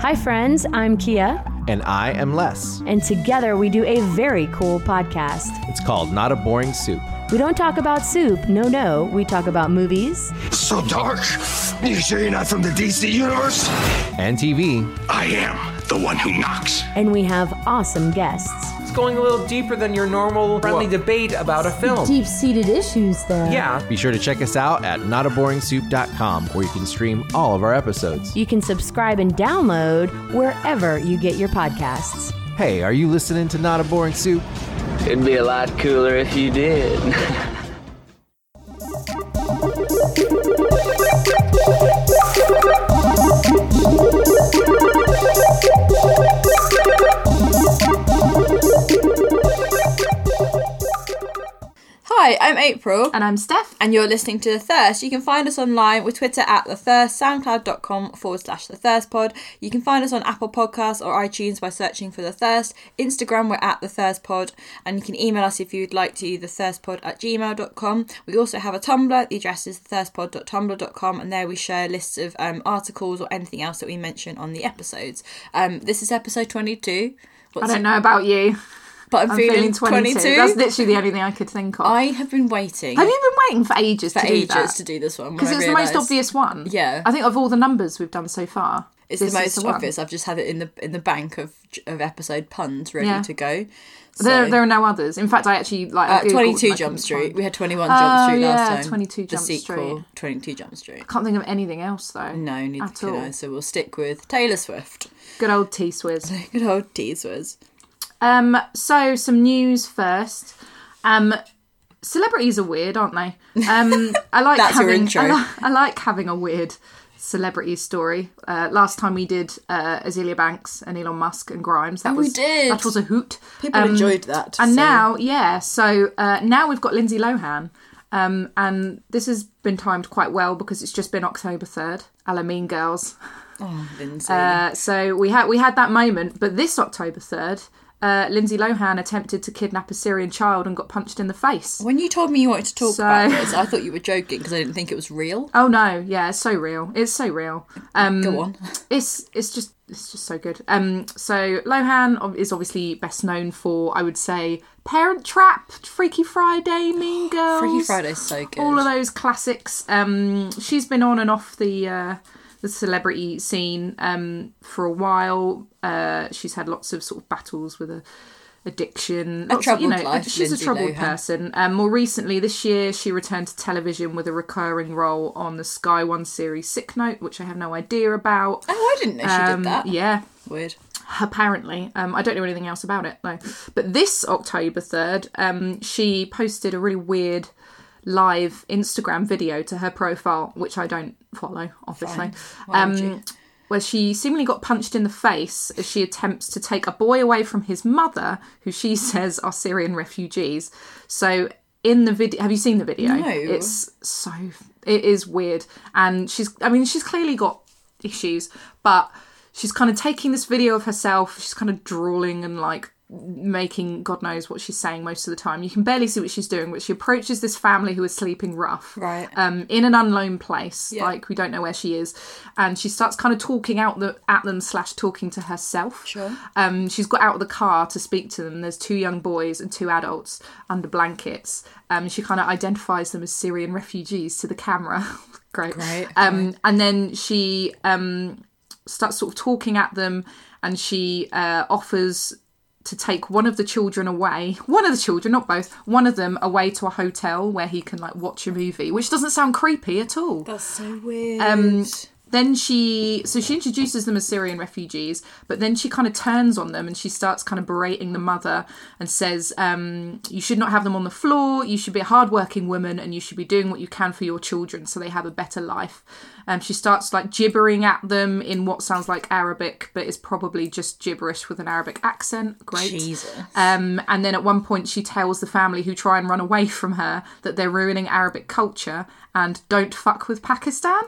Hi, friends. I'm Kia, And I am Les. and together we do a very cool podcast. It's called Not a Boring Soup. We don't talk about soup, no, no. We talk about movies, So dark. You sure you're not from the DC universe? And TV. I am the one who knocks. and we have awesome guests. It's going a little deeper than your normal friendly debate about a film. deep seated issues there. Yeah. Be sure to check us out at notaboringsoup.com where you can stream all of our episodes. You can subscribe and download wherever you get your podcasts. Hey, are you listening to Not a Boring Soup? It'd be a lot cooler if you did. Hi, I'm April, And I'm Steph. and you're listening to The Thirst. You can find us online with Twitter at The Thirst, SoundCloud.com forward slash The Thirst Pod. You can find us on Apple Podcasts or iTunes by searching for The Thirst. Instagram, we're at The Thirst Pod, and you can email us if you'd like to, thethirstpod at gmail.com. We also have a Tumblr, the address is thethirstpod.tumblr.com, and there we share lists of um, articles or anything else that we mention on the episodes. Um, this is episode 22. I What's don't know about you. But I'm, I'm feeling, 22. That's literally the only thing I could think of. I have been waiting. Have you been waiting for ages for to ages do that? to do this one when Because I it's the most realised obvious one. Yeah. I think of all the numbers we've done so far, It's this the is most one. obvious. I've just had it in the in the bank of of episode puns ready Yeah. to go. So, There, there are no others. In fact, I actually like I uh, Googled twenty two and I Jump couldn't Street. find- We had twenty one Oh, Jump Street last yeah, time. 22 Jump the sequel, Street. Twenty two Jump Street. Can't think of anything else though. No, neither at can all. I. So we'll stick with Taylor Swift. Good old T Swizz. Good old teasers. Um, so some news first. Um, celebrities are weird, aren't they? Um, I like That's your having, intro. I, li- I like having a weird celebrity story. Uh, last time we did uh, Azealia Banks and Elon Musk and Grimes. That Oh, we was did. that was a hoot. People Um, enjoyed that. And so- now, yeah, so uh, now we've got Lindsay Lohan. Um, and this has been timed quite well because it's just been October 3rd, a la Mean Girls. Lindsay. Uh, so we had we had that moment, but this October 3rd, uh, Lindsay Lohan attempted to kidnap a Syrian child and got punched in the face. when you told me you wanted to talk so- about this, I thought you were joking because I didn't think it was real. Oh no, yeah, it's so real. It's so real. Um, Go on. it's it's just it's just so good. Um, so Lohan ob- is obviously best known for I would say Parent Trap, Freaky Friday, Mean Girls, Freaky Friday's so good. all of those classics. Um, she's been on and off the uh, the celebrity scene um, for a while. Uh, she's had lots of sort of battles with a addiction. Lots of- you troubled know, life, she's Lindsay a troubled Lohan. person. Um, more recently, this year, she returned to television with a recurring role on the Sky One series Sick Note, which I have no idea about. Oh, I didn't know she Um, did that. Yeah, Weird. apparently. Um, I don't know anything else about it though. But this October 3rd, um, she posted a really weird live Instagram video to her profile, which I don't follow, obviously. Why would you? Um, where she seemingly got punched in the face as she attempts to take a boy away from his mother, who she says are Syrian refugees. So in the video, have you seen the video? No. It's so it is weird, and she's I mean she's clearly got issues, but she's kind of taking this video of herself. She's kind of drooling and like making God knows what she's saying most of the time. You can barely see what she's doing, but she approaches this family who is sleeping rough, Right. Um, in an unknown place, like we don't know where she is, and she starts kind of talking out the at them slash talking to herself. Sure. Um, she's got out of the car to speak to them. There's two young boys and two adults under blankets. Um, she kind of identifies them as Syrian refugees to the camera. Great. Great, Um, And then she um, starts sort of talking at them, and she uh, offers to take one of the children away, one of the children, not both, one of them away to a hotel where he can like watch a movie, which doesn't sound creepy at all. That's so weird. Um, then she so she introduces them as Syrian refugees, but then she kind of turns on them and she starts kind of berating the mother and says, um, "You should not have them on the floor. You should be a hardworking woman and you should be doing what you can for your children so they have a better life." Um, she starts like gibbering at them in what sounds like Arabic, but is probably just gibberish with an Arabic accent. Great. Jesus. Um, and then at one point, she tells the family who try and run away from her that they're ruining Arabic culture and don't fuck with Pakistan.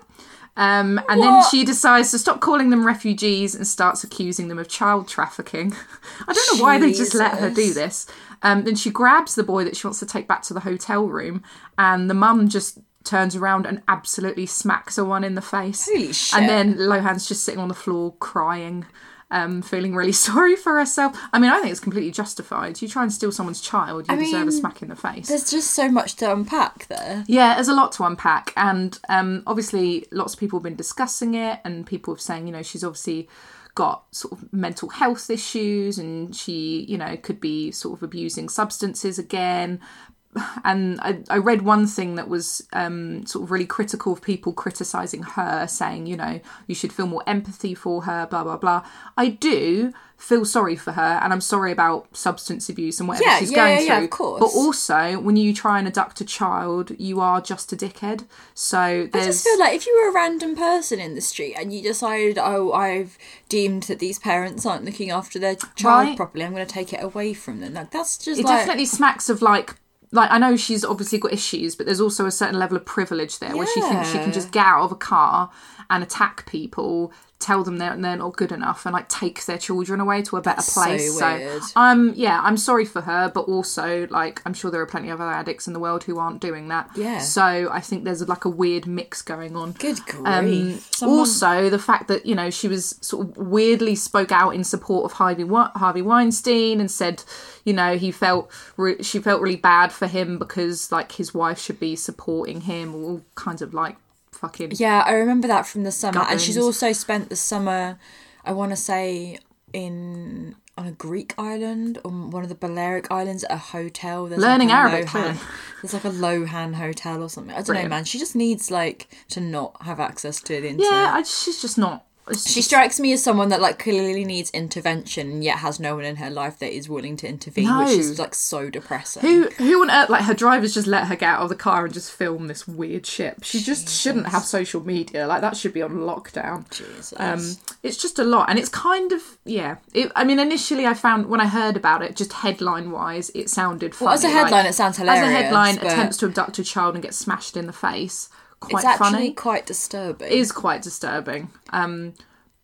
Um, and then she decides to stop calling them refugees and starts accusing them of child trafficking. I don't know why they just let her do this. Um, then she grabs the boy that she wants to take back to the hotel room, and the mum just turns around and absolutely smacks her one in the face. Holy shit. And then Lohan's just sitting on the floor crying, um, feeling really sorry for herself. I mean, I think it's completely justified. You try and steal someone's child, you I deserve mean, a smack in the face. There's just so much to unpack there. Yeah, there's a lot to unpack, and um, obviously, lots of people have been discussing it, and people have saying, you know, she's obviously got sort of mental health issues, and she, you know, could be sort of abusing substances again. And I, I read one thing that was um, sort of really critical of people criticizing her, saying, you know, you should feel more empathy for her, blah blah blah. I do feel sorry for her, and I'm sorry about substance abuse and whatever Yeah, she's yeah, going yeah, through. yeah, of course. But also, when you try and abduct a child, you are just a dickhead. So I there's just feel like if you were a random person in the street and you decided, oh, I've deemed that these parents aren't looking after their child Right. properly, I'm going to take it away from them. Like that's just it like definitely smacks of like like I know she's obviously got issues, but there's also a certain level of privilege there where she thinks she can just get out of a car and attack people, tell them they're, they're not good enough, and like take their children away to a better so place. So, weird. I'm yeah, I'm sorry for her, but also like I'm sure there are plenty of other addicts in the world who aren't doing that. Yeah. So I think there's like a weird mix going on. good grief. Um, Someone- Also, the fact that you know she was sort of weirdly spoke out in support of Harvey Wi- Harvey Weinstein and said, you know, he felt re- she felt really bad for him because like his wife should be supporting him, all kinds of like fucking Yeah, I remember that from the summer. And she's Goblins. also spent the summer, I want to say, in on a Greek island on one of the Balearic Islands at a hotel. There's Learning like a Arabic, Lohan, clearly. there's like a Lohan hotel or something. I don't Brilliant. know, man. She just needs like to not have access to the internet. yeah. I, she's just not. it's she just- strikes me as someone that like clearly needs intervention, and yet has no one in her life that is willing to intervene, No. which is like so depressing. Who, who on earth, like her drivers just let her get out of the car and just film this weird shit. She just shouldn't have social media. Like that should be on lockdown. Um, it's just a lot, and it's kind of yeah. It, I mean, initially I found when I heard about it, just headline wise, it sounded. Funny. as a headline, like, it sounds As hilarious, a headline, but- attempts to abduct a child and get smashed in the face. Quite it's actually funny. quite disturbing. It is quite disturbing. Um,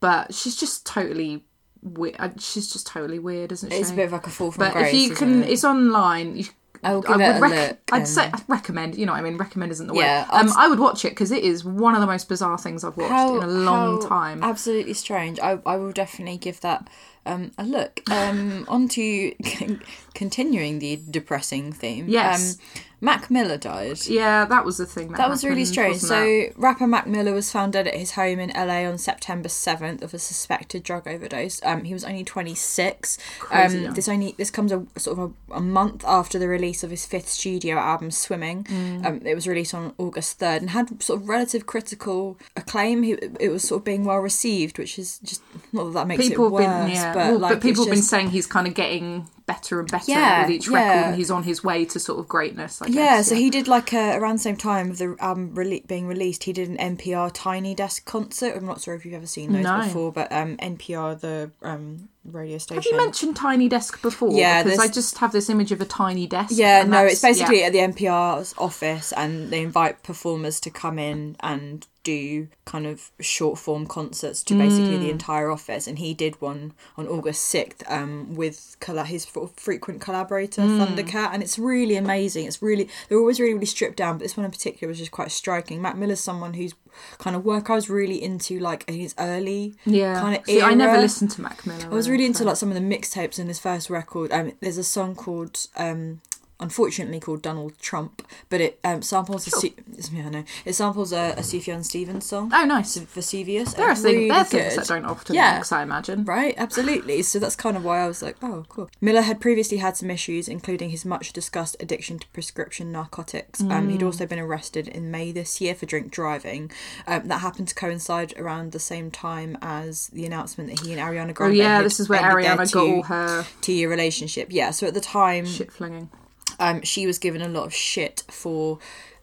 but she's just totally. We- uh, she's just totally weird, isn't she? It's a bit of like a fall from But grace. if you isn't can, it? it's online. You, I will give it a look, I'd um, say I'd recommend. You know, what I mean, recommend isn't the word. Yeah, I'd um, s- I would watch it because it is one of the most bizarre things I've watched in a long how time. Absolutely strange. I, I will definitely give that um, a look. Um, on to con- continuing the depressing theme. Yes. Um, Mac Miller died. yeah, that was the thing. That, That was really happened, strange. wasn't it? So, rapper Mac Miller was found dead at his home in LA on September 7th of a suspected drug overdose. Um, he was only 26. Crazy, yeah. um, this only this comes a sort of a, a month after the release of his fifth studio album, Swimming. Mm. Um, it was released on August 3rd and had sort of relative critical acclaim. He, it was sort of being well received, which is just not that that makes people it worse, have been yeah, but, well, like, but people it's have been just- saying he's kind of getting better and better Yeah, with each yeah. record, and he's on his way to sort of greatness. I guess. Yeah, so he did like a, around the same time of the album rele- being released, he did an NPR Tiny Desk concert. I'm not sure if you've ever seen those No. before, but um, NPR, the um, radio station. Have you mentioned Tiny Desk before? Yeah, because this- I just have this image of a tiny desk. Yeah, and no, that's- it's basically yeah. at the NPR's office, and they invite performers to come in and do kind of short form concerts to basically the Mm. entire office. And he did one on August 6th um, with colla- his f- frequent collaborator, Mm. Thundercat, and it's really amazing. It's really, they're always really, really stripped down, but this one in particular was just quite striking. Matt Miller's someone whose kind of work I was really into, like in his early yeah. kind of See, I never era. listened to Mac Miller. I was really into like some of the mixtapes in his first record. Um, there's a song called, um, unfortunately called Donald Trump, but it um, samples a Su- yeah, I know. it samples a, a Sufjan Stevens song. Oh, nice. Su- Vesuvius. There are, It's things, there are really things that good. don't often Yeah. mix, I imagine. Right, absolutely. So that's kind of why I was like, oh, cool. Miller had previously had some issues, including his much discussed addiction to prescription narcotics. Um, Mm. he'd also been arrested in May this year for drink driving. Um, that happened to coincide around the same time as the announcement that he and Ariana Grande. Oh, yeah, had this is where ended their Ariana got two- all her- two-year relationship. Yeah, so at the time, Shit flinging. um, she was given a lot of shit for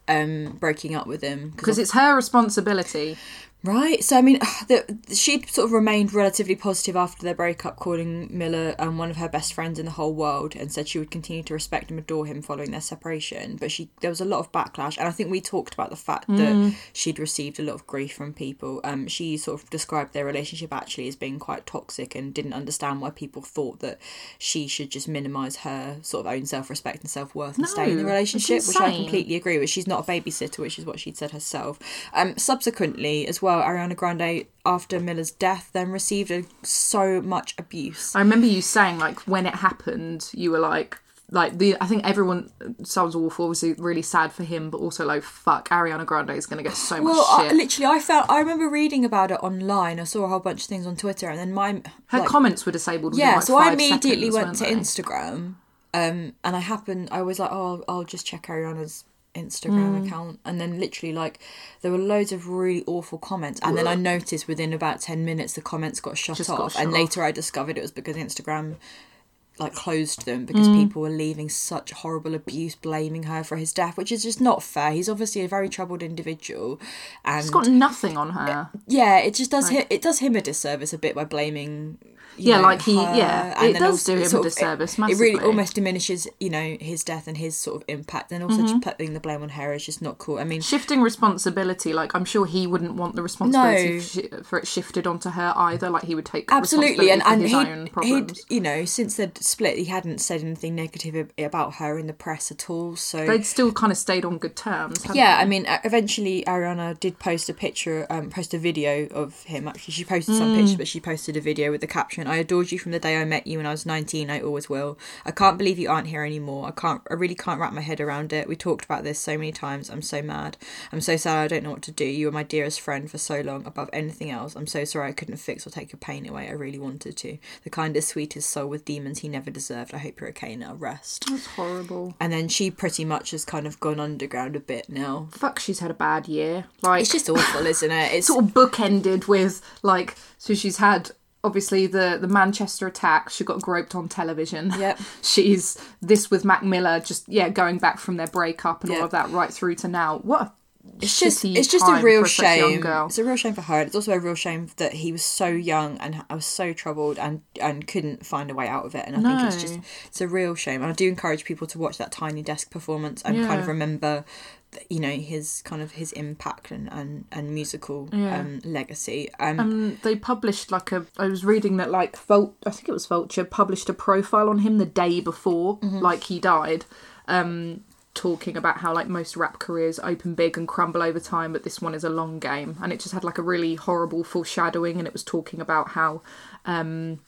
um breaking up with him Because it's her responsibility Right. So I mean, the, she sort of remained relatively positive after their breakup, calling Miller um, one of her best friends in the whole world, and said she would continue to respect and adore him following their separation. But she there was a lot of backlash, and I think we talked about the fact Mm. that she'd received a lot of grief from people. Um, she sort of described their relationship actually as being quite toxic, and didn't understand why people thought that she should just minimise her sort of own self respect and self worth and stay in the No, relationship, it's which I insane. completely completely agree with. She's not a babysitter, which is what she'd said herself. Um, subsequently, as well, Ariana Grande, after Miller's death, then received a, so much abuse. I remember you saying like when it happened, you were like, like the I think everyone sounds awful. Obviously, really sad for him, but also like fuck, Ariana Grande is gonna get so Well, much I, shit. literally, I felt. I remember reading about it online. I saw a whole bunch of things on Twitter, and then my Her like, comments were disabled. within, Yeah, like, so I five immediately seconds, went weren't to they? Instagram, um, and I happened. I was like, oh, I'll just check Ariana's Instagram Hmm. account, and then literally like there were loads of really awful comments, and then I noticed within about ten minutes the comments got shut Just got off, shut and off. later I discovered it was because Instagram like closed them Hmm. because people were leaving such horrible abuse blaming her for his death which is just not fair he's obviously a very troubled individual and It's got nothing on her. yeah, it just does hi it does him a disservice a bit by blaming. you Yeah, know, like he- her, yeah, and it then does also do him a sort of- disservice It, it really massively. almost diminishes, you know, his death and his sort of impact, and also Mm-hmm. just putting the blame on her is just not cool. I mean, Shifting responsibility, like I'm sure he wouldn't want the responsibility No. for, shi for it shifted onto her either. Like he would take absolutely, and and responsibility for his own he'd, problems. he'd, you know, since they'd split, he hadn't said anything negative ab- about her in the press at all. So They'd still kind of stayed on good terms. hadn't Yeah, they? I mean, uh, eventually Ariana did post a picture, um, post a video of him. Actually, she posted some pictures, but she posted a video with the caption, "I adored you from the day I met you, when I was 19. I always will. I can't believe you aren't here anymore. I can't. I really can't wrap my head around it. We talked about this so many times. I'm so mad. I'm so sad. I don't know what to do. You were my dearest friend for so long. Above anything else, I'm so sorry I couldn't fix or take your pain away. I really wanted to. The kindest, sweetest soul with demons he never deserved. I hope you're okay now. Rest." That's horrible. And then she pretty much has kind of gone underground a bit now. Fuck, she's had a bad year. Like It's just awful, isn't it? It's sort of bookended with like so she's had obviously the the Manchester attack she got groped on television Yep. she's this with Mac Miller just yeah going back from their breakup and Yep. all of that right through to now what a it's just shitty it's just a time real for such a young shame. girl. It's a real shame for her. It's also a real shame that he was so young and I was so troubled and and couldn't find a way out of it. And I think it's just No. it's a real shame. And I do encourage people to watch that Tiny Desk performance and kind of Yeah. remember, th- you know, his kind of his impact and and, and musical um, legacy. Um, they published like a i was reading that like Vul- i think it was vulture published a profile on him the day before like he died um talking about how like most rap careers open big and crumble over time but this one is a long game and it just had like a really horrible foreshadowing and it was talking about how um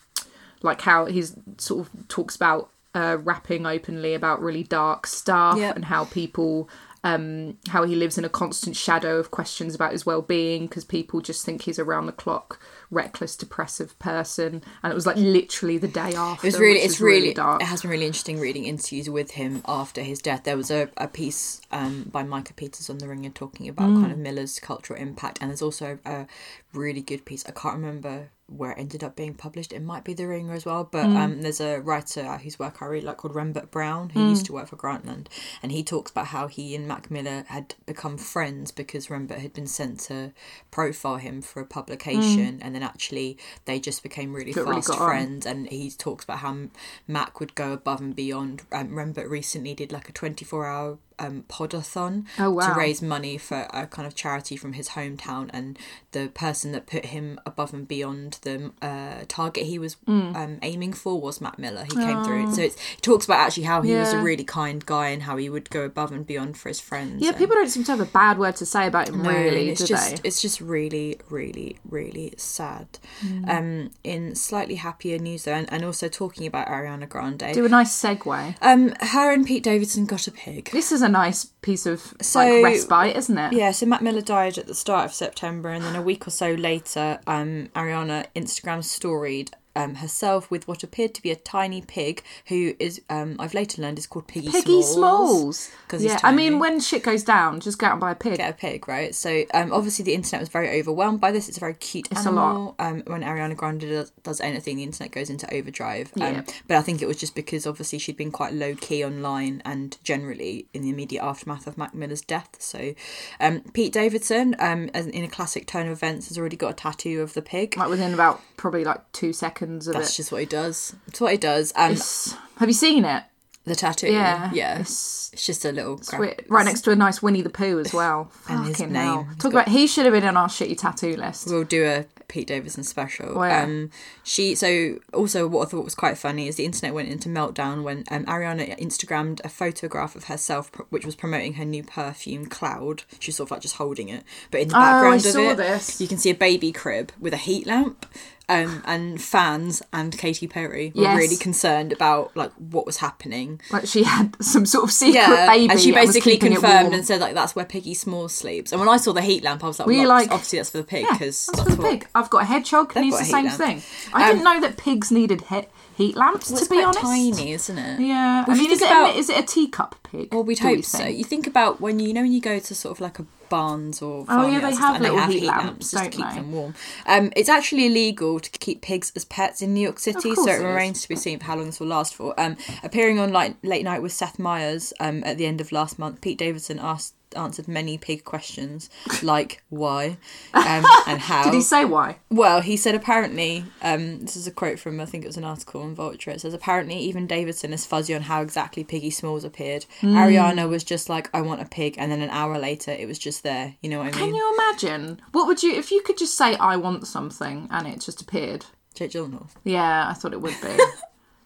like how he's sort of talks about uh rapping openly about really dark stuff Yep. and how people um how he lives in a constant shadow of questions about his well-being because people just think he's around the clock reckless depressive person and it was like literally the day after It was really, which it's is really, dark it has been really interesting reading interviews with him after his death. There was a, a piece um, by Micah Peters on The Ringer talking about Mm. kind of Miller's cultural impact, and there's also a, a really good piece. I can't remember where it ended up being published. It might be The Ringer as well, Mm. but um, there's a writer whose work I really like called Rembert Brown, who Mm. used to work for Grantland, and he talks about how he and Mac Miller had become friends because Rembert had been sent to profile him for a publication, and then actually they just became really Mm. That really fast got on. friends and and he talks about how Mac would go above and beyond. Um, Rembert recently did like a 24 hour um, podathon Oh, wow. to raise money for a kind of charity from his hometown, and the person that put him above and beyond the uh, target he was Hmm. um, aiming for was Matt Miller. He came through it. So it's, it talks about actually how he was a Ah. Yeah. really kind guy and how he would go above and beyond for his friends. yeah and- people don't seem to have a bad word to say about him no, really it's do just they it's just really really really sad Mm. um in slightly happier news though and, and also talking about ariana grande do a nice segue um her and pete davidson got a pig this is a nice piece of So- like respite isn't it yeah, so Matt Miller died at the start of September, and then a week or so later, um, Ariana Instagram storied um, herself with what appeared to be a tiny pig, who is um, I've later learned is called Piggy, Piggy Smalls. Smalls. 'Cause he's yeah, I mean, tiny. when shit goes down, just go out and buy a pig. get a pig, right? So um, obviously the internet was very overwhelmed by this. It's a very cute It's a lot. animal. Um, when Ariana Grande does, does anything, the internet goes into overdrive. Um, Yeah. But I think it was just because obviously she'd been quite low key online and generally in the immediate aftermath of Mac Miller's death. So um, Pete Davidson, um, as- in a classic turn of events, has already got a tattoo of the pig. Like within about probably like two seconds of That's it. just what he does. It's what he does. Um, It's- Have you seen it? the tattoo. Yeah. Yeah. It's, It's just a little. gra- wi- right next to a nice Winnie the Pooh as well. And his Fucking name. hell. He's Talk got- about he should have been on our shitty tattoo list. We'll do a Pete Davidson special. Oh, yeah. Um, she so also what I thought was quite funny is the internet went into meltdown when um, Ariana Instagrammed a photograph of herself pr- which was promoting her new perfume Cloud. She's sort of like just holding it, but in the Oh, I background of saw it, this. you can see a baby crib with a heat lamp. Um, and fans and Katy Perry were Yes. really concerned about like what was happening. Like she had some sort of secret Yeah, baby. and she was basically keeping it confirmed warm. and said like that's where Piggy Small sleeps. And when I saw the heat lamp, I was like, Were you well, like- obviously that's for the pig Yeah, because that's for the pig. I've got a hedgehog and They've he's got the a heat same lamp. thing. I didn't know that pigs needed he- heat lamps. Well, to it's be quite honest, tiny, isn't it? Yeah, Well, I if you mean, is it, think a- about- is it a teacup pig? Well, we'd Do we hope so. think? You think about when you, you know when you go to sort of like a Barnes or Oh, farmyards yeah, they and have stuff, and little they have heat just lamps, to don't keep they? them warm. Um, it's actually illegal to keep pigs as pets in New York City, so course it, it is. remains to be seen how long this will last for. Um, appearing on like late night with Seth Meyers um, at the end of last month, Pete Davidson asked answered many pig questions like why um, and how Did he say why? well, he said apparently, um, this is a quote from, I think it was an article on Vulture. It says, apparently, even Davidson is fuzzy on how exactly Piggy Smalls appeared. Hmm. Ariana was just like, I want a pig. And then an hour later, it was just there. You know what I mean? Can you imagine? What would you if you could just say I want something and it just appeared? Jake Gyllenhaal. Yeah, I thought it would be.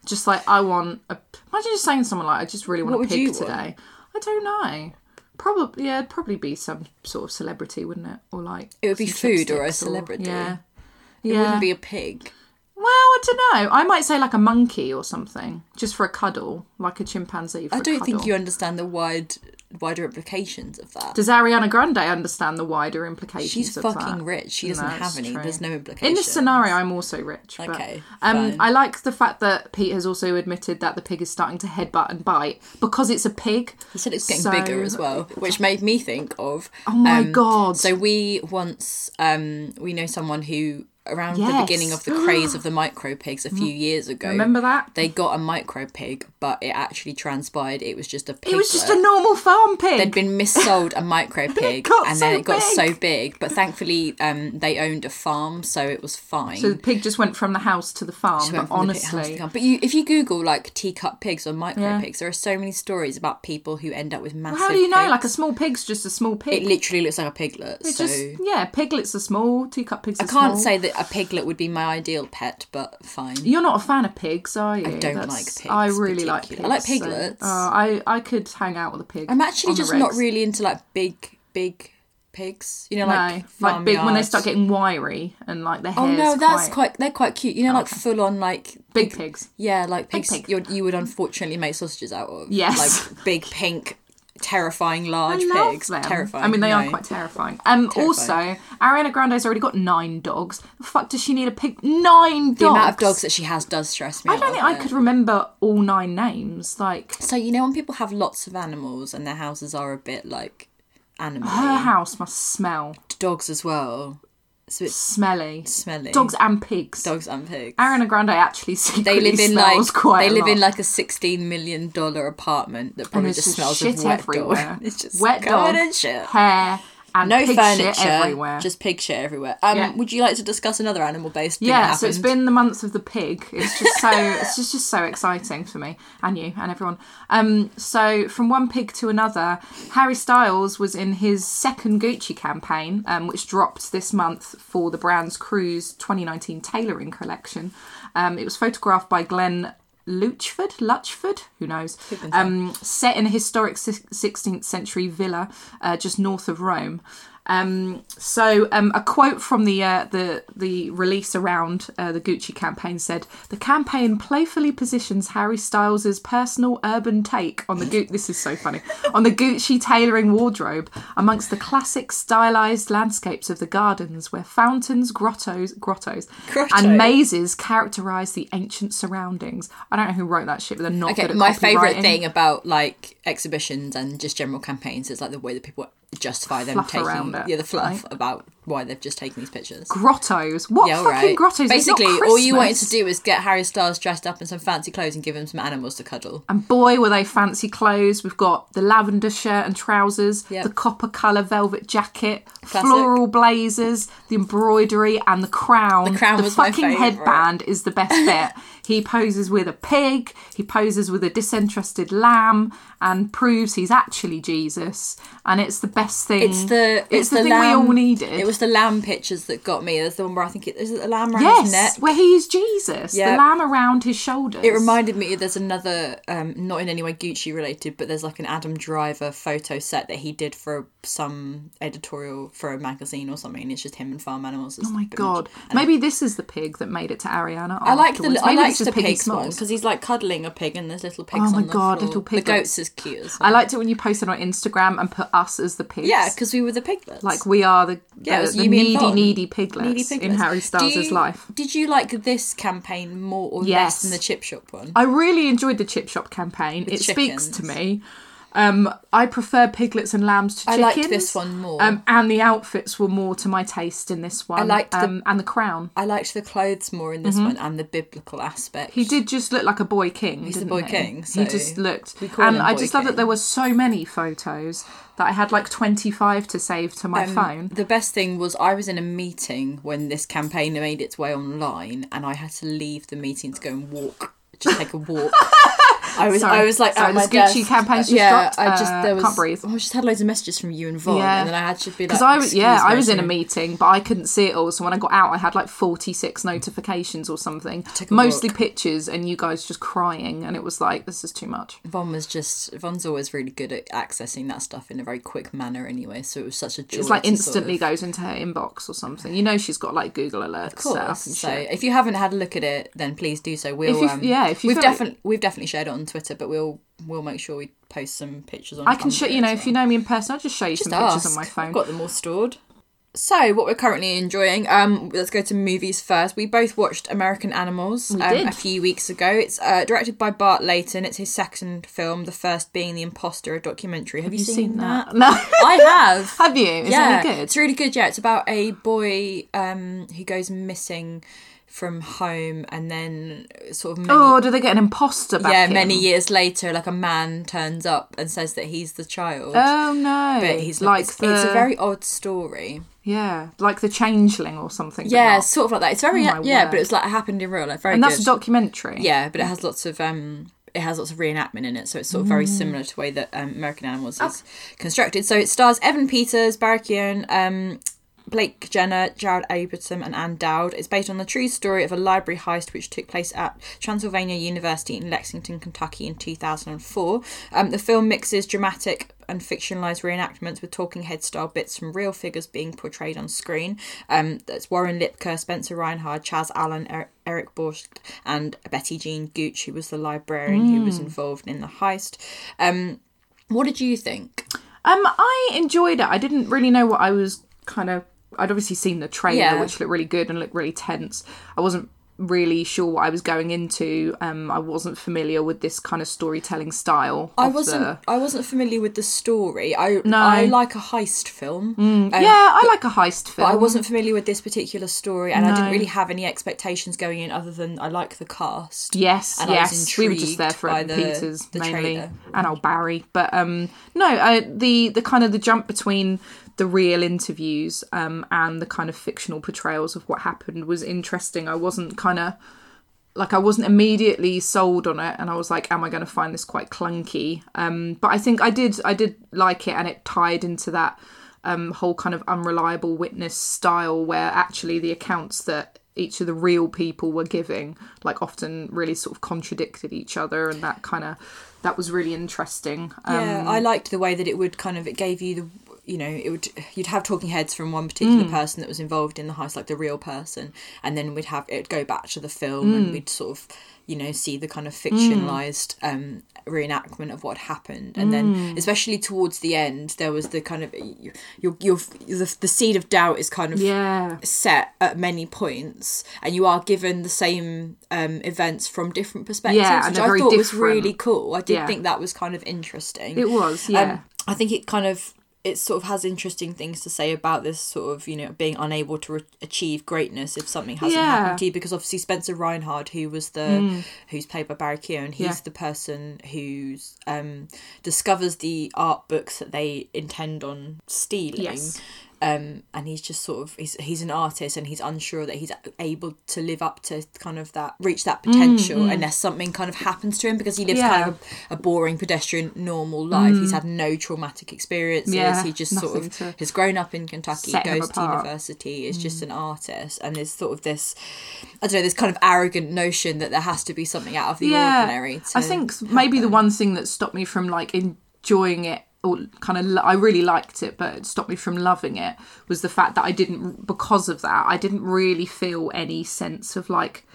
just like I want a imagine just saying to someone like I just really want What a would pig you want? today. I don't know. Probably yeah, it'd probably be some sort of celebrity, wouldn't it? Or like It would be some food or a chopsticks celebrity. yeah. It yeah. wouldn't be a pig. well, I don't know. I might say like a monkey or something, just for a cuddle, like a chimpanzee. For I a don't think cuddle. you understand the wide, wider implications of that. Does Ariana Grande understand the wider implications? She's of fucking that? rich. She doesn't No, have it's any. true. There's no In implications. this scenario, I'm also rich. But, Okay, Um, fine. I like the fact that Pete has also admitted that the pig is starting to headbutt and bite because it's a pig. He said it's getting So- bigger as well, which made me think of. um, Oh my God. So we once um we know someone who around the Yes. beginning of the craze of the micro pigs a few years ago. Remember that? they got a micro pig, but it actually transpired it was just a pig. It was just a normal farm pig. They'd been missold a micro pig, got and then so it got big. so big. But thankfully, um, they owned a farm, so it was fine. so the pig just went from the house to the farm. She But went from the pit house to honestly, the gun. but you, if you Google like teacup pigs or micro Yeah. pigs, there are so many stories about people who end up with massive. how do you know? Like a pigs. small pig's just a small pig. It literally looks like a piglet. It's so just yeah, piglets are small. Teacup pigs. Are I can't small. say that a piglet would be my ideal pet, but fine. You're not a fan of pigs, are you? I don't like pigs I really like pigs. particularly. I like so- piglets. Oh, I I could hang out with a pig. I'm actually on the just not regs. really into like big, big pigs. You know, No, like like, big when they farmyard. start getting wiry and like their Oh hair's no, that's quite. They're quite cute. You know, like full on like big pigs. Yeah, like pigs pig. You're, you would unfortunately make sausages out of. Yes. Like big, pink, terrifying, large I love pigs. them. Terrifying. I mean, they are no. quite terrifying. Um, also, Ariana Grande's already got nine dogs. The fuck does she need a pig? Nine dogs. The amount of dogs that she has does stress me I out don't think a I bit. could remember all nine names. Like So, you know, when people have lots of animals and their houses are a bit like animal, her house must smell dogs as well. It's a bit smelly. smelly. Dogs and pigs. dogs and pigs. Ariana Grande actually they secretly live in smells like quite they a live in lot. like a sixteen million dollar apartment that and probably there's just just smells shit of wet everywhere. dog. It's just wet covered dog in shit. hair and no pig furniture shit everywhere. just pig shit everywhere um Yeah. would you like to discuss another animal based thing Yeah, that so it's happened? been the month of the pig. It's just so it's just, just so exciting for me and you and everyone. Um, so from one pig to another, Harry Styles was in his second Gucci campaign, um, which dropped this month for the brand's Cruise 2019 tailoring collection. Um, it was photographed by Glenn. Luchford, Lutchford, who knows? Um, set in a historic si- 16th century villa uh, just north of Rome. Um, so um, a quote from the uh, the the release around uh, the Gucci campaign said, "The campaign playfully positions Harry Styles's personal urban take on the Gucci. this is so funny on the Gucci tailoring wardrobe amongst the classic stylized landscapes of the gardens, where fountains, grottos, grottos, Grottos. and mazes characterize the ancient surroundings." I don't know who wrote that shit, but they're not Okay, good at my favorite copywriting. thing about like exhibitions and just general campaigns is like the way that people justify them Fluff taking around it, yeah the fluff about why they've just taken these pictures. Grottos. What yeah, all fucking right. grottos? It's not Basically, all you wanted to Christmas. do was get Harry Styles dressed up in some fancy clothes and give him some animals to cuddle. And boy, were they fancy clothes. We've got the lavender shirt and trousers, Yep. the copper colour velvet jacket, Classic. floral blazers, the embroidery, and the crown. The crown was my fucking favourite. headband is the best bit. he poses with a pig, he poses with a disinterested lamb, and proves he's actually Jesus. And it's the best thing. It's the it's, the, thing we all needed. It was the lamb pictures that got me. There's the one where I think it is it the lamb around his yes, neck. where he is Jesus, Yep. the lamb around his shoulders. It reminded me there's another, um, not in any way Gucci related, but there's like an Adam Driver photo set that he did for some editorial for a magazine or something. And it's just him and farm animals. Oh my god! Maybe this is the pig that made it to Ariana. I like the afterwards. I Maybe like this is the Piggy pigs one Smalls. because he's like cuddling a pig and there's little pigs. Oh my on the God, floor. little The piglets. goats is cute. As well. I liked it when you posted on Instagram and put us as the pigs. yeah, because we were the piglets. like we are the Yeah, it the, was the you, me, and needy Tom. needy piglets, Needy in piglets. Harry Do Styles' you- life. Did you like this campaign more or Yes. less than the chip shop one? I really enjoyed the chip shop campaign. it speaks to chickens. me. Um, I prefer piglets and lambs to I chickens. liked this one more. Um, and the outfits were more to my taste in this one. liked the- um, and the crown. I liked the clothes more in this one and the biblical aspect. Mm-hmm. He did just look like a boy king. He's the didn't boy he? king, he so just looked, we call and him I boy just love that king. there were so many photos that I had like twenty five to save to my phone. Um, The best thing was I was in a meeting when this campaign made its way online, and I had to leave the meeting to go and walk, just take a walk. I was, Sorry. I was like, Sorry, at my this Gucci desk. campaign's just yeah, dropped. I just Uh, there was, Oh, can't breathe. I just had loads of messages from you and Vaughn, and then I had to be like, because I was yeah, "Excuse I me, was in a sorry." meeting, but I couldn't see it all. So when I got out, I had like forty six notifications or something, Take a mostly walk. pictures, and you guys just crying, and it was like this is too much. Von was just Von's always really good at accessing that stuff in a very quick manner, anyway. So it was such a joy. It's like to sort instantly of- goes into her inbox or something. You know she's got like Google alerts Of set up course. and So shit. if you haven't had a look at it, then please do so. We'll If you- um, yeah, if you we've feel like- definitely we've definitely shared it on Twitter, but we'll we'll make sure we post some pictures on. I can Tumblr show you know as if you know me in person, I'll just show you well. some Just pictures on ask. my phone. I've got them all stored. So what we're currently enjoying. Um, let's go to movies first. We both watched American Animals um, did. a few weeks ago. It's uh, directed by Bart Layton. It's his second film. The first being The Imposter, a documentary. Have, you, seen, that? No. I have. Have you? Is yeah, it any good? It's really good. Yeah, it's about a boy um, who goes missing from home, and then sort of many, oh, do they get an imposter back? yeah, in? many years later, like a man turns up and says that he's the child. Oh no! but he's like like it's, the it's a very odd story. yeah, like the changeling or something. but Yeah, not. sort of like that. It's very Oh my yeah, word. but it's like it happened in real life. Very and that's good. a documentary. yeah, but it has lots of um, it has lots of reenactment in it, so it's sort of very similar Mm. to the way that um, American Animals is Oh. constructed. So it stars Evan Peters, Barry Keoghan, um, Blake Jenner, Jared Abrahamson, and Anne Dowd. It's based on the true story of a library heist which took place at Transylvania University in Lexington, Kentucky, in 2004. Um, the film mixes dramatic and fictionalized reenactments with talking head style bits from real figures being portrayed on screen. Um, that's Warren Lipker, Spencer Reinhard, Chaz Allen, er- Eric Borst, and Betty Jean Gooch, who was the librarian who was involved in the heist. Um, what did you think? Um, I enjoyed it. I didn't really know what I was kind of. I'd obviously seen the trailer, Yeah. which looked really good and looked really tense. I wasn't really sure what I was going into. Um, I wasn't familiar with this kind of storytelling style. I of wasn't. the- I wasn't familiar with the story. I No. Mm, I like a heist film. Um, yeah, I like a heist film. But I wasn't familiar with this particular story, and I No. didn't really have any expectations going in, other than I like the cast. Yes, And I was yes, we were just intrigued there for by Evan the- Peters the mainly, trailer. and old Barry. But um, no, uh, the the kind of the jump between the real interviews um and the kind of fictional portrayals of what happened was interesting. I wasn't kind of like I wasn't immediately sold on it, and I was like, "Am I going to find this quite clunky?" Um, but I think I did. I did like it, and it tied into that um, whole kind of unreliable witness style, where actually the accounts that each of the real people were giving, like, often really sort of contradicted each other, and that kind of that was really interesting. Um, Yeah, I liked the way that it would kind of it gave you the you know it would you'd have talking heads from one particular Mm. person that was involved in the heist like the real person and then we'd have it'd go back to the film Mm. and we'd sort of you know see the kind of fictionalized Mm. um reenactment of what happened and then especially towards the end there was the kind of you you're, you're the, the seed of doubt is kind of Yeah. set at many points and you are given the same um events from different perspectives Yeah, and which they're i very thought was different. really cool i did Yeah. think that was kind of interesting Um, It was, yeah. I think it kind of it sort of has interesting things to say about this sort of you know being unable to re- achieve greatness if something hasn't Yeah. Hmm. happened to you because obviously Spencer Reinhard who was the who's played by Barry Keoghan he's Yeah. the person who's um discovers the art books that they intend on stealing Yes. um and he's just sort of he's he's an artist and he's unsure that he's able to live up to kind of that reach that potential unless something kind of happens to him because he lives Mm, Yeah. Mm. kind of a boring pedestrian normal life. He's had no traumatic experiences. Yeah, he just sort of nothing to has grown up in Kentucky, set him goes to apart. Mm. university, is just an artist, and there's sort of this, I don't know, this kind of arrogant notion that there has to be something out of the ordinary. To I think s- maybe the one thing that stopped me from like enjoying it or kind of lo- I really liked it but it stopped me from loving it was the fact that I didn't because of that I didn't really feel any sense of like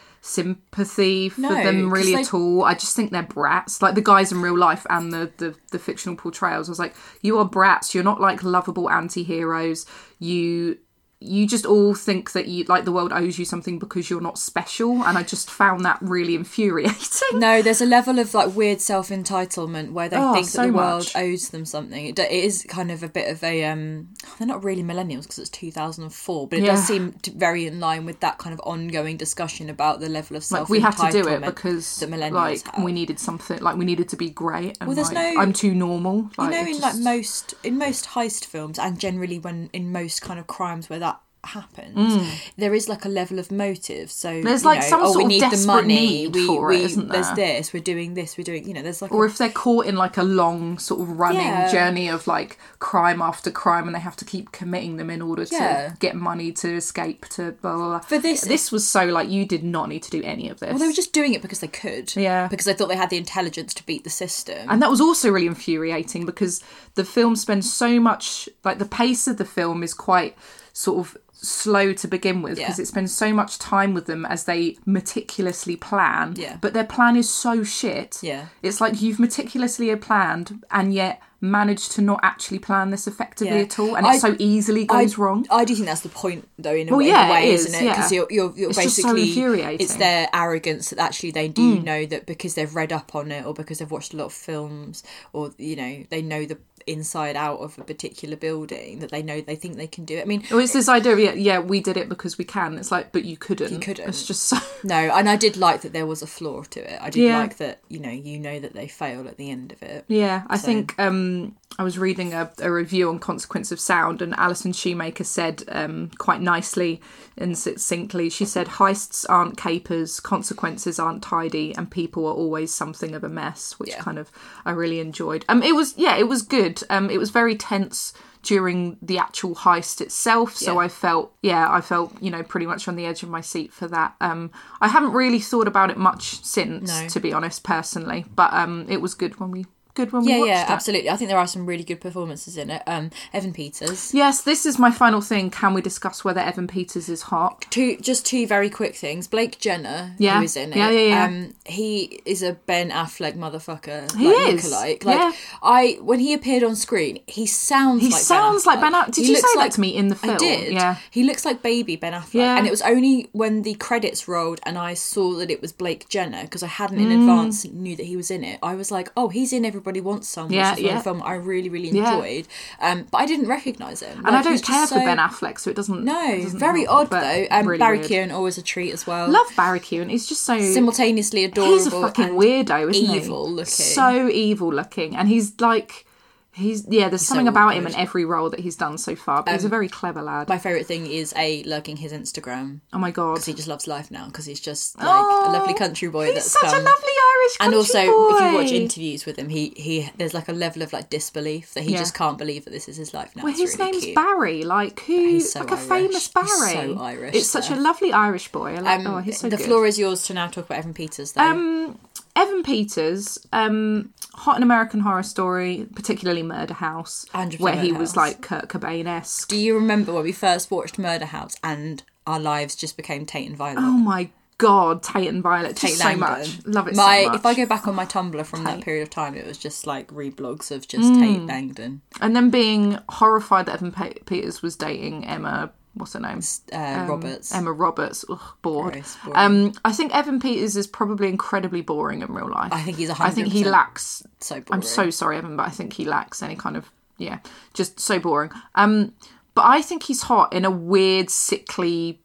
sympathy for No, them 'cause really they- at all I just think they're brats like the guys in real life and the, the the fictional portrayals I was like you are brats you're not like lovable anti-heroes you you just all think that you like the world owes you something because you're not special and I just found that really infuriating No, there's a level of like weird self entitlement where they Oh, think so that the world much. owes them something. It, do- it is kind of a bit of a um. They're not really millennials because it's 2004, but it Yeah. does seem to, very in line with that kind of ongoing discussion about the level of self like we had to do it entitlement because that millennials like have. we needed something like we needed to be great and Well, there's like, no- i'm too normal you like, know it in just- like most in most heist films and generally when in most kind of crimes where that happens there is like a level of motive so Mm. There's, you like, know, some oh, sort we of need desperate the money need we, for it, we isn't there's there? this we're doing this we're doing you know there's like or a, if they're caught in like a long sort of running Yeah. journey of like crime after crime and they have to keep committing them in order to Yeah. get money to escape to blah blah blah For this- this was so like you did not need to do any of this well, they were just doing it because they could Yeah. because they thought they had the intelligence to beat the system and that was also really infuriating because the film spends so much like the pace of the film is quite sort of slow to begin with because Yeah. it spends so much time with them as they meticulously plan Yeah. but their plan is so shit Yeah. it's like you've meticulously planned and yet managed to not actually plan this effectively Yeah. at all and it I- so easily goes I, oh, wrong I do think that's the point, though. In a Well, way, yeah, in a way it is, is, not it? Because yeah. you're, you're, you're It's just so basically infuriating. Mm. it's their arrogance that actually they do know that because they've read up on it or because they've watched a lot of films or you know they know the inside out of a particular building that they know they think they can do it. I mean, or it's this idea of yeah, yeah we did it because we can it's like but you couldn't You couldn't. it's just so no, and I did like that there was a flaw to it. I did Yeah. like that you know you know that they fail at the end of it. Yeah, I think um, I was reading a, a review on Consequence of Sound, and Alison Shoemaker said um, quite nicely and succinctly she said, Heists aren't capers, consequences aren't tidy, and people are always something of a mess, which kind of I really enjoyed. Um, It was, yeah, it was good. Um, It was very tense during the actual heist itself so i felt yeah i felt you know pretty much on the edge of my seat for that um i haven't really thought about it much since No. to be honest personally but um it was good when we good when we Yeah, watched yeah, it. absolutely. I think there are some really good performances in it. Um, Evan Peters. yes this is my final thing can we discuss whether evan peters is hot two just two very quick things. Blake Jenner, Yeah. who is in it, Yeah, yeah, yeah. um, he is a Ben Affleck motherfucker. He like, is. lookalike. Yeah. Like I, when he appeared on screen, he sounds. He like sounds ben like Ben Aff- Affleck. Did He you looks say that to me in the film? I did. Yeah. He looks like baby Ben Affleck, Yeah. and it was only when the credits rolled and I saw that it was Blake Jenner because I hadn't in Mm. advance knew that he was in it. I was like, oh, he's in Everybody Wants Someone, Yeah, which is another yeah. film I really, really Yeah. enjoyed. Um, but I didn't recognize him, and Like, i don't he's just care for so- ben affleck so it doesn't it no, doesn't very help, odd but though. Um, really Barry weird. Keoghan always a treat as well. love barry keoghan he's just so simultaneously adorable. he's a fucking and weirdo isn't evil he looking. so evil looking and he's like he's yeah there's something so about him in awkward. every role that he's done so far but he's a very clever lad My favorite thing is a lurking his Instagram oh my god because he just loves life now because he's just like Oh, a lovely country boy. he's that's such a come- lovely irish And country also, boy. if you watch interviews with him, he he there's like a level of like disbelief that he Yeah. just can't believe that this is his life now. Well, It's his really name's cute. Barry, like who, He's so like a Irish. famous Barry. He's so Irish, It's such a though. Um, lovely Irish boy. I Like, oh, he's so the good. floor is yours to now talk about Evan Peters. Though. Um, Evan Peters, um, hot in American Horror Story, particularly Murder House, 100% where he Murder was House. like Kurt Cobain esque. Do you remember when we first watched Murder House and our lives just became Tate and Violet? Oh my god, Tate and Violet, Tate just so Langdon. much. Love it My, so much. If I go back on my Tumblr from that period of time, it was just like reblogs of just Mm. Tate Langdon. and then being horrified that Evan Pe- Peters was dating Emma. What's her name? Um, Uh, Roberts. Emma Roberts. Ugh, bored. Gross, boring. um, I think Evan Peters is probably incredibly boring in real life. I think he's I think he 100% lacks. so boring. I'm so sorry, Evan, but I think he lacks any kind of yeah, just so boring. Um, but I think he's hot in a weird, sickly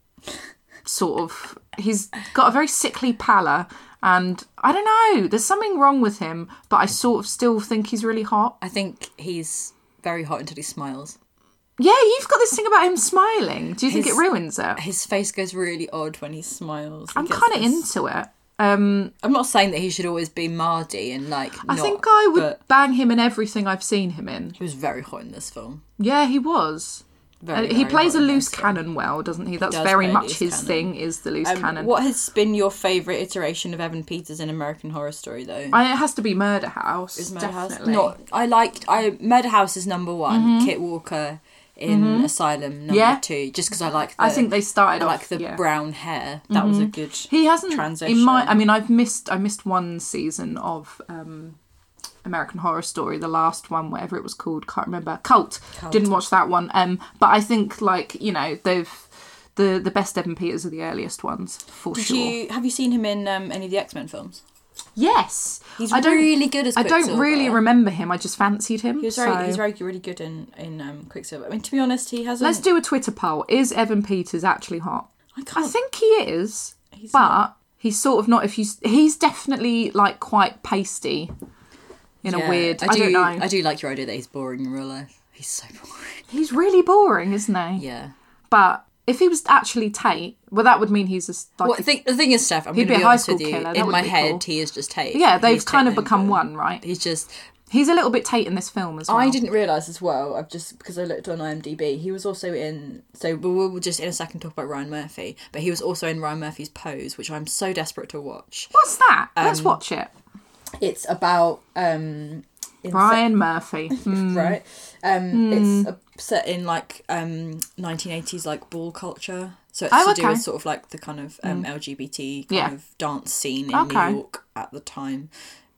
sort of. He's got a very sickly pallor, and I don't know. There's something wrong with him, but I sort of still think he's really hot. I think he's very hot until he smiles. Yeah, you've got this thing about him smiling. Do you think His- it ruins it? His face goes really odd when he smiles. He I'm gets kind of this- into it. Um, I'm not saying that he should always be Mardy and like. I not, think I would but bang him in everything I've seen him in. he was very hot in this film. Yeah, he was. Very, Uh, he very plays a hot in loose this film. cannon well, doesn't he? That's does very play much loose his cannon. thing is the loose Um, cannon. What has been your favourite iteration of Evan Peters in American Horror Story, though? I, it has to be Murder House. Is Murder House? definitely. Mm-hmm. Not. I liked. I Murder House is number one. Kit Walker in Asylum number Yeah. two. Just because I like. The, I think they started I off, like the yeah. Mm-hmm. brown hair. That was a good. He hasn't transition. in my. I mean, I've missed. I missed one season of um, American Horror Story, the last one, whatever it was called. Can't remember. Cult. Didn't watch that one. Um, but I think like you know they've the the best Evan Peters are the earliest ones for Did sure. you have you seen him in um, any of the X Men films? Yes, He's really good as I don't Quicksilver. really remember him. I just fancied him. He was very, so- he's very, really good in in um, Quicksilver. I mean, to be honest, he hasn't. Let's do a Twitter poll. Is Evan Peters actually hot? I can't. think he is, but he's sort of not. If you, s- he's definitely like quite pasty in a Yeah, weird. I, do, don't know. I do like your idea that he's boring in real life. He's so boring. He's really boring, isn't he? Yeah. But if he was actually Tate, well, that would mean he's a s- like. Well, a- the thing, the thing is, Steph, I'm going He'd to be be, a high honest with school you. killer, that in would my be head, cool. he is just Tate. yeah, they've He's kind of Tate become Langdon. one, right? He's just. He's a little bit Tate in this film as well. I didn't realize as well. I've just because I looked on IMDb. He was also in. So we'll, we'll just in a second talk about Ryan Murphy, but he was also in Ryan Murphy's Pose, which I'm so desperate to watch. What's that? Let's Um, watch it. It's about um, in- Brian Murphy. right? Um, Hmm. It's a, set in like um, 1980s like ball culture, so it's Oh, to do okay. Hmm. with sort of like the kind of um, LGBT kind Yeah. of dance scene in Okay. New York at the time.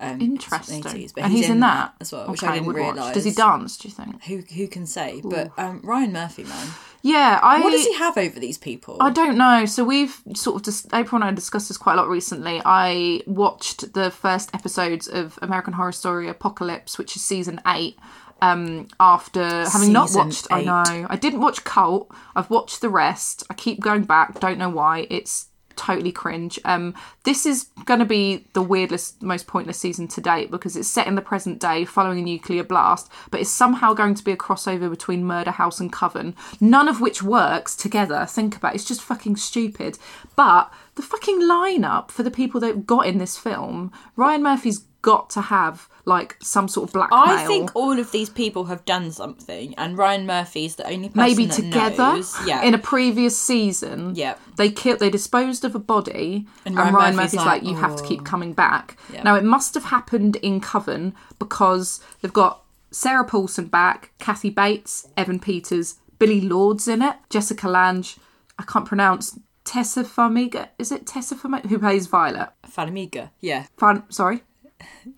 Um, Interesting. 1980s, and he's, in that, as well, which Okay, I didn't would watch. realize. Does he dance? Do you think? Who who can say? But um, Ryan Murphy, man, Yeah, I. what does he have over these people? I don't know. So we've sort of just April and I discussed this quite a lot recently. I watched the first episodes of American Horror Story Apocalypse, which is season eight. Um, after having not Season watched, eight. I know I didn't watch Cult. I've watched the rest. I keep going back. Don't know why. It's totally cringe. Um, this is going to be the weirdest, most pointless season to date because it's set in the present day following a nuclear blast, but it's somehow going to be a crossover between Murder House and Coven, none of which works together. Think about it. It's just fucking stupid. But the fucking lineup for the people that got in this film, Ryan Murphy's got to have like some sort of blackmail. I think all of these people have done something, and Ryan Murphy's the only person maybe that together knows. Yeah, in a previous season. Yeah. They killed they disposed of a body and Ryan, Murphy's, like, you have to keep coming back. Now it must have happened in Coven because they've got Sarah Paulson back, Kathy Bates, Evan Peters, Billy Lords in it, Jessica Lange, I can't pronounce Tessa Farmiga is it Tessa Farmiga who plays Violet? Falamiga. Yeah, Fan, sorry,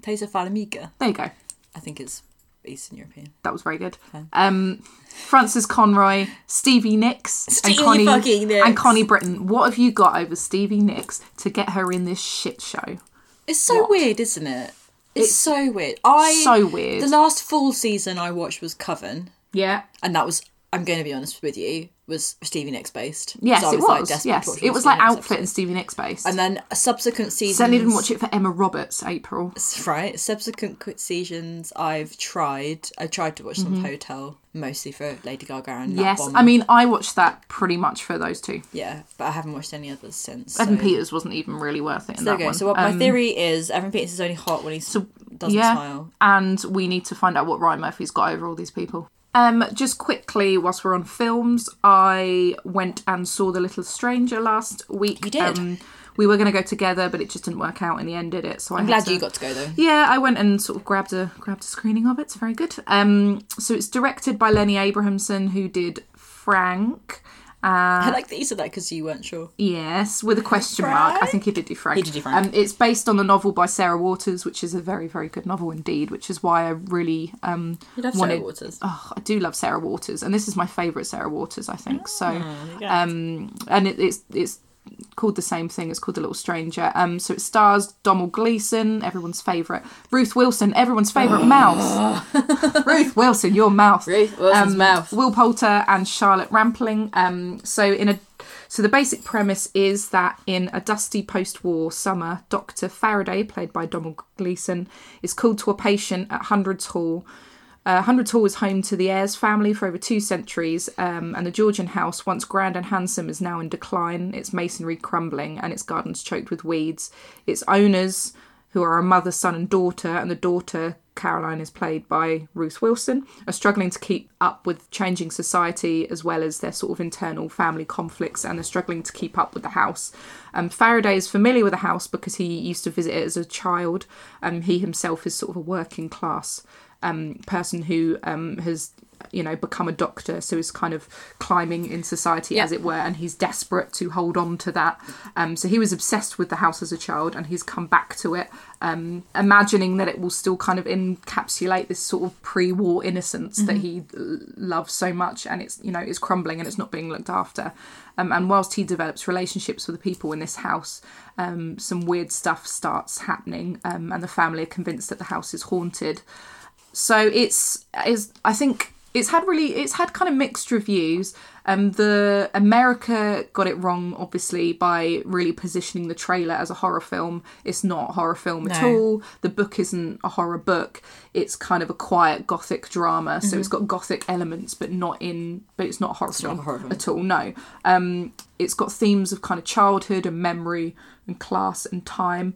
Tessa Falamiga. there you go. I think it's Eastern European. That was very good. Um, Francis Conroy, Stevie Nicks, Stevie fucking Nicks. and Connie Britton. What have you got over Stevie Nicks to get her in this shit show? It's so weird, isn't it? It's, so weird. I so weird. The last full season I watched was Coven, Yeah. and that was I'm going to be honest with you was Stevie Nicks based. Yes, So I it like, was. desperate to yes, watch it all was the like Stevie Nicks Outfit and episodes. Stevie Nicks based. And then subsequent seasons, Certainly didn't watch it for Emma Roberts. April. Right, subsequent qu- seasons I've tried. I tried to watch some Hotel mostly for Lady Gaga and that Mm-hmm. Yes, bomb. I mean I watched that pretty much for those two. yeah, but I haven't watched any others since. Evan so- Peters wasn't even really worth it in There that we go. one. So what my Um, theory is Evan Peters is only hot when he s doesn't yeah, smile. and we need to find out what Ryan Murphy's got over all these people. Um, just quickly, whilst we're on films, I went and saw The Little Stranger last week. You did? Um, we were going to go together, but it just didn't work out in the end, did it? So I I'm had glad you got to go though. yeah, I went and sort of grabbed a grabbed a screening of it. It's very good. Um, so it's directed by Lenny Abrahamson, who did Frank. Uh, I like that you said that because you weren't sure. Yes, with a question mark. I think he did do Frank. He did do Frank. Um, it's based on the novel by Sarah Waters, which is a very, very good novel indeed. Which is why I really um, You love Sarah wanted. Waters. Oh, I do love Sarah Waters, and this is my favourite Sarah Waters, I think. so, um, and it, it's it's called the same thing. It's called The Little Stranger. Um, so it stars Donald Gleeson, everyone's favourite, Ruth Wilson, everyone's favourite mouse. Ruth Wilson, your mouth. Um, Ruth Wilson's mouth. Will Poulter and Charlotte Rampling. Um, so in a so the basic premise is that in a dusty post-war summer, Doctor Faraday, played by Donald Gleason, is called to a patient at Hundreds Hall. Uh, Hundreds Hall is home to the Ayres family for over two centuries, um, and the Georgian house, once grand and handsome, is now in decline. Its masonry crumbling and its gardens choked with weeds. Its owners, who are a mother, son, and daughter, and the daughter, Caroline, is played by Ruth Wilson, are struggling to keep up with changing society as well as their sort of internal family conflicts, and they're struggling to keep up with the house. Um, Faraday is familiar with the house because he used to visit it as a child. Um, he himself is sort of a working class um, person who um, has. You know, become a doctor, so is kind of climbing in society, Yeah. as it were, and he's desperate to hold on to that. Um, so he was obsessed with the house as a child, and he's come back to it um, imagining that it will still kind of encapsulate this sort of pre-war innocence that he l- loves so much, and it's you know it's crumbling and it's not being looked after. Um, and whilst he develops relationships with the people in this house, um, some weird stuff starts happening, um, and the family are convinced that the house is haunted. So it's is I think it's had really it's had kind of mixed reviews. Um, the America got it wrong, obviously, by really positioning the trailer as a horror film. It's not a horror film at No. all. The book isn't a horror book. It's kind of a quiet gothic drama, so it's got gothic elements, but not in. But Mm-hmm. it's not a horror, film, horror film. at all. No. Um, it's got themes of kind of childhood and memory and class and time.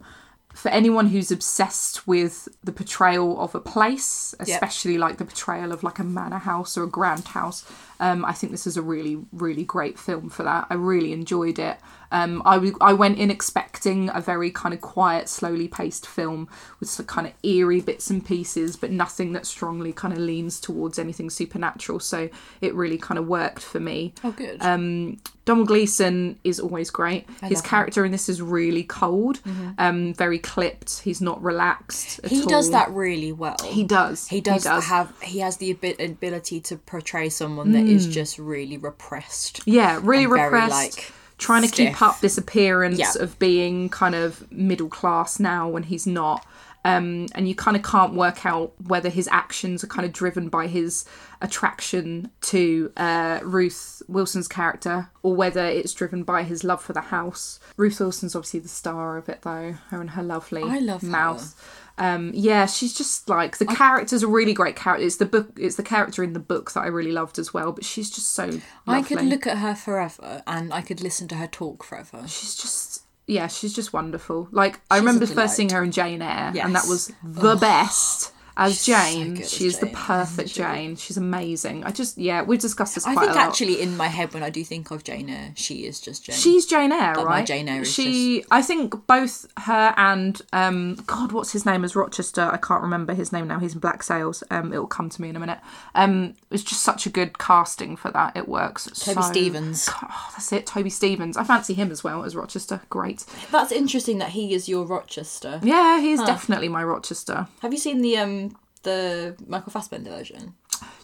For anyone who's obsessed with the portrayal of a place, especially like the portrayal of like a manor house or a grand house, um, I think this is a really, really great film for that. I really enjoyed it. Um, I, w- I went in expecting a very kind of quiet, slowly paced film with some kind of eerie bits and pieces, but nothing that strongly kind of leans towards anything supernatural. So it really kind of worked for me. Oh, good. Um, Donald Gleason is always great. His character in this is really cold, um, very clipped. He's not relaxed. At Mm-hmm. he does all. that really well. He does. He does, have. He has the abi- ability to portray someone that is just really repressed. Mm. Yeah, really and very, repressed. like, trying to keep stiff. up this appearance Yeah. of being kind of middle class now when he's not. Um, and you kind of can't work out whether his actions are kind of driven by his attraction to uh, Ruth Wilson's character or whether it's driven by his love for the house. Ruth Wilson's obviously the star of it, though, her and her lovely I love her. mouth. Um, yeah, she's just like the character's a really great character. It's the book, it's the character in the book that I really loved as well. But she's just so. Lovely. I could look at her forever, and I could listen to her talk forever. she's just yeah she's just wonderful like i remember first seeing her in jane eyre and that Yes. Oh. was the best as jane good as she is the Jane, perfect jane she's amazing i just yeah we've discussed this I quite think a lot. actually, in my head, when I do think of Jane Eyre, she is just Jane. She's Jane Eyre, Like, my right? Jane Eyre is she, I think both her and um, God, what's his name as Rochester? I can't remember his name now. He's in Black Sails. Um, it'll come to me in a minute. Um, it's just such a good casting for that. It works. Toby Stevens. Oh, that's it. Toby Stevens. I fancy him as well as Rochester. Great. That's interesting that he is your Rochester. Yeah, he's definitely my Rochester. Have you seen the um the Michael Fassbender version?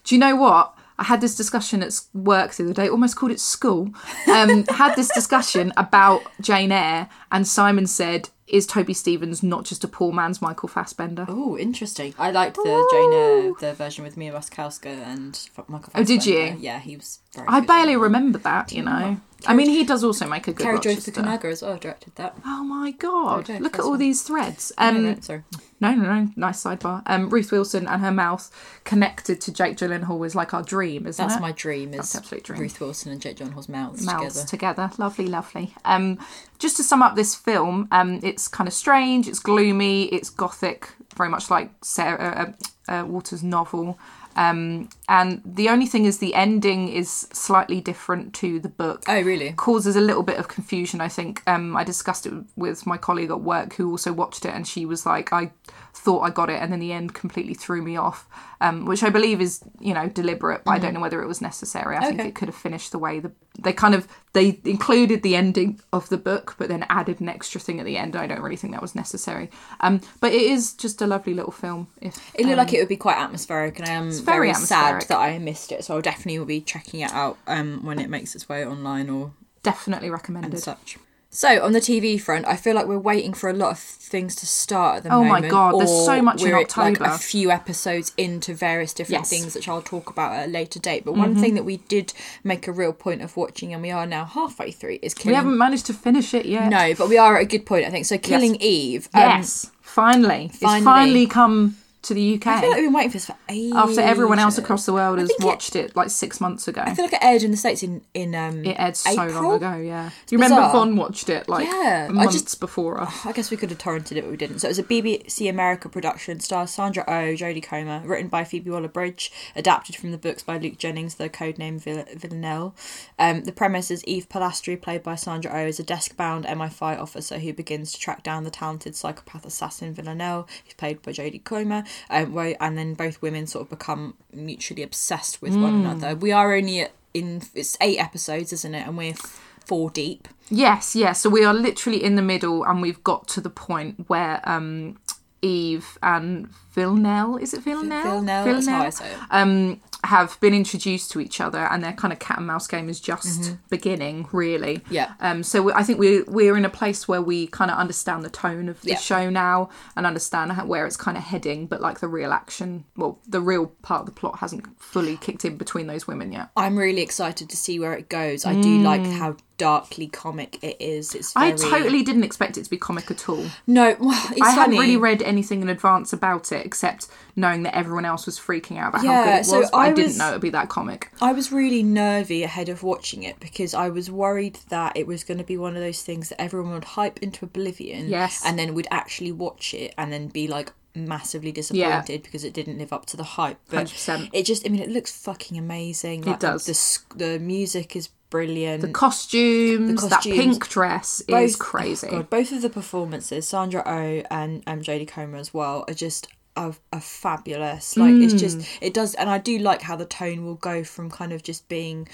Do you know what? I had this discussion at s- work the other day, almost called it school. Um, had this discussion about Jane Eyre, and Simon said, Is Toby Stevens not just a poor man's Michael Fassbender? Oh, Oh, interesting. I liked the Jane Eyre the version with Mia Wasikowska and F- Michael Fassbender. Oh, did you? Yeah, he was. Very I good. barely remember that, you know. I mean, he does also make a good Carrie Jo Rochester. Fukunaga as well directed that. Oh my god! Joe Look at Fukunaga. all these threads. Um, Sorry. No, no, no. Nice sidebar. Um, Ruth Wilson and her mouth connected to Jake Gyllenhaal is like our dream, isn't That's it? my dream. Is That's absolute dream. Ruth Wilson and Jake Gyllenhaal's mouths, mouths together. together. Lovely, lovely. Um, just to sum up this film, um, it's kind of strange, it's gloomy, it's gothic, very much like Sarah uh, uh, Waters' uh, novel. Um, and the only thing is, the ending is slightly different to the book. Oh, really? Causes a little bit of confusion, I think. Um, I discussed it with my colleague at work who also watched it, and she was like, I thought I got it, and then the end completely threw me off, um, which I believe is, you know, deliberate, but I don't know whether it was necessary. I think Mm. Okay. it could have finished the way the, they kind of they included the ending of the book, but then added an extra thing at the end. I don't really think that was necessary. Um, but it is just a lovely little film. If It looked like it would be quite atmospheric, and I am Um, very very, atmospheric. sad that I missed it. So I'll definitely will be checking it out um, when it makes its way online or definitely recommended. such. So on the TV front, I feel like we're waiting for a lot of things to start at the Oh my moment. God, there's or so much in we're, Like October. a few episodes into various different Yes. Mm-hmm. things, which I'll talk about at a later date. But one thing that we did make a real point of watching, and we are now halfway through, is We Killing. haven't managed to finish it yet. no, but we are at a good point, I think. So Killing Eve. um, Yes, finally. It's finally. finally come to the UK. I feel like we've been waiting for this for ages. after everyone else across the world I has think it- watched it, like six months ago. I feel like it aired in the states in in um. it aired so April? long ago, yeah. you remember bizarre. Von watched it like Yeah, I months just- before us. I guess we could have torrented it, but we didn't. So it was a BBC America production, stars Sandra O, oh, Jodie Comer, written by Phoebe Waller-Bridge, adapted from the books by Luke Jennings, though codename Vill- Villanelle. Um, the premise is Eve Pilastri, played by Sandra O, oh, is a desk-bound MI5 officer who begins to track down the talented psychopath assassin Villanelle, who's played by Jodie Comer, um, where, and then both women sort of become mutually obsessed with one another. We are only at, in it's eight episodes, isn't it? And we're f- four deep. Yes, yes. So we are literally in the middle, and we've got to the point where um, Eve and Villanelle is it Villanelle? Villanelle, that's how I say it. um, have been introduced to each other, and their kind of cat and mouse game is just beginning, really. Mm-hmm. Yeah. Um. So we, I think we're we're in a place where we kind of understand the tone of the Yeah. show now, and understand how, where it's kind of heading. But like the real action, well, the real part of the plot hasn't fully kicked in between those women yet. I'm really excited to see where it goes. I do like how darkly comic it is. It's Mm. I very... totally didn't expect it to be comic at all. no. Well, it's funny. I hadn't really read anything in advance about it except knowing that everyone else was freaking out about how Yeah, good it was. so but I, I didn't was- know it'd be that comic. I was really nervy ahead of watching it because I was worried that it was going to be one of those things that everyone would hype into oblivion. Yes. And then would actually watch it and then be like massively disappointed because it didn't live up to the hype. But 100%. it just, I mean, it looks fucking amazing. It does. The, s- the music is brilliant. The costumes, costumes. that pink dress is crazy. oh God, both of the performances, Sandra O oh and um, Jodie Comer as well, are just are, are fabulous. Like it's Mm. just it does, and I do like how the tone will go from kind of just being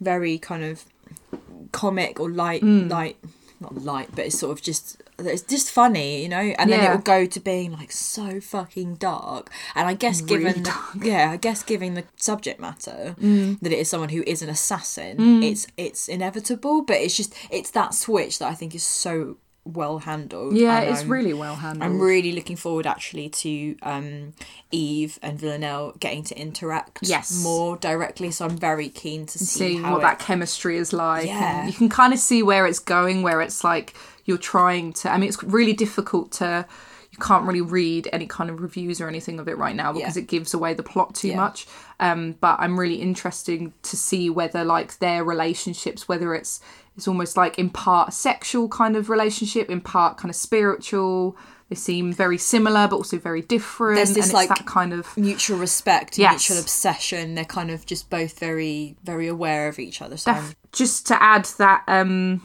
very kind of comic or light, Hmm. light, not light, but it's sort of just it's just funny, you know. And then Yeah. it will go to being like so fucking dark. And I guess given the, yeah, I guess given the subject matter Hmm. that it is someone who is an assassin, it's it's inevitable. But it's just it's that switch that I think is so well handled. yeah, and it's I'm- really well handled. I'm really looking forward actually to um, Eve and Villanelle getting to interact Yes. more directly. So I'm very keen to see, see how what it- that chemistry is like. and Yeah. You can kind of see where it's going, where it's like you're trying to. I mean, it's really difficult to. You can't really read any kind of reviews or anything of it right now because Yeah. it gives away the plot too Yeah. much. Um, but I'm really interested to see whether like their relationships, whether it's it's almost like in part sexual kind of relationship, in part kind of spiritual. They seem very similar, but also very different. There's and this it's like that kind of mutual respect, Yes. mutual obsession. They're kind of just both very, very aware of each other. So I'm- just to add that um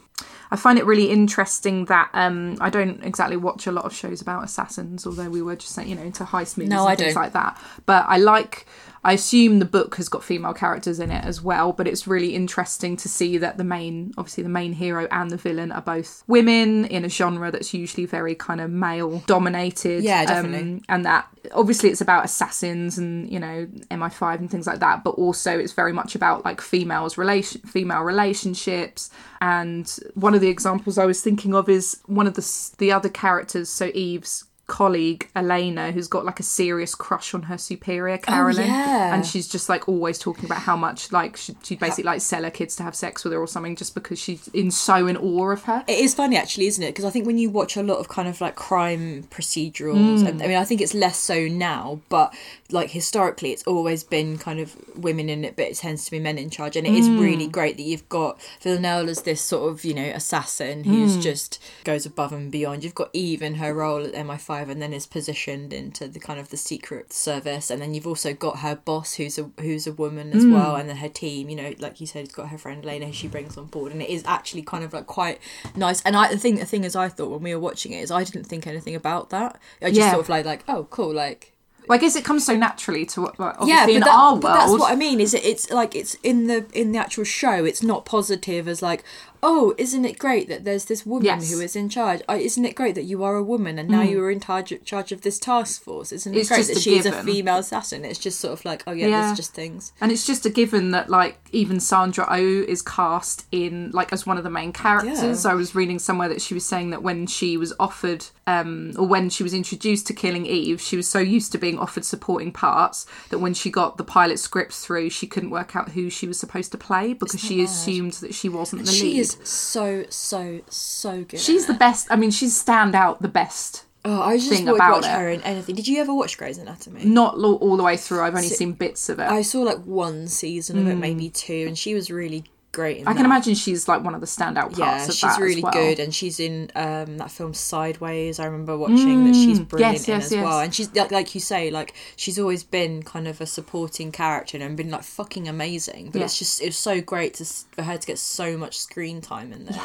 I find it really interesting that um I don't exactly watch a lot of shows about assassins, although we were just saying, you know, into heist movies No, and I things don't. like that. But I like I assume the book has got female characters in it as well, but it's really interesting to see that the main obviously the main hero and the villain are both women in a genre that's usually very kind of male dominated. um, Yeah, definitely. and that obviously it's about assassins and you know MI5 and things like that, but also it's very much about like females relation female relationships. And one of the examples I was thinking of is one of the s- the other characters, so Eve's colleague Elena, who's got like a serious crush on her superior Carolyn, Oh, yeah. and she's just like always talking about how much like she, she'd basically like sell her kids to have sex with her or something just because she's in so in awe of her. It is funny actually, isn't it? Because I think when you watch a lot of kind of like crime procedurals, Mm. and I mean, I think it's less so now, but like historically, it's always been kind of women in it, but it tends to be men in charge. And it is Mm. really great that you've got Villanelle as Mm. this sort of, you know, assassin who's just goes above and beyond. You've got Eve in her role at MI5 archive and then is positioned into the kind of the secret service and then you've also got her boss who's a who's a woman as well and then her team you know like you said it's got her friend Lena who she brings on board and it is actually kind of like quite nice and I the thing the thing is I thought when we were watching it is I didn't think anything about that I just Yeah. sort of like like oh cool like Well, I guess it comes so naturally to what, like, obviously yeah, but, in that- our world. but that's what I mean. Is it, it's like it's in the in the actual show. It's not positive as like, oh, isn't it great that there's this woman Yes. Mm. who is in charge? Oh, isn't it great that you are a woman and now you are in charge charge of this task force? Isn't it It's great just that a she's a given. female assassin? It's just sort of like, oh yeah, Yeah. there's just things. And it's just a given that like even Sandra O oh is cast in like as one of the main characters. Yeah. I was reading somewhere that she was saying that when she was offered um or when she was introduced to Killing Eve, she was so used to being offered supporting parts that when she got the pilot scripts through, she couldn't work out who she was supposed to play because she assumed that she wasn't the She lead. is so so so good. She's the best. I mean, she's stand out the best. oh, I just thing would about watch it. her in anything. Did you ever watch Grey's Anatomy? Not lo- all the way through. I've only seen bits of it. I I, saw like one season of it, maybe two, and she was really great. In Mm. can that. imagine she's like one of the standout parts. Yeah, of she's that as really well. good, and she's in um, that film Sideways. I remember watching that she's brilliant Mm, yes, in yes, as yes. well. And she's like, like you say, like she's always been kind of a supporting character and been like fucking amazing. But it's Yeah. just it's so great to s- for her to get so much screen time in this,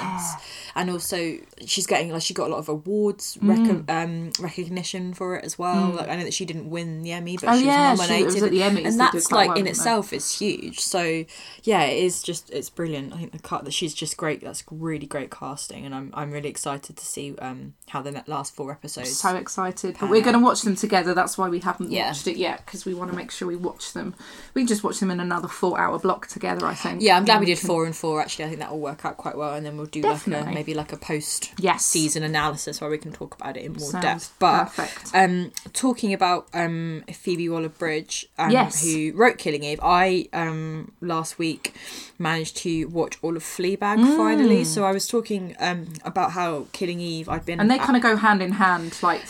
and also she's getting like she got a lot of awards Mm. reco- um, recognition for it as well. Like I know that she didn't win the Emmy, but Oh, she yeah, was she- it nominated, was at the Emmys, they did and that's quite like well, in didn't they? itself itself is huge. So yeah, it is just it's brilliant. I think the cut that she's just great. That's really great casting, and I'm I'm really excited to see um how the last four episodes. so excited. But we're going to watch them together. That's why we haven't Yeah. watched it yet because we want to make sure we watch them. We can just watch them in another four-hour block together. I think. yeah, I'm glad And we did can- four and four. Actually, I think that will work out quite well, and then we'll do like Definitely. a maybe like a post Yes. season analysis where we can talk about it in more Sounds depth. But perfect. um, talking about um Phoebe Waller Bridge, um, Yes. who wrote Killing Eve, I um last week managed to watch all of Fleabag finally. Mm. So I was talking um about how Killing Eve, I'd been and they at- kind of go hand in hand, like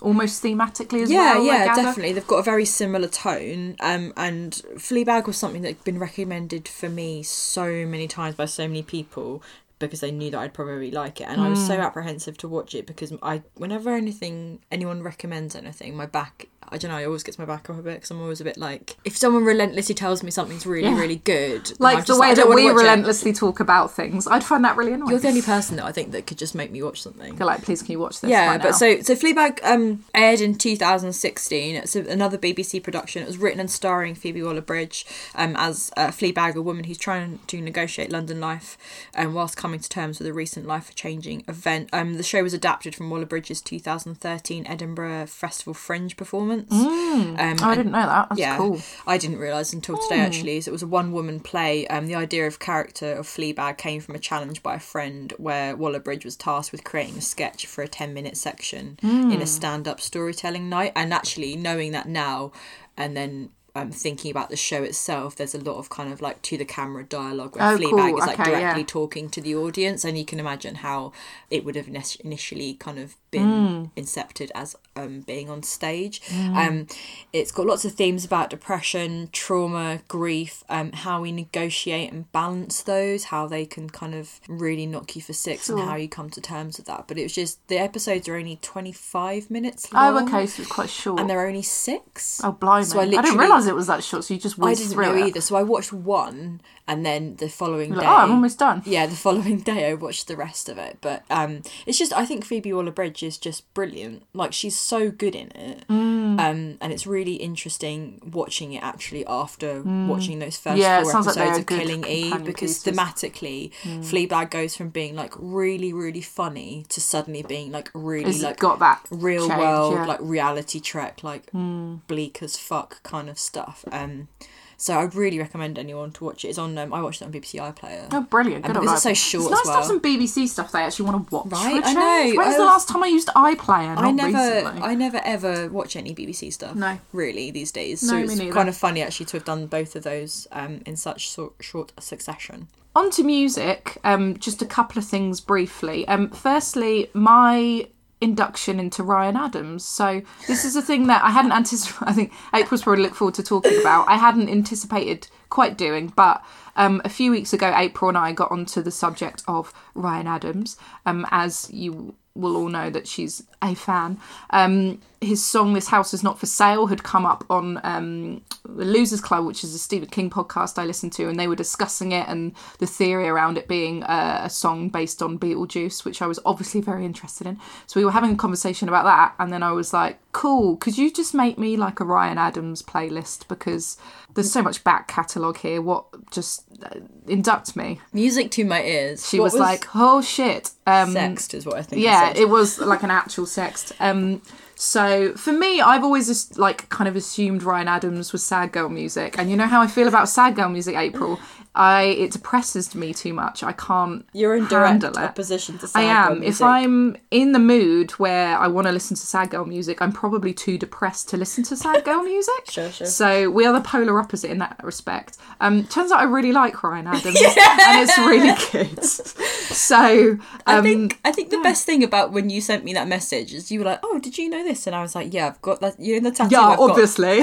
almost thematically as yeah, well. I yeah, gather. definitely. They've got a very similar tone. Um, and Fleabag was something that had been recommended for me so many times by so many people because they knew that I'd probably like it, and I was Hmm. so apprehensive to watch it because I, whenever anything anyone recommends anything, my back. I don't know. I always gets my back up a bit because I'm always a bit like, if someone relentlessly tells me something's really, Yeah. really good, then I'm Like the just way I don't that wanna we watch it. relentlessly talk about things, I'd find that really annoying. You're the only person that I think that could just make me watch something. They're like, please, can you watch this? Yeah, right but now?" so so Fleabag um, aired in 2016. It's a, another BBC production. It was written and starring Phoebe Waller-Bridge um, as uh, Fleabag, a woman who's trying to negotiate London life, um, whilst coming to terms with a recent life-changing event. Um, the show was adapted from Waller-Bridge's 2013 Edinburgh Festival Fringe performance. Um, oh, I didn't know that. That's yeah, cool. I didn't realise until Hmm. today actually. So it was a one woman play. Um, the idea of character of Fleabag came from a challenge by a friend where Waller Bridge was tasked with creating a sketch for a 10 minute section Hmm. in a stand up storytelling night. And actually, knowing that now and then. Um, thinking about the show itself, there's a lot of kind of like to the camera dialogue where Oh, cool. Fleabag is like Okay, yeah. directly talking to the audience, and you can imagine how it would have init- initially kind of been Mm. incepted as um, being on stage. Um, it's got lots of themes about depression, trauma, grief, um, how we negotiate and balance those, how they can kind of really knock you for six, and how you come to terms with that. But it was just the episodes are only twenty five minutes long. Oh, okay, so it's quite short. And there are only six. oh, blimey! So I I, didn't literally- realise it was that short. So you just I whizzed didn't through know it. either. So I watched one, and then the following You're day, like, "Oh, I'm almost done." Yeah, the following day I watched the rest of it. But um, it's just I think Phoebe Waller-Bridge is just brilliant. Like she's so good in it. Mm. Um, and it's really interesting watching it actually after watching those first Mm. Yeah, it four sounds episodes like they're a of good Killing Eve companion because pieces. Mm. thematically, Fleabag goes from being like really really funny to suddenly being like really It's like got that real change, world yeah. like reality trek like bleak as fuck kind of stuff um so i really recommend anyone to watch it it's on um, i watched it on bbc iplayer Oh, brilliant! Good And because it's so idea. short It's as nice to have well. some BBC stuff they actually want to watch. Right, for a I know. change. When's I the was- last time I used iPlayer? Not I never, recently. I never ever watch any BBC stuff. No. really these days. No, so me it's neither. kind of funny actually to have done both of those um, in such sor- short succession. On to music. Um, just a couple of things briefly. Um, firstly, my induction into Ryan Adams. So this is a thing that I hadn't anticipated. I think April's probably look forward to talking about. I hadn't anticipated quite doing, but um, a few weeks ago, April and I got onto the subject of Ryan Adams. Um, as you will all know that she's a fan. Um, his song "This House Is Not for Sale" had come up on um, the Losers Club, which is a Stephen King podcast I listened to, and they were discussing it and the theory around it being a, a song based on Beetlejuice, which I was obviously very interested in. So we were having a conversation about that, and then I was like, "Cool, could you just make me like a Ryan Adams playlist because there's so much back catalogue here? What just uh, induct me?" Music to my ears. She What was, like, "Oh shit." Um, Sexed is what I think. yeah, it it was like an actual sext. Um, so for me, I've always just like kind of assumed Ryan Adams was sad girl music, and you know how I feel about sad girl music, April. I it depresses me too much. I can't. You're in direct handle it. opposition to sad I girl am. If music. I'm in the mood where I want to listen to sad girl music, I'm probably too depressed to listen to sad girl music. Sure, sure. So we are the polar opposite in that respect. Um, turns out I really like Ryan Adams, and it's really good. So I um, think I think the best thing about when you sent me that message is you were like, "Oh, did you know this?" And I was like, "Yeah, I've got that. You're in the tattoo." Yeah, I've got." obviously.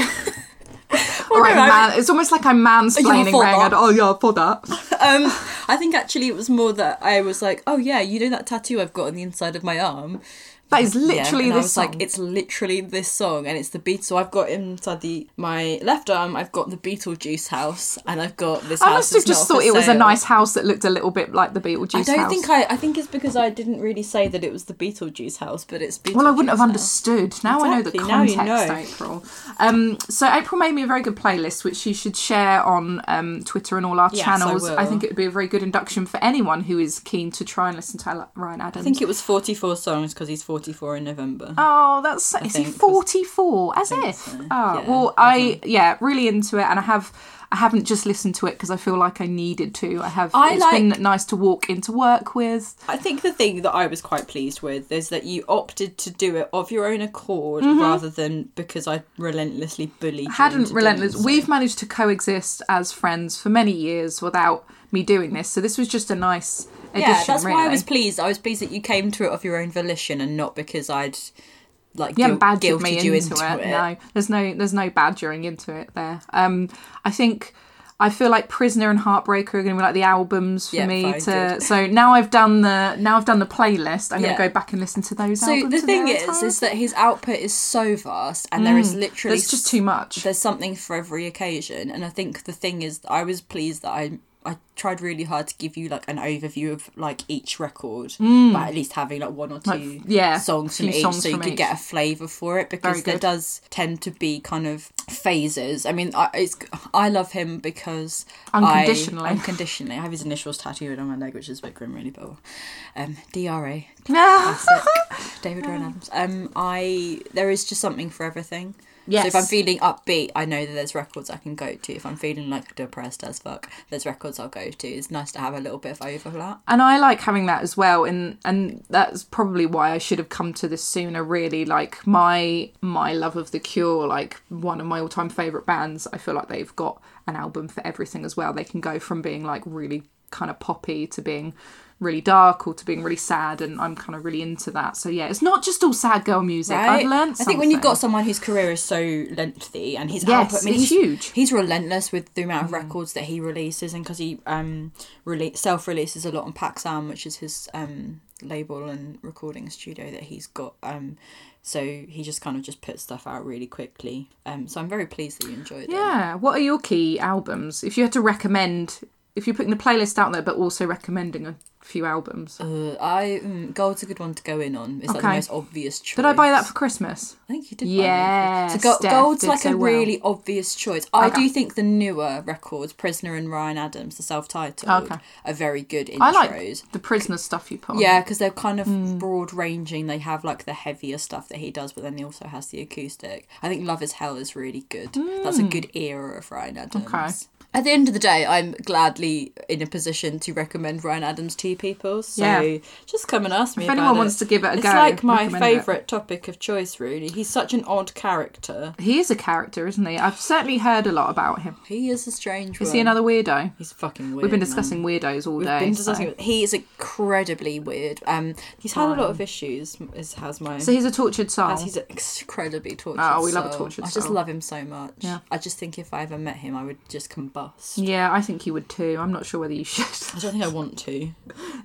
All right, no, I man, it's almost like I'm mansplaining. for Rang, that? oh yeah, for that. Um, I think actually it was more that I was like, "Oh yeah, you know that tattoo I've got on the inside of my arm." That is Yeah, literally and I this was song. like, "It's literally this song, and it's the beat." So I've got inside the my left arm, I've got the Beetlejuice house, and I've got this. I house must have is not just for thought it was a sale. nice house that looked a little bit like the Beetlejuice I don't house. think I. I think it's because I didn't really say that it was the Beetlejuice house, but it's. Beetlejuice Well, I wouldn't have house. understood. Now I know the Exactly, now you context, know. April. Um, so April made me a very good playlist, which you should share on um, Twitter and all our Yes, I channels. will. I, think it would be a very good induction for anyone who is keen to try and listen to Ryan Adams. I think it was forty-four songs because he's forty-four in November. Oh, that's so, is he think, 'cause- forty four? As if. Oh Yeah, well, I yeah, really into it, and I have I haven't just listened to it because I feel like I needed to. I have. I It's been like- nice to walk into work with. I think the thing that I was quite pleased with is that you opted to do it of your own accord rather than because I relentlessly bullied. you Mm-hmm. hadn't into relentless. doing so. We've managed to coexist as friends for many years without me doing this, so this was just a nice addition. yeah, that's really. why I was pleased. I was pleased that you came to it of your own volition and not because I'd like Yeah, guil- badgered guilted me you into, into, it. No, there's no there's no badgering into it there. Um, I think I feel like Prisoner and Heartbreaker are going to be like the albums for Yeah, me fine, to. good. So now I've done the now I've done the playlist. I'm Yeah. going to go back and listen to those. So albums the in their thing is, entirety. is that his output is so vast, and there is literally There's Mm, just too much. There's something for every occasion, and I think the thing is, I was pleased that I I tried really hard to give you like an overview of like each record, but at least having like one or two Mm. yeah, songs from few each, songs so you from could each. get a flavour for it Very because there good. does tend to be kind of phases. I mean, I it's, I love him because I- Unconditionally. unconditionally, I have his initials tattooed on my leg, which is a bit grim, really, but um, DRA. David Ryan Adams. Um, I there is just something for everything. So Yes. if I'm feeling upbeat, I know that there's records I can go to. If I'm feeling like depressed as fuck, there's records I'll go to. It's nice to have a little bit of overlap. and I like having that as well and and that's probably why I should have come to this sooner really like my my love of the cure like one of my all-time favorite bands I feel like they've got an album for everything as well they can go from being like really kind of poppy to being really dark or to being really sad and I'm kind of really into that so yeah it's not just all sad girl music I've learned I think when you've got something. someone whose career is so lengthy and his Yes, output, I mean, he's it's huge. Mm. He's relentless with the amount of records that he releases, and because he um rele- self releases a lot on Paxam, which is his um label and recording studio that he's got. Um, so he just kind of just puts stuff out really quickly. Um, so I'm very pleased that you enjoyed it. yeah what are your key albums if you had to recommend if you're putting the playlist out there but also recommending a few albums Uh, I mm, Gold's a good one to go in on. It's like the Okay. most obvious choice. did I buy that for Christmas I think you did. Yeah, buy that. So Go- Steph Gold's did like so a well. really obvious choice. I Okay. do think the newer records, Prisoner and Ryan Adams, the self-titled, Okay. are very good intros. I like the prisoner stuff you put on. Yeah, because they're kind of Hmm. broad ranging. They have like the heavier stuff that he does, but then he also has the acoustic. I think Love is Hell is really good. That's a good era of Ryan Adams. Hmm. Okay. At the end of the day, I'm gladly in a position to recommend Ryan Adams to people. So Yeah. just come and ask me. If about anyone it. wants to give it a it's go, like my recommend it. favourite topic of choice. Really, he's such an odd character. He is a character, isn't he? I've certainly heard a lot about him. He is a strange. Is one. he another weirdo? He's fucking weird. We've been man. discussing weirdos all We've day. been so- discussing. He is incredibly weird. Um, he's had a lot of issues. Is has my So he's a tortured soul. As he's incredibly tortured. Oh, we love a soul. tortured I just soul. love him so much. Yeah. I just think if I ever met him, I would just combust. Yeah, I think he would too. I'm not sure whether you should. I don't think I want to.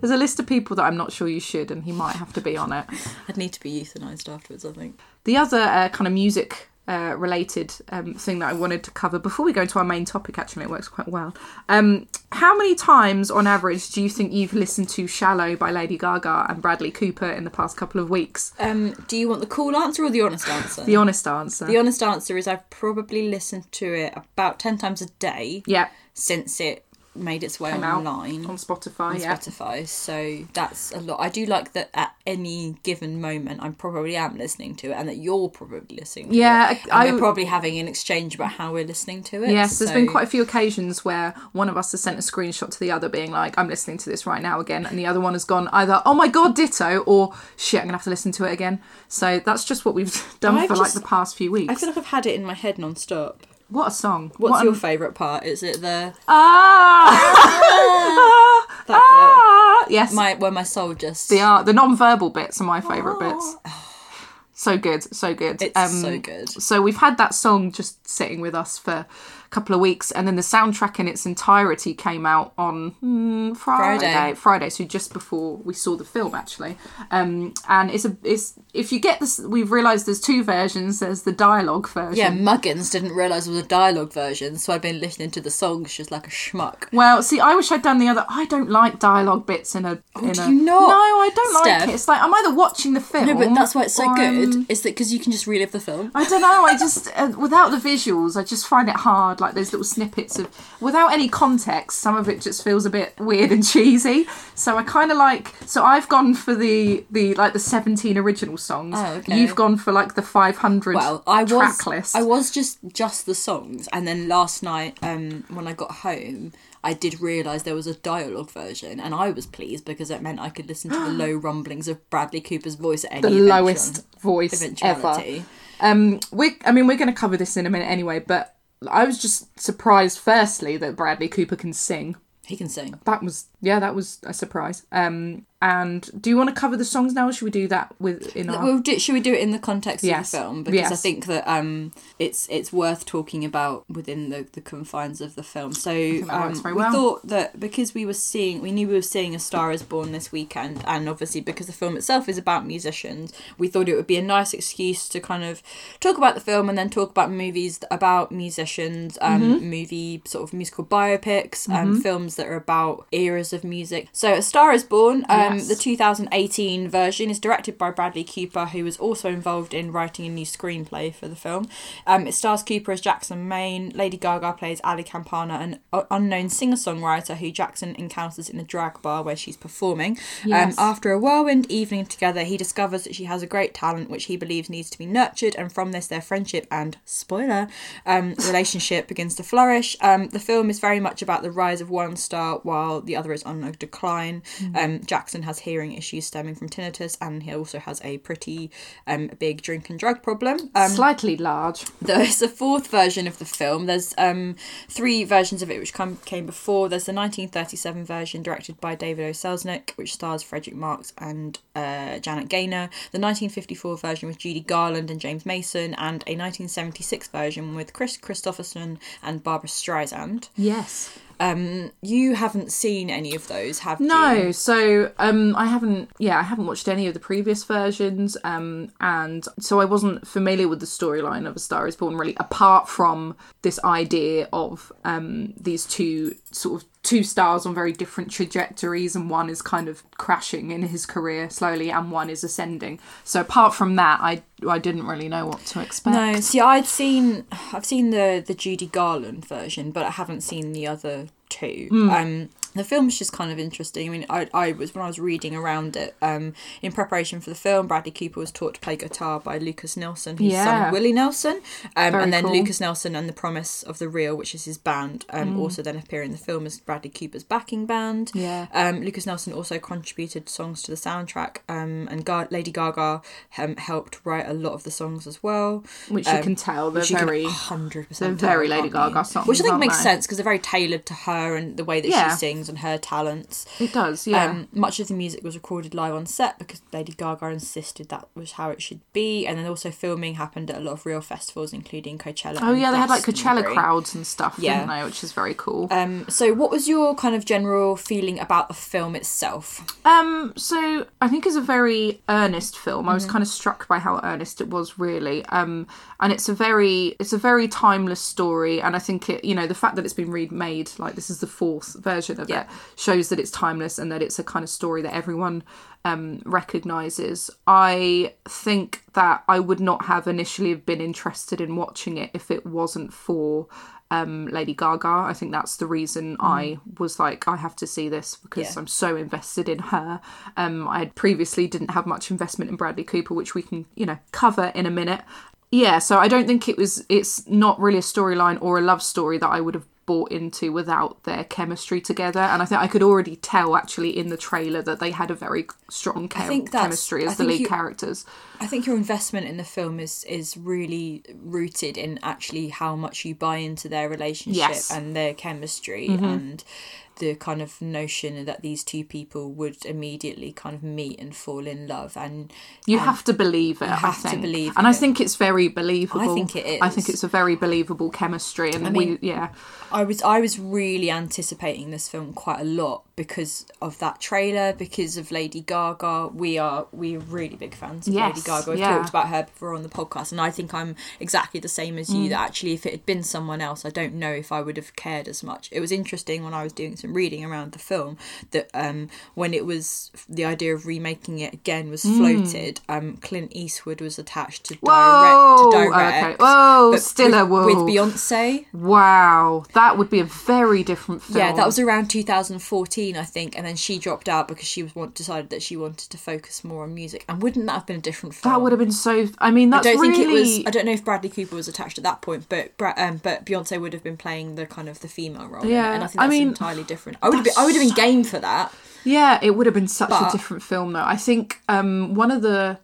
There's a list of people that I'm not sure you should, and he might have to be on it. I'd need to be euthanized afterwards, I think. The other uh, kind of music uh, related um, thing that I wanted to cover before we go into our main topic, actually, it works quite well. Um, how many times on average do you think you've listened to Shallow by Lady Gaga and Bradley Cooper in the past couple of weeks? Um, do you want the cool answer or the honest answer? the honest answer. Uh, The honest answer is I've probably listened to it about 10 times a day yeah. since it made its way Came out online on on Spotify. yeah. Spotify. So that's a lot. I do like that at any given moment, I probably am listening to it and that you're probably listening to Yeah, it. And I- we're probably having an exchange about how we're listening to it. Yes, there's so- been quite a few occasions where one of us has sent a screenshot to the other, being like, "I'm listening to this right now again," and the other one has gone either, "Oh my god, ditto," or "Shit, I'm gonna have to listen to it again." So that's just what we've done I've for like just- the past few weeks. I feel like I've had it in my head non-stop. What a song! What's what your a... favourite part? Is it the ah, ah, bit. ah, yes, my where my soul just the art, Uh, the non-verbal bits are my favorite bits. So good, so good. Um, It's so good. So we've had that song just sitting with us for a couple of weeks, and then the soundtrack in its entirety came out on mm, Friday, Friday. Friday. so just before we saw the film, actually. Um, and it's a it's if you get this, we've realised there's two versions. There's the dialogue version. Yeah, Muggins didn't realise it was a dialogue version, so I'd been listening to the songs just like a schmuck. Well, see, I wish I'd done the other. I don't like dialogue bits in a. in Oh, do a, you not, No, I don't like Steph? it. It's like I'm either watching the film. No, but that's why it's so or I'm- good. Is that because you can just relive the film? I don't know. I just uh, without the visuals, I just find it hard. Like those little snippets of without any context, some of it just feels a bit weird and cheesy. So I kind of like. So I've gone for the the like the seventeen original songs. Oh, okay. You've gone for like the five hundred. Well, I was track list. I was just just the songs, and then last night um, when I got home, I did realise there was a dialogue version, and I was pleased because it meant I could listen to the low rumblings of Bradley Cooper's voice at any the eventual- lowest voice ever. eventuality. Um, we. I mean, we're going to cover this in a minute anyway, but. I was just surprised, firstly, that Bradley Cooper can sing. He can sing. that was yeah that was a surprise um and do you want to cover the songs now or should we do that with in our Well, do, should we do it in the context of Yes. the film? Because I Yes. think that um, it's it's worth talking about within the, the confines of the film. So that works um, very we well. thought that because we were seeing, we knew we were seeing A Star Is Born this weekend, and obviously because the film itself is about musicians, we thought it would be a nice excuse to kind of talk about the film and then talk about movies about musicians, um, Mm-hmm. movie sort of musical biopics, um, films that are about eras of music. So A Star Is Born, um, Yes. the 2018 version is directed by Bradley Cooper, who was also involved in writing a new screenplay for the film. Um, it stars Cooper as Jackson Maine. Lady Gaga plays Ali Campana, an u- unknown singer songwriter who Jackson encounters in a drag bar where she's performing. Yes. Um, after a whirlwind evening together, he discovers that she has a great talent which he believes needs to be nurtured, and from this, their friendship and spoiler um, relationship begins to flourish. Um, the film is very much about the rise of one star while the other is on a decline. Um, Jackson has hearing issues stemming from tinnitus, and he also has a pretty um, big drink and drug problem. Um, slightly large there's a fourth version of the film. There's um, three versions of it which come, came before. There's the 1937 version directed by David O. Selznick, which stars Frederick Marx and uh, Janet Gaynor. The 1954 version with Judy Garland and James Mason, and a 1976 version with Chris Christopherson and Barbara Streisand. yes You haven't seen any of those, have no you? so um i haven't yeah i haven't watched any of the previous versions um and so i wasn't familiar with the storyline of a star is born really apart from this idea of um these two sort of two stars on very different trajectories and one is kind of crashing in his career slowly and one is ascending so apart from that i i didn't really know what to expect No, see, I'd seen, I've seen the the Judy Garland version, but I haven't seen the other two. Hmm. Um, the film's just kind of interesting. I mean, I, I was when I was reading around it, um, in preparation for the film, Bradley Cooper was taught to play guitar by Lucas Nelson, his Yeah. son Willie Nelson, um, Very and then cool. Lucas Nelson and the Promise of the Real, which is his band, Mm. um, also then appear in the film as Bradley Cooper's backing band. Yeah. Um, Lucas Nelson also contributed songs to the soundtrack, um, and Ga- Lady Gaga um, helped write a lot of the songs as well. Which you can tell they're Um, which you can very- 100% they're very tell, Lady can't you? Gaga songs, Which I think aren't makes they? sense because they're very tailored to her and the way that Yeah. she sings songs and her talents. It does, yeah. Um, much of the music was recorded live on set because Lady Gaga insisted that was how it should be, and then also filming happened at a lot of real festivals, including Coachella. oh yeah, they had like Coachella crowds. crowds and stuff, Yeah. didn't they? Which is very cool. Um, so, what was your kind of general feeling about the film itself? Um, so I think it's a very earnest film. I was kind of struck by how earnest it was, really. Um, and it's a very, it's a very timeless story. And I think it, you know, the fact that it's been remade, like this is the fourth version of Yeah. it, shows that it's timeless and that it's a kind of story that everyone um, recognizes. I think that I would not have initially have been interested in watching it if it wasn't for um, Lady Gaga. I think that's the reason Mm. I was like, I have to see this because I'm so invested in her. Um, I had previously didn't have much investment in Bradley Cooper, which we can, you know, cover in a minute. Yeah, so I don't think it was. It's not really a storyline or a love story that I would have bought into without their chemistry together. And I think I could already tell actually in the trailer that they had a very strong chem- think that's- chemistry I as the think lead you- characters. I think your investment in the film is is really rooted in actually how much you buy into their relationship Yes. Mm-hmm. and their chemistry and the kind of notion that these two people would immediately kind of meet and fall in love and You have to believe it. I Um, have to think. believe and I it. think it's very believable. think it I is. think it's a very believable chemistry, and mean- we yeah. I was I was really anticipating this film quite a lot because of that trailer, because of Lady Gaga. We are we are really big fans of Yes, Lady Gaga. We've yeah. talked about her before on the podcast, and I think I'm exactly the same as Mm. you. That actually, if it had been someone else, I don't know if I would have cared as much. It was interesting when I was doing some reading around the film that um, when it was the idea of remaking it again Mm. was floated. Um, Clint Eastwood was attached to Whoa, direct. okay. To direct Whoa, but still with, a whoa. with Beyonce. Wow, that would be a very different film. Yeah, that was around 2014, I think, and then she dropped out because she was want, decided that she wanted to focus more on music. And wouldn't that have been a different film? That would have been so. I mean, I that's don't really. think it was. I don't know if Bradley Cooper was attached at that point, but Bra- um, but Beyonce would have been playing the kind of the female role. in it, Yeah, and I think I that's mean, entirely different. I would have been, I would have been game for that. Yeah, it would have been such But- a different film though. I think um one of the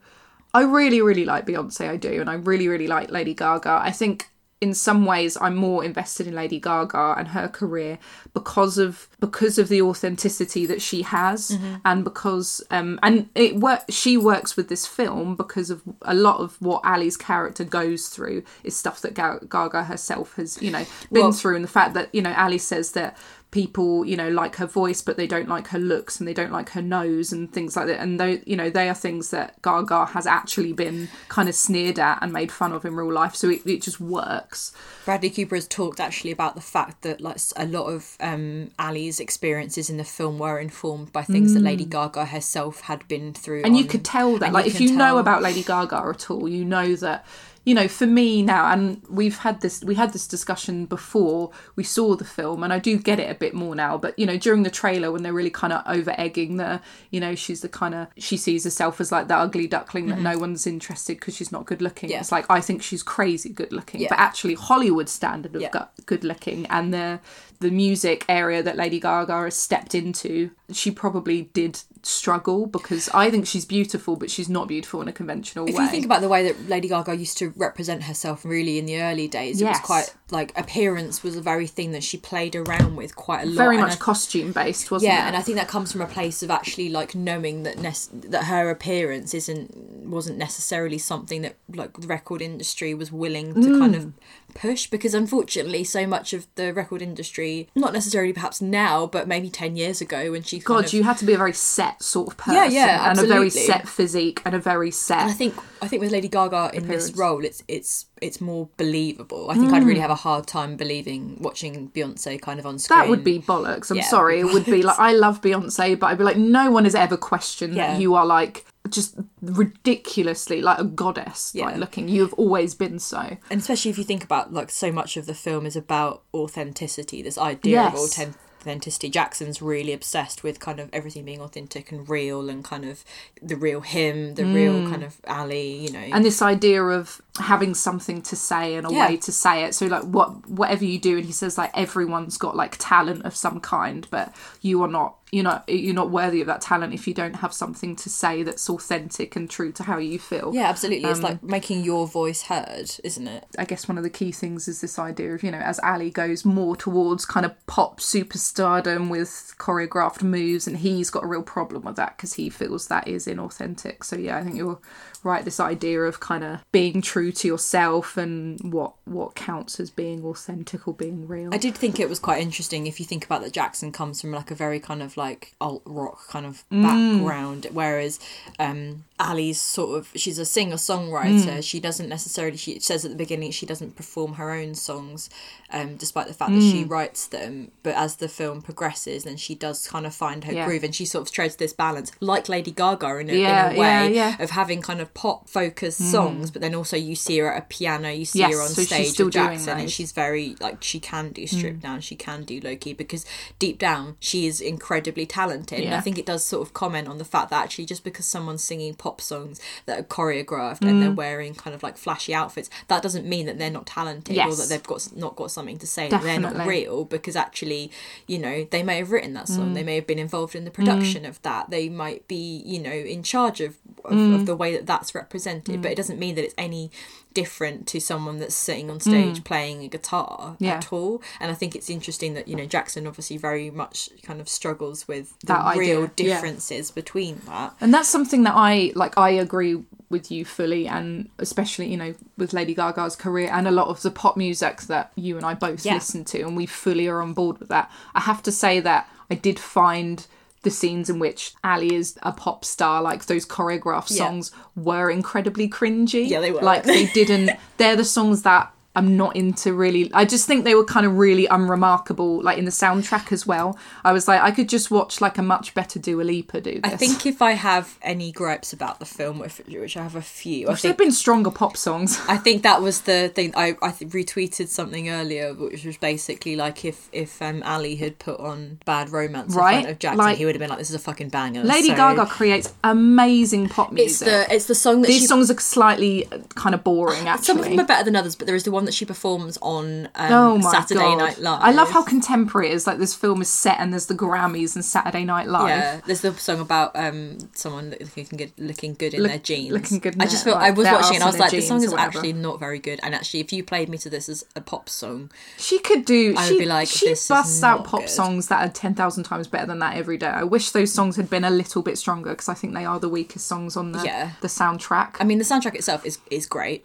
I really really like Beyonce I do and I really really like Lady Gaga. I think in some ways I'm more invested in Lady Gaga and her career because of because of the authenticity that she has Mm-hmm. and because um and it work she works with this film because of a lot of what Ali's character goes through is stuff that Ga- Gaga herself has, you know, been Well- through and the fact that, you know, Ali says that people you know like her voice but they don't like her looks and they don't like her nose and things like that and though you know they are things that gaga has actually been kind of sneered at and made fun of in real life so it, it just works Bradley Cooper has talked actually about the fact that like s- a lot of um, Ali's experiences in the film were informed by things that Lady Gaga herself had been through, Mm. and you on- could tell that and like if can you know tell. about lady gaga at all you know that you know for me now and we've had this we had this discussion before we saw the film and i do get it a bit more now but you know during the trailer when they're really kind of over egging the you know she's the kind of she sees herself as like the ugly duckling that no one's interested because she's not good looking Mm-hmm. Yeah. it's like i think she's crazy good looking Yeah. but actually hollywood standard of Yeah. gu- good looking and the the music area that lady gaga has stepped into she probably did struggle because i think she's beautiful but she's not beautiful in a conventional If way you think about the way that Lady Gaga used to represent herself really in the early days, it was Yes. quite like appearance was a very thing that she played around with quite a lot. very and much I- costume based wasn't yeah, it and I think that comes from a place of actually like knowing that nes- that her appearance isn't wasn't necessarily something that like the record industry was willing to kind Hmm. of push because unfortunately so much of the record industry not necessarily perhaps now but maybe 10 years ago when she kind God, of, you had to be a very set sort of person, Yeah, yeah, and a very absolutely. set physique, and a very set. And I think I think with Lady Gaga in Appearance. Mm. this role, it's it's it's more believable. I think I'd really have a hard time believing watching Beyonce kind of on screen. That would be bollocks. I'm Yeah, it would sorry. be It would be like I love Beyonce, but I'd be like, no one has ever questioned Yeah. that you are like just ridiculously like a goddess like Yeah. looking. You have always been so. and especially if you think about like so much of the film is about authenticity. This idea of Yes. authenticity. Authenticity. Jackson's really obsessed with kind of everything being authentic and real, and kind of the real him, the real kind of Ali. You know, Mm. And this idea of having something to say and a Yeah. way to say it. So like what whatever you do, and he says like everyone's got like talent of some kind, but you are not you're not you're not worthy of that talent if you don't have something to say that's authentic and true to how you feel. Yeah, absolutely. it's um, like making your voice heard, isn't it? I guess one of the key things is this idea of, you know, as Ali goes more towards kind of pop superstardom with choreographed moves, and he's got a real problem with that because he feels that is inauthentic. So, yeah, I think you're right. This idea of kind of being true to yourself and what what counts as being authentic or being real. I did think it was quite interesting if you think about that Jackson comes from like a very kind of like alt rock kind of Mm. background, whereas um, Ali's sort of she's a singer Mm. songwriter. She doesn't necessarily she says at the beginning she doesn't perform her own songs, um, despite the fact that Mm. she writes them. But as the film progresses, then she does kind of find her Yeah. groove, and she sort of treads this balance, like Lady Gaga in a, Yeah, in a way yeah, yeah. Mm. of having kind of pop focused songs, but then also you see her at a piano, you see Yes, her on so she's stage still with doing Jackson, and those. she's she's very like she can do Mm. strip down she can do low key because deep down she is incredibly talented and i Yeah. think it does sort of comment on the fact that actually just because someone's singing pop songs that are choreographed and Mm. they're wearing kind of like flashy outfits that doesn't mean that they're not talented or Yes. that they've got not got something to say that they're not Definitely. real because actually you know they may have written that Mm. song they may have been involved in the production of that they might be you know in charge of of, Mm. of the way that that's represented but it doesn't mean that it's any different to someone that's sitting on stage playing a guitar Mm. Yeah. at all. And I think it's interesting that, you know, Jackson obviously very much kind of struggles with the That idea, real yeah. differences between that. and that's something that I like. I agree with you fully, and especially you know with Lady Gaga's career and a lot of the pop music that you and I both Yeah. listen to, and we fully are on board with that. I have to say that I did find the scenes in which Ali is a pop star, like those choreographed Yeah. songs, were incredibly cringy. Yeah, they were. Like they didn't. they're the songs that. I'm not into really. I just think they were kind of really unremarkable, like in the soundtrack as well. I was like, I could just watch like a much better Dua Lipa do this. I think if I have any gripes about the film, which which I have a few, I There have think been stronger pop songs. I think that was the thing. I, I th- retweeted something earlier, which was basically like if if um, Ali had put on Bad Romance in Right, front of Jackson, like- he would have been like, "This is a fucking banger." Lady So- Gaga creates amazing pop It's music. the it's the song that These she songs are slightly uh, kind of boring, actually. Some of them are better than others, but there is the one that she performs on um, Oh my Saturday God. Night Live. I love how contemporary it is. Like this film is set, and there's the Grammys and Saturday Night Live. Yeah, there's the song about um someone looking good, looking good in Look- their jeans. looking good in I just their- felt I was their watching it and I was arse and like, their this song jeans is or whatever. actually not very good. And actually, if you played me to this as a pop song, She could do. I would she be like, she this is busts out not pop good. songs that are ten thousand times better than that every day. I wish those songs had been a little bit stronger because I think they are the weakest songs on the Yeah. the soundtrack. I mean, the soundtrack itself is is great.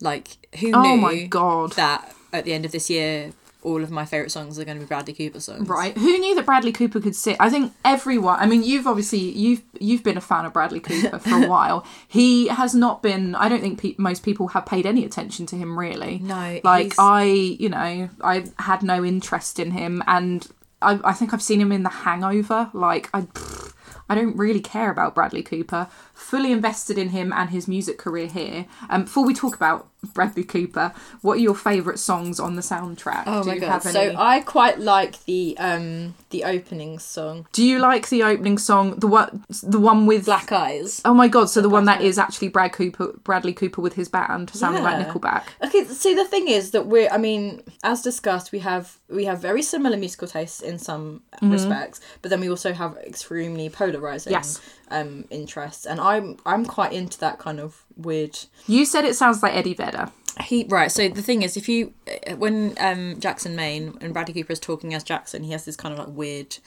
Like, who Oh knew? my God. That at the end of this year, all of my favorite songs are going to be Bradley Cooper songs. Right. Who knew that Bradley Cooper could sit? I think everyone. I mean, you've obviously you've you've been a fan of Bradley Cooper for a while. He has not been. I don't think pe- most people have paid any attention to him really. No, Like he's- I, you know, I had no interest in him, and I, I think I've seen him in The Hangover. Like I. pfft, I don't really care about Bradley Cooper. Fully invested in him and his music career here. Um, before we talk about Bradley Cooper, what are your favourite songs on the soundtrack? Oh Do my you god! have So any? I quite like the um the opening song, Do you like the opening song? The one, the one with Black Eyes. Oh my god! So the one that is actually Brad Cooper, Bradley Cooper with his band, sounding Yeah. like Nickelback. Okay, see the thing is that we're I mean, as discussed, we have we have very similar musical tastes in some Mm-hmm. respects, but then we also have extremely polarizing Yes. um interests. And I'm I'm quite into that kind of weird You said it sounds like Eddie Vedder. he right so the thing is if you uh, when um jackson maine and bradley cooper is talking as jackson he has this kind of like weird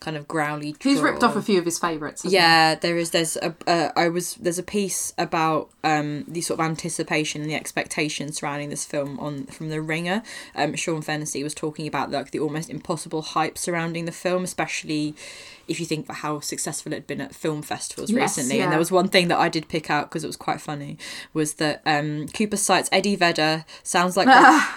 kind of growly He's ripped drawl. off a few of his favourites. hasn't Yeah, there is. There's a. Uh, I was. There's a piece about um the sort of anticipation and the expectation surrounding this film on from the Ringer. Um, Sean Fennessy was talking about like the almost impossible hype surrounding the film, especially if you think about how successful it had been at film festivals Yes, recently. yeah. And there was one thing that I did pick out because it was quite funny was that um Cooper cites Eddie Vedder, sounds like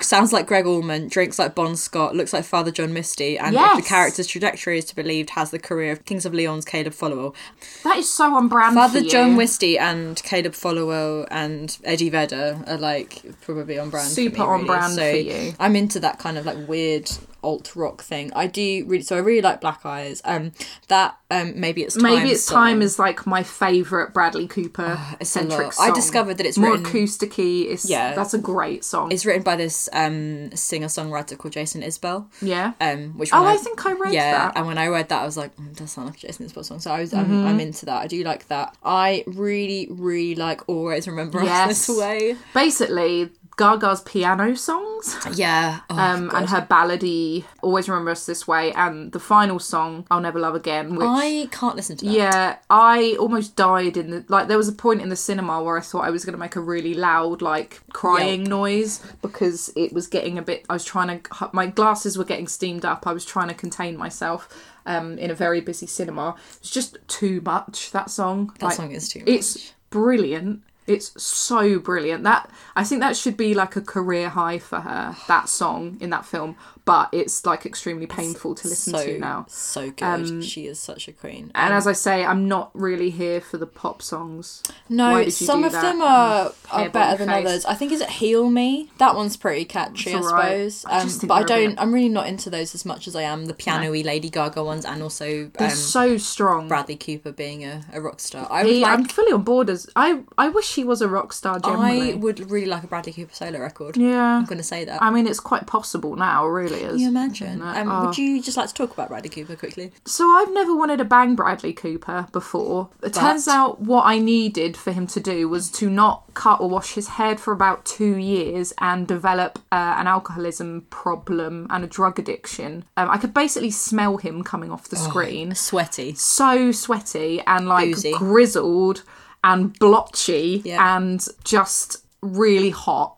sounds like Greg Allman, drinks like Bon Scott, looks like Father John Misty, and if Yes. the character's trajectory is to be believed, has the career of Kings of Leon's Caleb Followill. he? That is so on brand. Father for you. John Wisty and Caleb Followill and Eddie Vedder are like probably on brand. for Super me, on really. brand so for you. I'm into that kind of like weird alt rock thing. I do really so I really like Black Eyes. Um, that um maybe it's time Maybe it's song. Ah, time is like my favorite Bradley Cooper centric lot. I song. discovered that it's more written- acousticy. It's, Yeah. yeah, that's a great song. It's written by this um singer songwriter called Jason Isbell. yeah, Um, which Oh, when I think I read yeah, that. Mm-hmm. and when I read that, I was like, mm, "Does sound like a Jason Isbell song?" So I was, I'm, I'm into that. I do like that. I really, really like "Always Remember Us yes. This Way." Basically, Gaga's piano songs. Yeah, Oh, um, God. and her ballady "Always Remember Us This Way" and the final song "I'll Never Love Again," which I can't listen to that. yeah, I almost died in the like. There was a point in the cinema where I thought I was going to make a really loud like crying noise because it was getting a bit. I was trying to. My glasses were getting steamed up. I was trying to contain myself. Um, in a very busy cinema, it's just too much. That song. That song is too It's brilliant. It's so brilliant. That I think that should be like a career high for her. That song in that film, but it's like extremely painful to listen so to now. so good. she is such a queen. Um, And as I say, I'm not really here for the pop songs. Why no, did you some do of that? them are, are Hairball better than face. others. I think is it "Heal Me" that one's pretty catchy, I It's alright. suppose. I Um, just think but I they're a don't. bit- I'm really not into those as much as I am the piano-y Lady Gaga ones, and also They're um, so strong. Bradley Cooper being a, a rock star. I would He- I'm like. fully on board as I. I wish he was a rock star. Generally, I would really like a Bradley Cooper solo record. Yeah. I'm gonna say that. I mean, it's quite possible now. Really, is Can you imagine? No. Um, Oh. Would you just like to talk about Bradley Cooper quickly? So I've never wanted to bang Bradley Cooper before. It turns out what I needed for him to do was to not cut or wash his hair for about two years and develop uh, an alcoholism problem and a drug addiction. Um, I could basically smell him coming off the screen. Sweaty. so sweaty and like Boozy. grizzled and blotchy Yeah. and just really hot.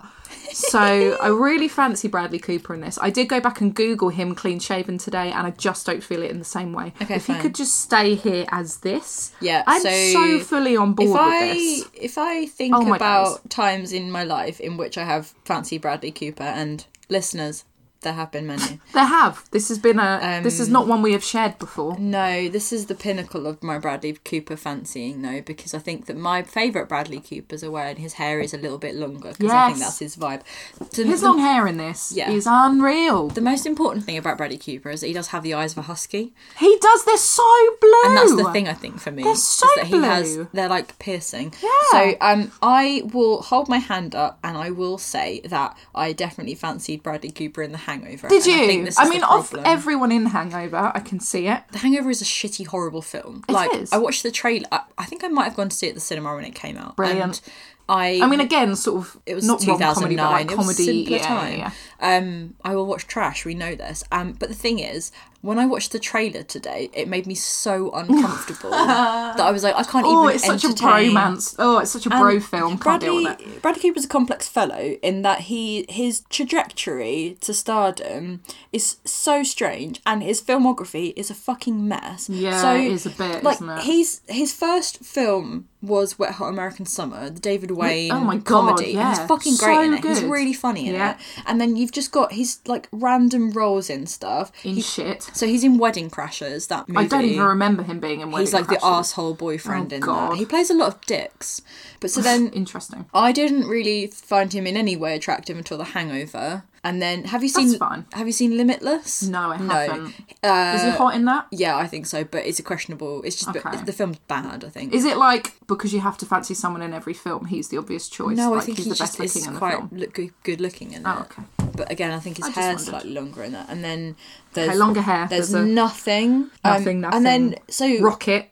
So I really fancy Bradley Cooper in this. I did go back and Google him clean shaven today, and I just don't feel it in the same way. Okay, if fine. he could just stay here as this, Yeah, I'm so so, fully on board if with I this. if I think Oh my about times in my life in which I have fancy Bradley Cooper and listeners, there have been many. There have. This has been a. this is Um, not one we have shared before. no, this is the pinnacle of my Bradley Cooper fancying, though, because I think that my favourite Bradley Cooper's are when his hair is a little bit longer because I think Yes. that's his vibe. To- His the- long hair in this Yeah. is unreal. The most important thing about Bradley Cooper is that he does have the eyes of a husky, He does this so blue. and that's the thing I think for me. Oh, They're so is that he has blue. they're like piercing. Yeah. So um, I will hold my hand up and I will say that I definitely fancied Bradley Cooper in The Hangover. Did and you? I, I, think this is mean, the of problem. everyone in Hangover, I can see it. The Hangover is a shitty, horrible film. like is. I watched the trailer. I, I think I might have gone to see it at the cinema when it came out. Brilliant. And I, I mean, again, sort of. it was not rom comedy, 2009. but like it was a comedy. simpler yeah, time. yeah. Um, I will watch trash. We know this. Um, but the thing is, when I watched the trailer today, it made me so uncomfortable that I was like, I can't Oh, even. it's such a entertain. bromance. Oh, it's such a And bro film. Can't deal Bradley, with it. Bradley Cooper's a complex fellow in that he his trajectory to stardom is so strange, and his filmography is a fucking mess. Yeah, so, it is a bit, Like isn't it? he's his first film was Wet Hot American Summer, the David Wayne oh my God, comedy, and yeah. he's fucking So great in it. He's good. really funny in Yeah. it, and then you've just got his like random roles in stuff. In He- shit. So he's in Wedding Crashers. That movie. I don't even remember him being in. Wedding He's like the Crashers. asshole boyfriend Oh, in God. that. He plays a lot of dicks, but so then Interesting. I didn't really find him in any way attractive until The Hangover. And then, have you seen? That's fine. Have you seen Limitless? No, I haven't. No. Uh, Is he hot in that? yeah, I think so, but it's a questionable. It's just Okay. the film's bad. I think. Is it like because you have to fancy someone in every film? He's the obvious choice. no, like, I think he's he the best just looking is in the quite film. look good, good looking in Oh, that. okay. But again, I think his I just hair's wondered. slightly longer in that. And then there's Okay, longer hair, There's, there's a- nothing. um, Nothing. nothing. And then so Rocket.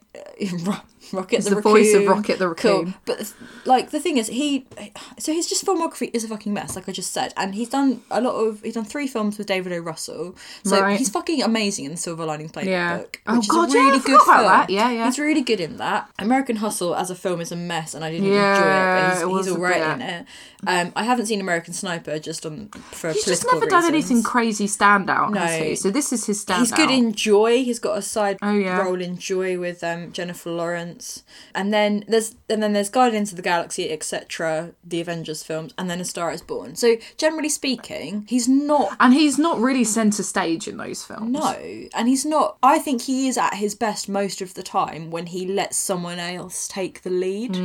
Ro- Rocket the, the voice of Raccoon. Rocket the Raccoon. But like the thing is, he so his just filmography is a fucking mess, like I just said, and he's done a lot of he's done three films with David O. Russell, so Right. he's fucking amazing in Silver Linings Playbook, Yeah. which Oh, is God, a yeah, I really forgot good about film. that. Yeah, yeah. he's really good in that. American Hustle as a film is a mess, and I didn't Yeah, enjoy it, it but he's, was he's a all right bit- in it. Um, I haven't seen American Sniper just on for He's just political never done reasons. anything crazy standout. No. Has he? So this is his standout. He's good in Joy. He's got a side Oh, yeah. role in Joy with um, Jennifer Lawrence. Vengeance, and then there's and then there's Guardians of the Galaxy, etc. The Avengers films, and then A Star Is Born. So generally speaking, he's not. And he's not really centre stage in those films. No, and he's not. I think he is at his best most of the time when he lets someone else take the lead,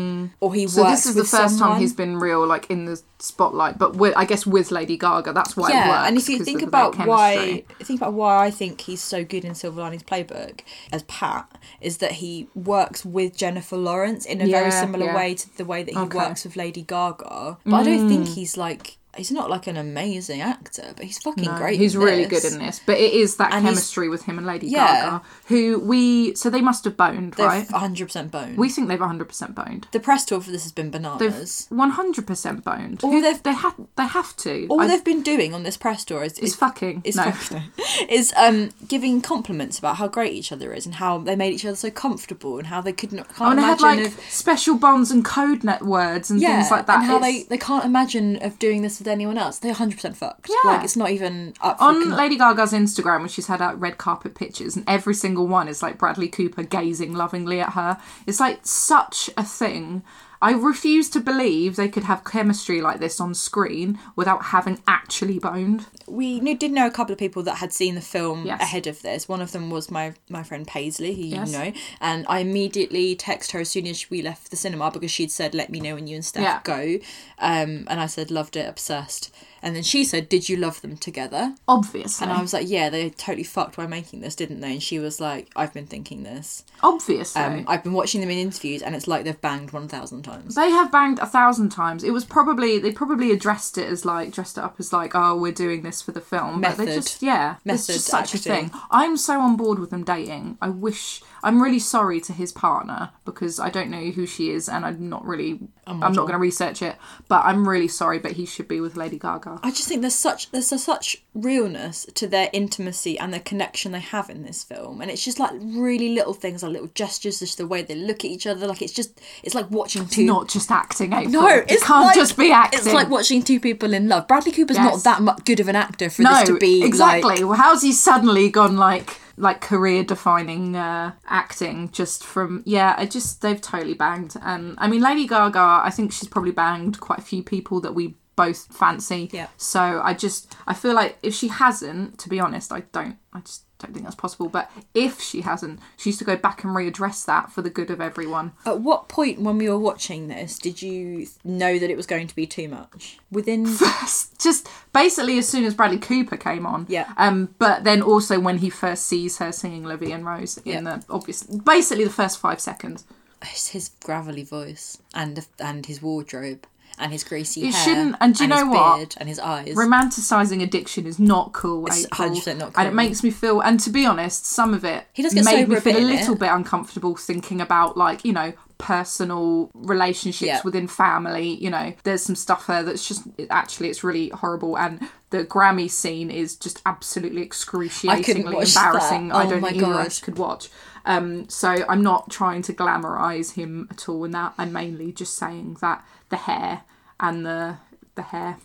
or he Mm. So works this is the with first someone. time he's been real, like in the spotlight. But with, I guess with Lady Gaga, that's why. it works, and if you 'cause think of their about why, chemistry. think about why I think he's so good in Silver Linings Playbook as Pat is that he works with Jennifer Lawrence in a Yeah, very similar yeah. way to the way that he Okay. Mm. works with Lady Gaga. But I don't think he's like he's not like an amazing actor, but he's fucking No, great. He's really this. good in this, but it is that And he's- chemistry with him and Lady Yeah. Gaga, who we so they must have boned, They're right? 100% boned. we think they've 100 percent boned. the press tour for this has been They've bananas. 100 percent boned. All Who they've- they have they have to. All I- they've been doing on this press tour is, is is fucking is no. fuck- is um giving compliments about how great each other is and how they made each other so comfortable and how they couldn't Oh, can't and they had imagine like of, special bonds and code net words and yeah things like that. and how It's- they they can't imagine of doing this with anyone else. They're hundred percent fucked. Yeah. like it's not even up for on con- Lady Gaga's Instagram, when she's had out red carpet pictures, and every single one is like Bradley Cooper gazing lovingly at her. It's like such a thing. I refuse to believe they could have chemistry like this on screen without having actually boned. we knew, did know a couple of people that had seen the film Yes. ahead of this. One of them was my my friend Paisley, who Yes. you know, and I immediately text her as soon as we left the cinema because she'd said, "Let me know when you and Steph Yeah. go," um, and I said, "Loved it, obsessed." And then she said, "Did you love them together?" Obviously, And I was like, "Yeah, they totally fucked by making this, didn't they?" And she was like, "I've been thinking this. obviously, Um, I've been watching them in interviews, and it's like they've banged one thousand times." they have banged a thousand times. It was probably they probably addressed it as like dressed it up as like, oh, we're doing this for the film. But they Method. just yeah, it's Method just such a acting. thing. I'm so on board with them dating. I wish I'm really sorry to his partner because I don't know who she is and I'm not really I'm not going to research it, but I'm really sorry but he should be with Lady Gaga. I just think there's such there's a, such realness to their intimacy and the connection they have in this film, and it's just like really little things, like little gestures, just the way they look at each other. Like it's just it's like watching two. Not just acting, April. no, it it's can't like- just be acting. It's like watching two people in love. Bradley Cooper's not Yes. that much good of an actor for this to be like- exactly. Well, how's he suddenly gone like like career defining uh, acting just from yeah? I just they've totally banged. And I mean, Lady Gaga, I think she's probably banged quite a few people that we both fancy. Yeah. So I just I feel like if she hasn't, to be honest, I don't. I just don't think that's possible. But if she hasn't, she needs to go back and readdress that for the good of everyone. At what point when we were watching this did you know that it was going to be too much? Within just basically as soon as Bradley Cooper came on. Yeah. Um, but then also when he first sees her singing Livy and Rose in Yeah. the obvious, basically the first five seconds. It's his gravelly voice and and his wardrobe and his greasy It hair. shouldn't- and do you his know what? beard and his eyes. Romanticising addiction is not cool. It's April, 100% not And it cool. makes me feel. And to be honest, some of it He does get made sober me a feel a bit in little it. bit uncomfortable thinking about like you know personal relationships Yeah. within family. You know, there's some stuff there that's just it- actually it's really horrible and. The Grammy scene is just absolutely excruciatingly watch embarrassing. that. I Oh don't my think either of God. us could watch. Um, so I'm not trying to glamorize him at all in that. I'm mainly just saying that the hair and the the hair,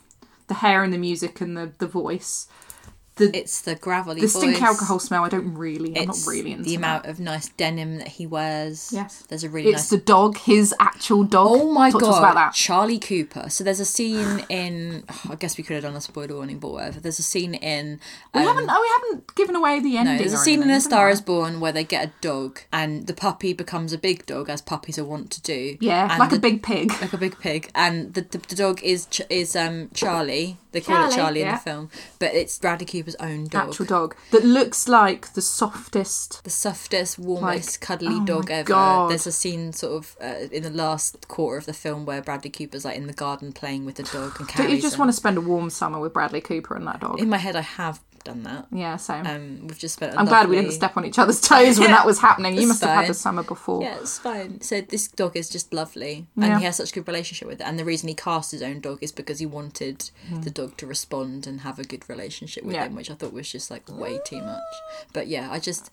the hair and the music and the the voice, the it's the gravelly the voice. stink alcohol smell. I don't really. I'm not It's really into the that. amount of nice denim that he wears. Yes, there's a really It's nice. the dog, his actual dog. Oh my Talk god, to us about that. Charlie Cooper. So there's a scene in. I guess we could have done a spoiler warning, but whatever. There's a scene in. We um, haven't. Oh, we haven't given away the ending. No, there's a or scene in anything, A Star haven't Is Born where they get a dog, and the puppy becomes a big dog, as puppies are wont to do. we? Yeah, And like a the- big pig. like a big pig, and the the, the dog is Ch- is um Charlie. They call it Charlie, Charlie in yeah. the film, but it's Bradley Cooper's own dog, Actual dog that looks like the softest. the softest, warmest, Like, cuddly oh dog my ever. God. There's a scene sort of uh, in the last quarter of the film where Bradley Cooper's like in the garden playing with the dog and Don't carries you just him. want to spend a warm summer with Bradley Cooper and that dog? In my head, I have done that. Yeah, same. Um, we've just spent. i I'm glad we didn't step on each other's toes when that was happening. You It's must have had fine. the summer before. Yeah, it's fine. So this dog is just lovely, Yeah. and he has such a good relationship with it. And the reason he cast his own dog is because he wanted the dog to respond and have a good relationship with Hmm. Yeah. him, which I thought was just like way too much. But yeah, I just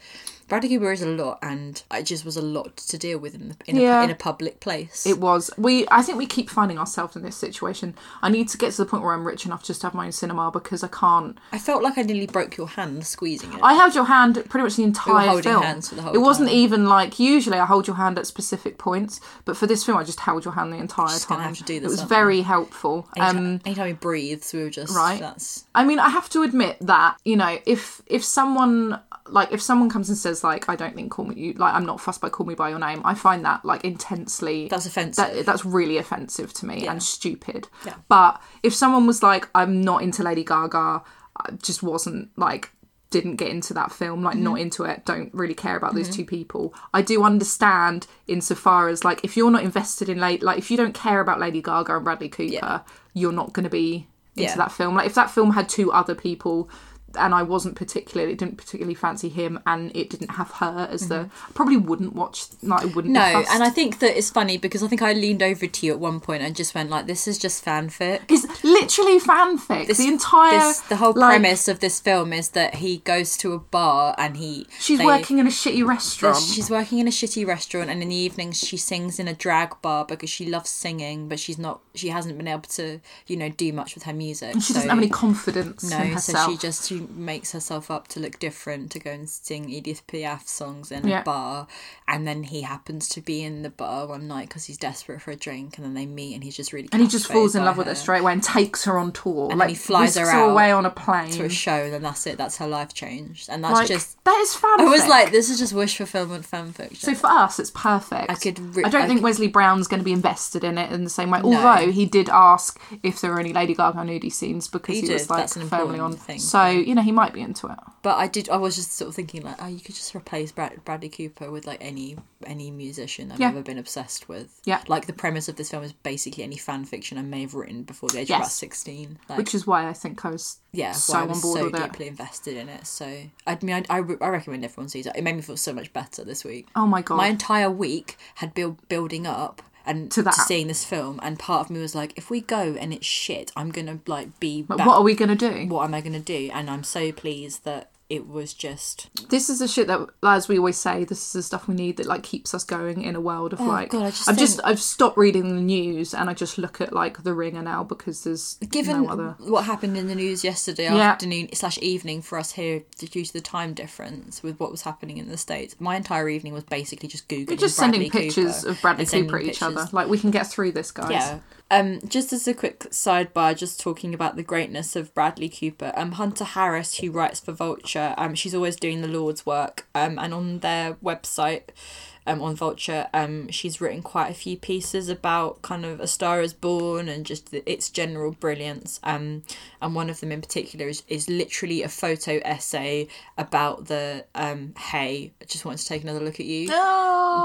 Bradley Cooper is a lot, and I just was a lot to deal with in the, in, Yeah. a, in a public place. It was. We. I think we keep finding ourselves in this situation. I need to get to the point where I'm rich enough just to have my own cinema because I can't. I felt like I nearly nearly broke your hand squeezing it. I held your hand pretty much the entire holding film. hands for the whole it wasn't time. even like usually I hold your hand at specific points, but for this film I just held your hand the entire Just time. gonna have to do it this, was aren't very helpful. anytime, Um, anytime he breathes, we were just right. That's I mean, I have to admit that you know, if if someone like if someone comes and says like I don't think call me you like I'm not fussed by call me by your name, I find that like intensely That's offensive. That, that's really offensive to me and stupid. Yeah. But if someone was like I'm not into Lady Gaga, I just wasn't like didn't get into that film like Mm-hmm. not into it don't really care about those two people i do understand insofar as like if you're not invested in late like if you don't care about lady gaga and bradley cooper you're not going to be into Yeah. that film. Like if that film had two other people and I wasn't particularly it didn't particularly fancy him and it didn't have her as the I probably wouldn't watch like I wouldn't Mm-hmm. no. be fussed. And I think that it's funny because I think I leaned over to you at one point and just went like, "This is just fanfic." it's literally fanfic. This- the entire this, the whole like, premise of this film is that he goes to a bar and he She's they- working in a shitty restaurant. She's working in a shitty restaurant, and in the evenings she sings in a drag bar because she loves singing, but she's not. She hasn't been able to, you know, do much with her music. she doesn't have any confidence in No, herself. so she just she makes herself up to look different to go and sing Edith Piaf songs in Yeah. a bar, and then he happens to be in the bar one night because he's desperate for a drink, and then they meet, and he's just really and he just captivated falls in by love with her her straight away and takes her on tour. And then like he flies whisks her out away on a to plane. a show, and then that's it. That's her life changed, and that's like, just. that is fanfic. I was like, this is just wish fulfillment fanfiction. So for us, it's perfect. I could re- I don't I think could- Wesley Brown's going to be invested in it in the same way. Although he did ask if there were any Lady Gaga nudie scenes because he, He was did, like that's an firmly important on. thing. So you know he might be into it. But I did. I was just sort of thinking like, oh, you could just replace Brad, Bradley Cooper with like any any musician I've Yeah. ever been obsessed with. Yeah. Like the premise of this film is basically any fan fiction I may have written before the age Yes. of about sixteen. Like, Which is why I think I was yeah, why so I was on board so with it. deeply invested in it. So I mean, I, I, re- I recommend everyone sees it. It made me feel so much better this week. Oh my God. My entire week had build, building up. And To to, that. seeing this film, and part of me was like, if we go and it's shit, I'm gonna like be. But back- what are we going to do? What am I gonna do? And I'm so pleased that it was just This is the shit that, as we always say, this is the stuff we need that like keeps us going in a world of like. Oh, God, I just I've just think- I've stopped reading the news and I just look at like The Ringer now because there's given no other. what happened in the news yesterday Yeah. afternoon slash evening for us here due to the time difference with what was happening in the states my entire evening was basically just googling We're just Bradley sending pictures Cooper of Bradley and sending Cooper at each pictures. other. Like we can get through this, guys. yeah um just as a quick sidebar just talking about the greatness of Bradley Cooper um Hunter Harris who writes for Vulture um she's always doing the Lord's work um and on their website um, on Vulture, um, she's written quite a few pieces about kind of A Star Is Born and just the, its general brilliance. Um, and one of them in particular is, is literally a photo essay about the um, hey, I just wanted to take another look at you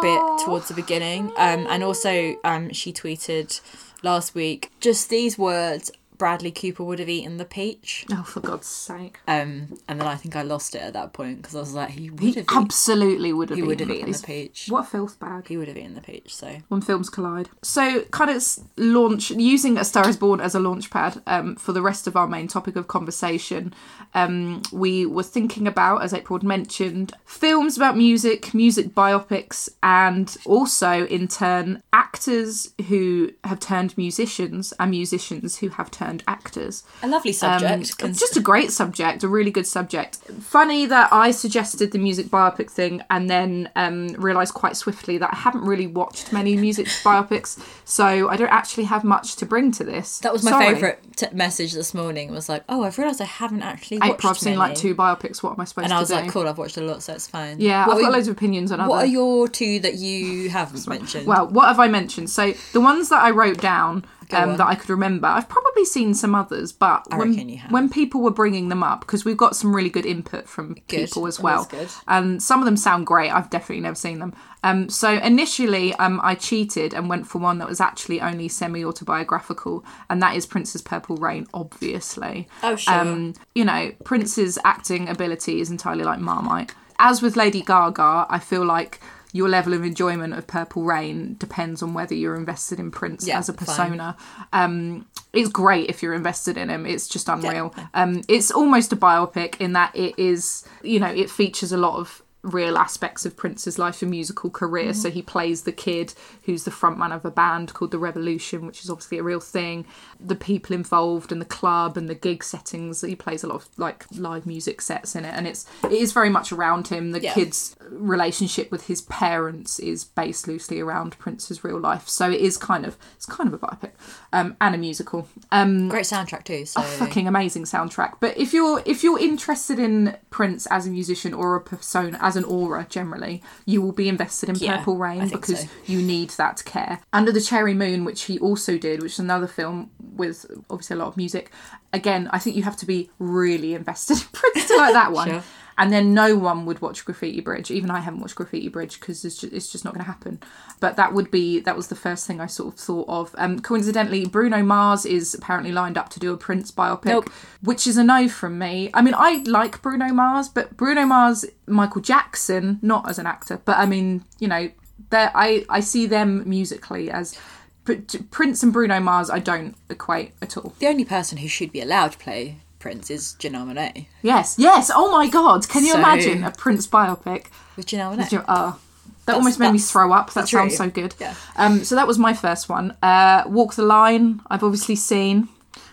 bit towards the beginning. Um, and also, um, she tweeted last week just these words. Bradley Cooper would have eaten the peach, Oh, for God's sake. um, and then I think I lost it at that point because I was like, he would He have, eaten, absolutely would have he eaten, would have eaten the these- peach. What a filth bag. He would have eaten the peach. So when films collide. So, kind of s- launch using A Star Is Born as a launch pad um, for the rest of our main topic of conversation. Um, we were thinking about, as April had mentioned, films about music, music biopics, and also in turn actors who have turned musicians and musicians who have turned actors. A lovely subject. Um, cons- just a great subject, a really good subject. Funny that I suggested the music biopic thing and then um, realised quite swiftly that I haven't really watched many music biopics, so I don't actually have much to bring to this. that was my Sorry. favourite t- message this morning. Was like, oh, I've realised I haven't actually watched April, I've seen like many." two biopics. What am I supposed and to I was do? like, cool, I've watched a lot, so it's fine. Yeah, What I've got are- loads of opinions on other. What are your two that you haven't mentioned? Well, what have I mentioned? So the ones that I wrote down um, on. that I could remember, I've probably seen some others, but when, reckon you have. when people were bringing them up, because we've got some really good input from people as That's well, good. and Um, some of them sound great. I've definitely never seen them. Um, so initially, um, I cheated and went for one that was actually only semi-autobiographical, and that is Prince's Purple Rain, obviously. Oh, sure. Um, you know, Prince's acting ability is entirely like Marmite. As with Lady Gaga, I feel like your level of enjoyment of Purple Rain depends on whether you're invested in Prince Yeah, as a fine. persona. Um, it's great if you're invested in him. It's just unreal. Um, it's almost a biopic in that it is, you know, it features a lot of real aspects of Prince's life and musical career. So he plays the kid who's the frontman of a band called The Revolution, which is obviously a real thing. The people involved and the club and the gig settings. He plays a lot of like live music sets in it, and it's it is very much around him. The Yeah. kid's relationship with his parents is based loosely around Prince's real life. So it is kind of it's kind of a biopic um, and a musical. Great soundtrack too. So fucking amazing soundtrack. But if you're if you're interested in Prince as a musician or a persona as an aura generally, you will be invested in Yeah, Purple I Rain think because so. you need that care. Under the Cherry Moon, which he also did, which is another film with obviously a lot of music. Again, I think you have to be really invested in Prince to like that one. Sure. And then no one would watch Graffiti Bridge. Even I haven't watched Graffiti Bridge because it's just, it's just not going to happen. But that would be that was the first thing I sort of thought of. Um, coincidentally, Bruno Mars is apparently lined up to do a Prince biopic, Nope. which is a no from me. I mean, I like Bruno Mars, but Bruno Mars, Michael Jackson, not as an actor, but I mean, you know, they're- I I see them musically as but Prince and Bruno Mars. I don't equate at all. the only person who should be allowed to play Prince is Janelle Monae. Yes, yes. Oh my God, can you So- imagine a Prince biopic? With Janelle Did Monae. you- oh, that almost made me that's throw up. That true. sounds so good. Yeah. Um, so that was my first one. Uh, Walk the Line, I've obviously seen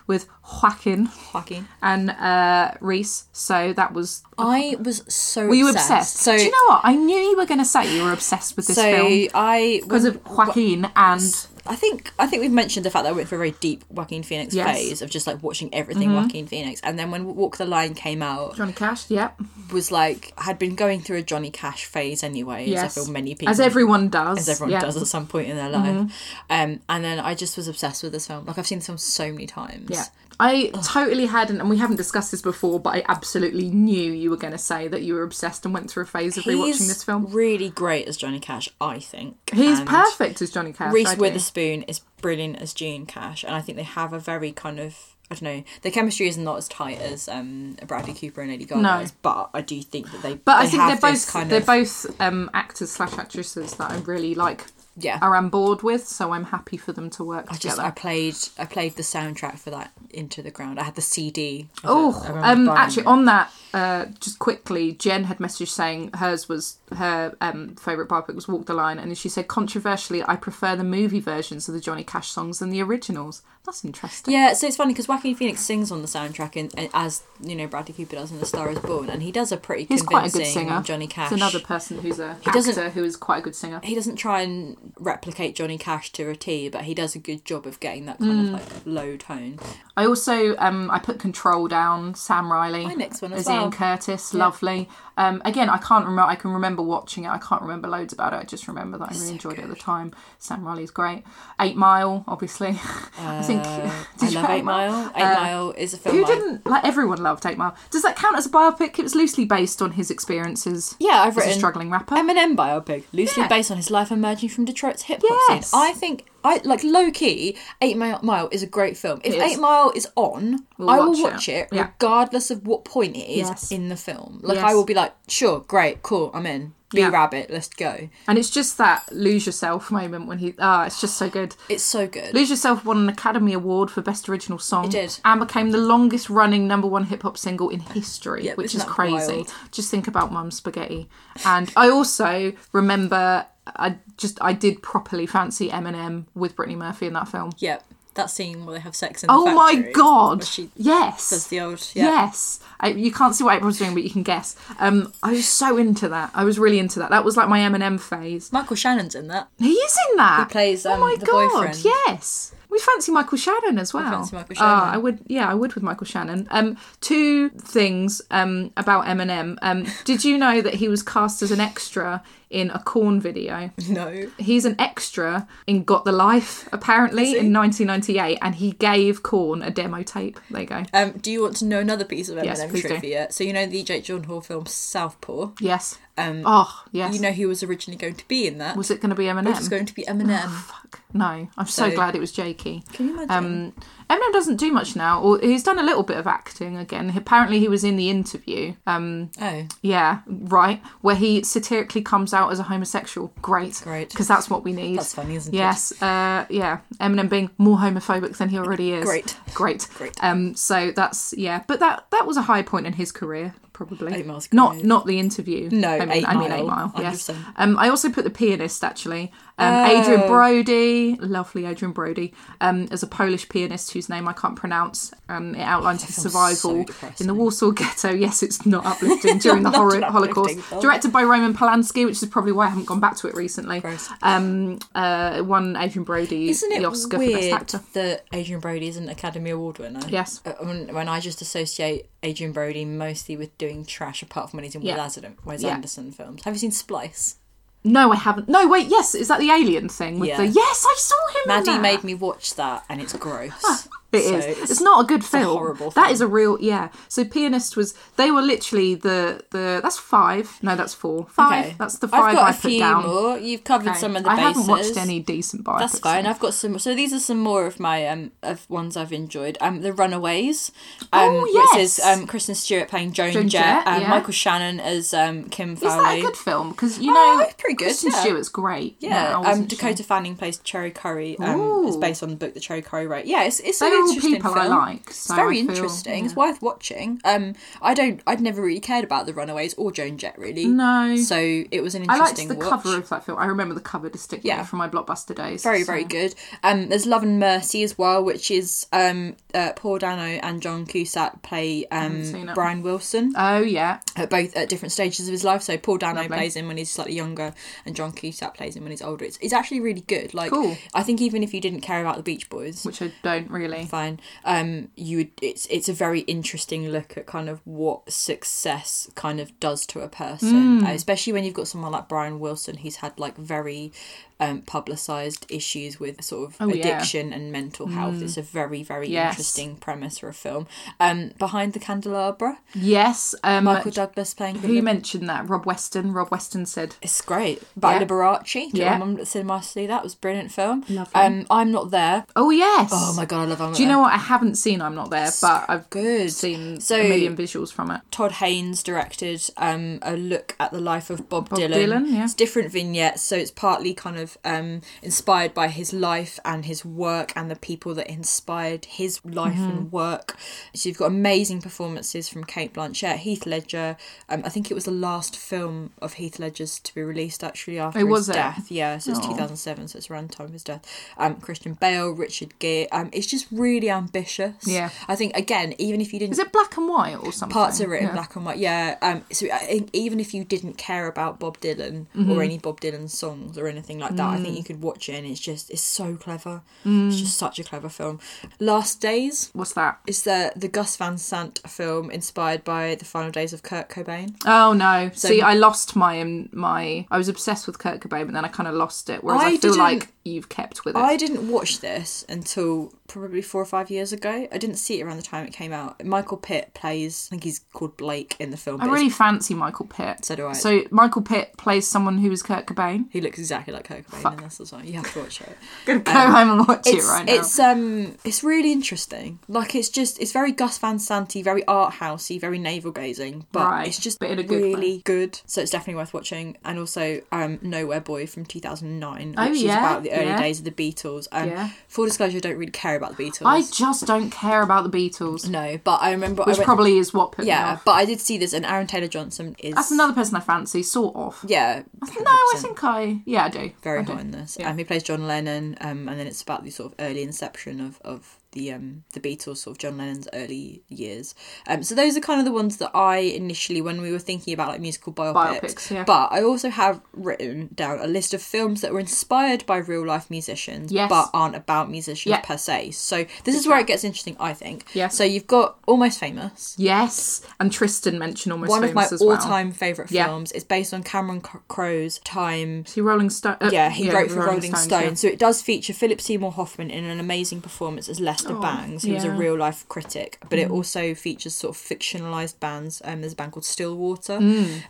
with Joaquin Joaquin. and uh, Reese. So that was. I was so Oh, Were you obsessed. obsessed? So Do you know what? I knew you were going to say you were obsessed with this so film I because of Joaquin and. I think I think we've mentioned the fact that I went for a very deep Joaquin Phoenix Yes. Mm-hmm. phase of just like watching everything Joaquin Phoenix, and then when Walk the Line came out, Johnny Cash, yep. was like had been going through a Johnny Cash phase anyway. Yes. As I feel many people As everyone does. as everyone yeah. Mm-hmm. does at some point in their life. Um, and then I just was obsessed with this film. Like I've seen this film so many times. Yeah. I totally hadn't, and we haven't discussed this before, but I absolutely knew you were going to say that you were obsessed and went through a phase of rewatching He's this film. really great as Johnny Cash, I think. He's And perfect as Johnny Cash. I Reese do. Witherspoon is brilliant as June Cash, and I think they have a very kind of I don't know. Their chemistry is not as tight as um, Bradley Cooper and Lady Gaga, No. is, but I do think that they. But they I think have they're this both kind they're of both um, actors slash actresses that I really like. Yeah. are on board with, so I'm happy for them to work I just together. I played I played the soundtrack for that Into the Ground. I had the CD. of it. Oh, I remember um, buying actually, it. on that, uh, just quickly, Jen had messaged saying hers was her um, favorite biopic was Walk the Line, and she said controversially, I prefer the movie versions of the Johnny Cash songs than the originals. That's interesting. Yeah, so it's funny because Joaquin Phoenix sings on the soundtrack, and, and as you know, Bradley Cooper does in *The Star Is Born*, and he does a pretty He's quite a convincing good singer. Johnny Cash. It's another person who's a actor doesn't- who is quite a good singer. he doesn't try and replicate Johnny Cash to a T, but he does a good job of getting that kind Hmm. of like low tone. I also um I put Control down. Sam Riley. My next one as There's well. Ian Curtis, lovely. Um, again, I can't remember. I can remember watching it. I can't remember loads about it. I just remember that I really enjoyed it at the time. Sam Riley's great. Eight Mile, obviously. I think. Uh, I you love have Eight Mile. Eight Mile is a film. Uh, Who I- didn't like? Everyone loved Eight Mile. Does that count as a biopic? It was loosely based on his experiences. Yeah, I've as written a struggling rapper. Eminem biopic, loosely Yeah. based on his life emerging from Detroit's hip hop Yes. scene. I think I like low key. Eight Mile, Mile is a great film. If It is. Eight Mile is on, We'll I will watch it. watch it, Yeah. regardless of what point it is Yes. in the film. Like Yes. I will be like, sure, great, cool, I'm in. Be Yeah. Rabbit, let's go. and it's just that lose yourself moment when he. Ah, it's just so good. It's so good. Lose Yourself won an Academy Award for Best Original Song. It did. And became the longest running number one hip hop single in history, Yeah, which isn't is that crazy. wild? Just think about Mum Spaghetti. And I also remember I just I did properly fancy Eminem with Brittany Murphy in that film. Yep. That scene where they have sex in the Oh my factory, god! where She yes. does the old yeah. Yes, I, you can't see what April's doing, but you can guess. Um, I was so into that. I was really into that. That was like my Eminem phase. Michael Shannon's in that. He is in that. He plays, oh um, my the god! boyfriend. Yes, we fancy Michael Shannon as well. fancy Michael Ah, Shannon. I would. Yeah, I would with Michael Shannon. Um, two things um about Eminem. Um, did you know that he was cast as an extra in a corn video? No. He's an extra in Got the Life, apparently in 1998, and he gave Corn a demo tape. There you go. Um, do you want to know another piece of Eminem Yes, please do. trivia? So you know the Jake Gyllenhaal film Southpaw. yes. Um, oh yes. You know who was originally going to be in that? was it going to be Eminem? It was going to be Eminem. Fuck. No, I'm so, So- glad it was Jakey. Can you imagine? Um, Eminem doesn't do much now, or he's done a little bit of acting again. Apparently, he was in the interview. Um, oh, yeah, right, where he satirically comes out as a homosexual. Great, Great. because that's what we need. That's funny, isn't it? yes, it? Yes, uh, yeah. Eminem being more homophobic than he already is. Great. great, Great. Um, so that's yeah, but that that was a high point in his career. probably. Eight Mile's Not great. not the interview. No, I mean, Eight I mean Mile, Eight Mile. Yes. 100%. Um, I also put the pianist actually. Um, Oh. Adrian Brody, lovely Adrian Brody, um, as a Polish pianist whose name I can't pronounce. Um, it outlines his sounds so survival in the depressing. Warsaw Ghetto. Yes, it's not uplifting during the Not horror, an Holocaust. uplifting film. Directed by Roman Polanski, which is probably why I haven't gone back to it recently. Gross. Um, uh, won Adrian Brody Isn't it the Oscar weird for Best Actor. that Adrian Brody is an Academy Award winner? Yes. Uh, When, when I just associate Adrian Brody mostly with doing trash, apart from when he's in Yeah. Wes, Anderson, Wes Yeah. Anderson films. Have you seen Splice? No, I haven't. No, wait. Yes, is that the alien thing? With Yeah. the yes, I saw him. in Maddie that. made me watch that, and it's gross. It is. So It's, not a good a film. horrible That film. is a real yeah. So pianist was they were literally the the that's five. No, that's four. Five. That's the 5 I've got I a put few down. more. You've covered Okay. some of the I bases. haven't watched any decent by. That's fine. I've got some. So these are some more of my um of ones I've enjoyed. Um, The Runaways. Um, Oh, Which yes. is um Kristen Stewart playing Joan, Joan Jett. Jett, um, yeah. Michael Shannon as um Kim Is Fowley. that a good film? Because you Oh, know, it's pretty good, Kristen yeah. Stewart's great. Yeah, No, I um, wasn't sure. Dakota Fanning plays Cherry Curry. Um, Ooh. it's based on the book that Cherry Curry wrote. Yeah, it's it's an They're all interesting people I film. like, it's so very I feel- interesting. It's yeah. worth watching. Um, I don't. I'd never really cared about the Runaways or Joan Jett really. No. So it was an I liked interesting. the watch. cover of that film. I remember the cover distinctly Yeah. from my blockbuster days. very so- very good. Um, there's Love and Mercy as well, which is um, uh, Paul Dano and John Cusack play seen um, it. Brian Wilson Oh yeah, at both at different stages of his life. So Paul Dano Lovely. plays him when he's slightly younger, and John Cusack plays him when he's older. It's, it's actually really good. Like Cool. I think even if you didn't care about the Beach Boys, which I don't really. fine, um, you would. It's it's a very interesting look at kind of what success kind of does to a person, Hmm. uh, especially when you've got someone like Brian Wilson who's had like very. Um, publicized issues with sort of Oh, yeah. Hmm. addiction and mental health. It's a very, very Yes. interesting premise for a film. Um, Behind the Candelabra, Yes, um, Michael Douglas playing Who mentioned that? Rob Weston. Rob Weston said It's great. By Yeah. Liberace. Do you Yeah. remember the cinema to see that? It was a brilliant film. Lovely. Um, I'm Not There. Oh yes. Oh my god, I love I'm Not Do you There. know what? I haven't seen I'm Not There, but I've good. seen So- a million visuals from it. Todd Haynes directed um, a look at the life of Bob, Bob Dylan. Dylan, yeah. It's different vignettes, so it's partly kind of um, inspired by his life and his work and the people that inspired his life Mm-hmm. and work. So you've got amazing performances from Kate Blanchett, Heath Ledger. Um, I think it was the last film of Heath Ledger's to be released actually after Oh, was his it? Oh. death. Yeah, so it's 2007, so it's around the time of his death. Um, Christian Bale, Richard Gere. Um, it's just really ambitious. Yeah. I think again, even if you didn't Is it black and white or something? parts are written Yeah. black and white. Yeah. Um. So I think even if you didn't care about Bob Dylan Mm-hmm. or any Bob Dylan songs or anything like that, I Mm. think you could watch it and it's just it's so clever. It's just such a clever film. Last Days What's that? is the the Gus Van Sant film inspired by the final days of Kurt Cobain. Oh no! See, I lost my um, my. I was obsessed with Kurt Cobain, but then I kind of lost it. Whereas I I, feel didn't- like you've kept with it. I didn't watch this until probably four or five years ago. I didn't see it around the time it came out. Michael Pitt plays, I think he's called Blake in the film. but I it's- really fancy Michael Pitt. So do I. So Michael Pitt plays someone who is Kurt Cobain. he looks exactly like Kurt Cobain in this as well. You have to watch it. Gonna go home and watch it right now. It's um, it's really interesting. Like it's just, it's very Gus Van Santy, very art housey, very navel gazing, but Right, it's just but in a good way. really good. So it's definitely worth watching. And also, um, Nowhere Boy from two thousand nine, which Oh, is yeah, about the early yeah. days of the Beatles. Um, Yeah. full disclosure, I don't really care about the Beatles. I just don't care about the Beatles, no, but I remember I which went- probably is what put me yeah, off. but I did see this, and Aaron Taylor Johnson is That's another person I fancy, sort of. yeah. No, I think I. Yeah, I do. very I do. high in this. Yeah. Um, he plays John Lennon, um, and then it's about the sort of early inception of, of the um, the Beatles, sort of John Lennon's early years. Um, so those are kind of the ones that I initially, when we were thinking about like musical biopics. Biopics, yeah. But I also have written down a list of films that were inspired by real life musicians, Yes. but aren't about musicians Yeah. per se. So this is where it gets interesting, I think. Yeah. So you've got Almost Famous. Yes, and Tristan mentioned almost One of my famous as well. all-time favorite Yeah. films. It's based on Cameron C- Crowe's time See Rolling Stone. uh, yeah, he wrote for Rolling, Stone, Stones, yeah. so it does feature Philip Seymour Hoffman in an amazing performance as Lester Bangs, who was a yeah. real life critic. But it also features sort of fictionalized bands. Um, there's a band called Stillwater,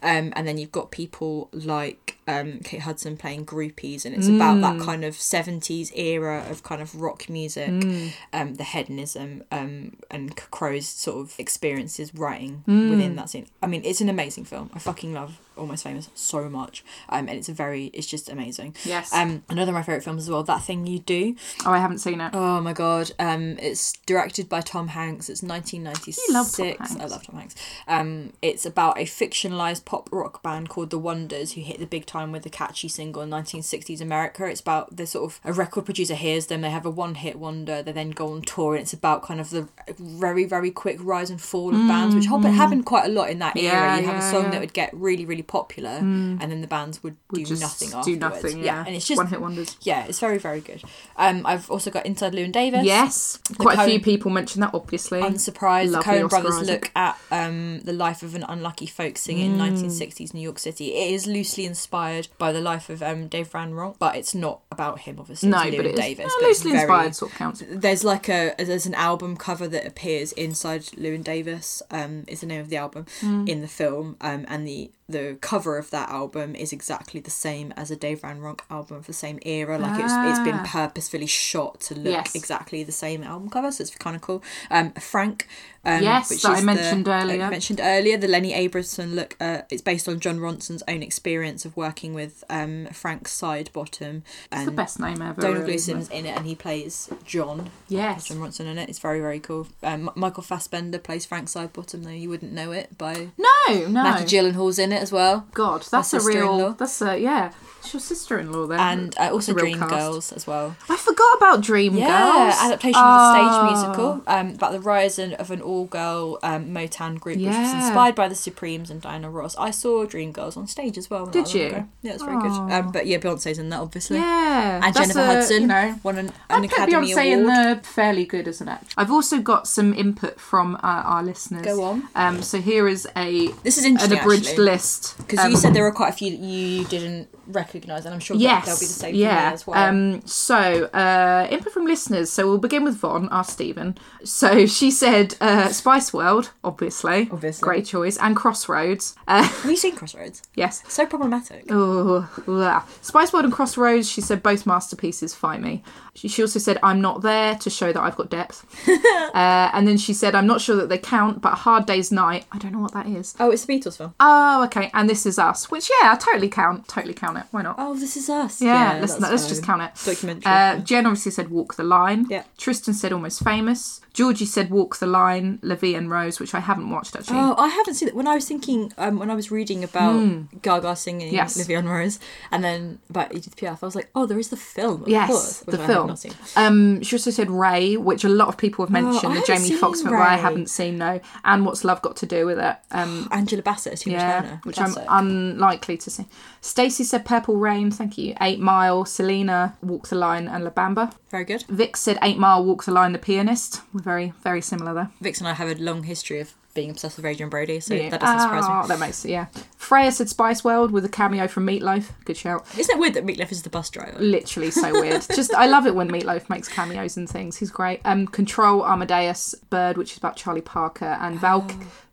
um, and then you've got people like um, Kate Hudson playing groupies, and it's about that kind of seventies era of kind of rock music, um, the hedonism, um, and C- Crow's sort of experiences writing within that scene. I mean, it's an amazing film. I fucking love Almost Famous so much, um, and it's a very, it's just amazing. Yes. Um, another of my favorite films as well, That Thing You Do. Oh, I haven't seen it. Oh my god. Um, it's directed by Tom Hanks. It's 1996. You love Tom Hanks. I love Tom Hanks. Um, it's about a fictionalized pop rock band called The Wonders who hit the big time with a catchy single in 1960s America. It's about the sort of a record producer hears them. They have a one-hit wonder. They then go on tour, and it's about kind of the very very quick rise and fall of bands, which hop- happened quite a lot in that Mm. Yeah, era. You have yeah, a song yeah. Mm. that would get really really popular, and then the bands would, do just nothing do afterwards. nothing, yeah. and it's just One-hit wonders. yeah, it's very, very good. Um, I've also got Inside Lewin Davis. Yes, quite a few Coen- people mentioned that. Obviously, Unsurprised. The Lovely Coen Oscar brothers Isaac. Mm. look at um, the life of an unlucky folk singer in 1960s New York City. It is loosely inspired by the life of um, Dave Van Ronk, but it's not about him, obviously. No, it's Llewyn but it's Davis, no, but it's loosely very- inspired sort of counts. there's like a there's an album cover that appears inside Lewin Davis um is the name of the album Mm. in the film um and the the cover of that album is exactly the same as a Dave Van Ronk album for the same era like it's it's been purposefully shot to look Ah. Yes. exactly the same album cover so it's kind of cool um Frank um, Yes, that I is the- mentioned earlier. uh, mentioned earlier the Lenny Abramson look uh, it's based on John Ronson's own experience of working with um Frank Sidebottom It's and the best name ever. Donald really, isn't Gleason's it? in it, and he plays John. Yes. John Ronson in it. It's very, very cool. Um, M- Michael Fassbender plays Frank Sidebottom, though you wouldn't know it by. No, no. Matthew Gyllenhaal's in it as well, God, My that's a real. sister-in-law. That's a yeah. It's your sister-in-law then, and uh, also That's a real Dream cast. Girls as well. I forgot about Dream Yeah, Girls. adaptation Oh. of a stage musical um, about the rise in- of an all-girl um, Motown group, which was Yeah. inspired by the Supremes and Diana Ross. I saw Dreamgirls on stage as well. not Did that long you? ago. Yeah, it's very good. Um, but yeah, Beyonce's in that, obviously. Yeah, and that's Jennifer a, Hudson You know, won an, an I'd put Academy Beyonce Award. in the fairly good as an actor. I've also got some input from uh, our listeners. Go on. Um, so here is a This is interesting, an abridged actually. list Um, Because you said there were quite a few that you didn't recognise, and I'm sure that they'll be the same for me as well. Um, so, uh, input from listeners. So we'll begin with Von, our Stephen. So she said uh, Spice World, obviously. Obviously. Great choice. And Crossroads. Uh, Have you seen Crossroads? Yes. So problematic. Oh, blah. Spice World and Crossroads, she said both masterpieces fight me. She, she also said, I'm not there to show that I've got depth. uh, and then she said, I'm not sure that they count, but A Hard Day's Night, I don't know what that is. Oh, it's a Beatles film. Oh, okay. And This Is Us, which, yeah, I totally count. Totally count it. Why not? Oh, this is us. Yeah, let's, that's not, let's fine. just count it. Documentary. Uh, Jen obviously said Walk the Line. Yeah. Tristan said Almost Famous. Georgie said Walk the Line, Levy and Rose, which I haven't watched actually. Oh, I haven't seen it. When I was thinking, um, when I was reading about Gaga singing Hmm. Yes. Livy on Rose, and then about Edith Piaf, I was like, oh, there is the film. Of Yes, course, the which I have film. not seen. Oh, Um, she also said Ray, which a lot of people have mentioned. I the haven't Jamie seen Foxx film, but I Ray. haven't seen no. And what's love got to do with it? Um, Angela Bassett, is Tina yeah, Turner. which I'm That's it. unlikely to see. Stacey said Purple Rain. Thank you. Eight Mile, Selena, Walk the Line, and La Bamba. very good. Vic said Eight Mile, Walk the Line, The Pianist. We're very, very similar there. Vix and I have a long history of being obsessed with Adrian Brody, so Yeah. that doesn't surprise Ah, me. That makes yeah. Freya said Spice World with a cameo from Meatloaf. Good shout. Isn't it weird that Meatloaf is the bus driver? Literally so weird. Just I love it when Meatloaf makes cameos and things. He's great. Um, Control, Amadeus, Bird, which is about Charlie Parker, and Val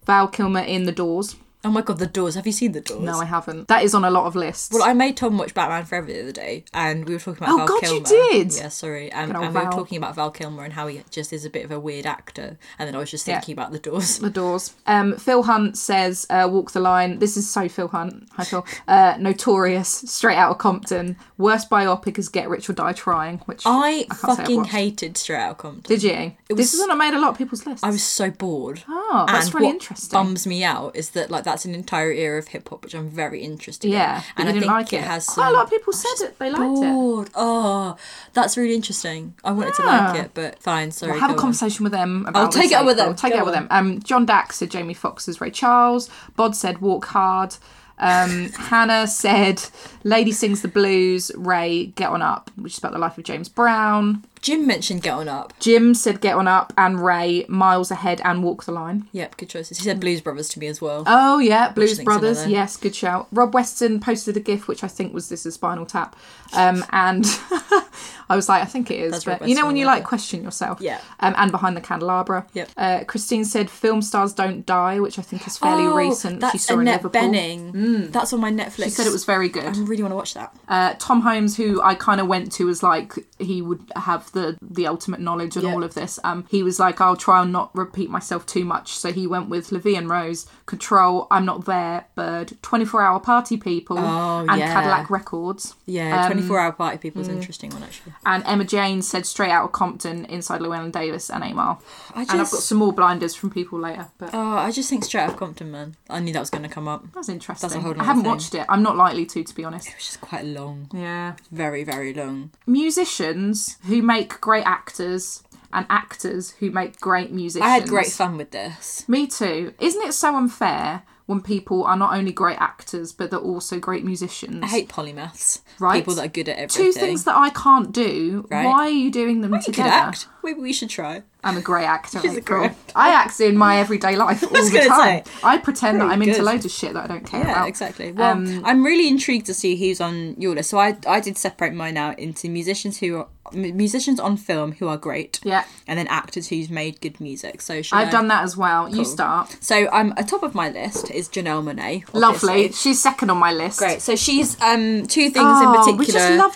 Val Kilmer in The Doors. Oh my god, The Doors. Have you seen The Doors? No, I haven't. That is on a lot of lists. Well, I made Tom watch Batman Forever the other day, and we were talking about Oh, Val God, Kilmer. you did? Yeah, sorry. Um, Good old and we were Val. talking about Val Kilmer and how he just is a bit of a weird actor. And then I was just thinking about The Doors. the doors. Um, Phil Hunt says, uh, "Walk the line." This is so Phil Hunt. Hi Phil. Uh, notorious, straight out of Compton. Worst biopic is Get Rich or Die Trying, which I, can't say I've fucking watched. hated Straight Outta Compton. Did you? was- this is on. I made a lot of people's lists. I was so bored. Oh, that's and really what interesting. Bums me out is that like that's an entire era of hip hop, which I'm very interested Yeah, in. but you and I didn't think like it. it. has Quite a some- lot of people I was said just it, they liked it. bored. it. Oh, that's really interesting. I wanted to like it, but fine. Sorry. We'll have a go on. conversation with them. About I'll take this it up with later. them. Take it Go up with on. them. Um, John Dax said Jamie Foxx as Ray Charles. Bod said Walk Hard. Um, Hannah said Lady Sings the Blues. Ray Get On Up, which is about the life of James Brown. Jim mentioned Get On Up. Jim said Get On Up and Ray Miles Ahead and Walk the Line. Yep, good choices. He said Blues Brothers to me as well. Oh yeah, Blues thinks Brothers. another? Yes, good shout. Rob Weston posted a GIF, which I think was this is Spinal Tap, um, and I I was like, I think it is. That's but Rob you know Westphal, when you yeah. like question yourself. Yeah. Um, and behind the candelabra. Yep. Uh, Christine said film stars don't die, which I think is fairly Oh, recent. That's she saw in Annette Liverpool. Mm. Benning. That's on my Netflix. She said it was very good. I really want to watch that. Uh, Tom Holmes, who I kind of went to as like he would have the the ultimate knowledge and Yeah. all of this. Um, he was like, I'll try and not repeat myself too much. So he went with Levy and Rose, Control, I'm Not There, Bird, 24 Hour Party People, and Oh, yeah. Cadillac Records. Yeah, Um, 24 Hour Party People is an interesting one actually. And Emma Jane said Straight Out of Compton, Inside Llewellyn Davis, and Amar. I And I've got just- some more blinders from people later, but Oh, I just think straight out of Compton, man. I knew that was going to come up. that's interesting. that's a whole I haven't nother thing. watched it. I'm not likely to, to be honest. It's just quite long, Yeah. very very long. musicians who make great actors and actors who make great musicians. I had great fun with this. Me too. Isn't it so unfair when people are not only great actors but they're also great musicians? I hate polymaths. Right. People that are good at everything. two things that I can't do. Right. Why are you doing them you could together? act. Maybe we should try. I'm a great actor. She's a April. great actor. I act in my everyday life all was the gonna time. say, I pretend that very I'm into good. loads of shit that I don't care Yeah, about. Um, exactly. Well, I'm really intrigued to see who's on your list. So I, I did separate mine out into musicians who are mu- musicians on film who are great. Yeah. And then actors who's made good music. So should I've I- done that as well. You start. So I'm um, at top of my list is Janelle Monet. Lovely. She's second on my list. Great. So she's um two things in Oh, particular. We just love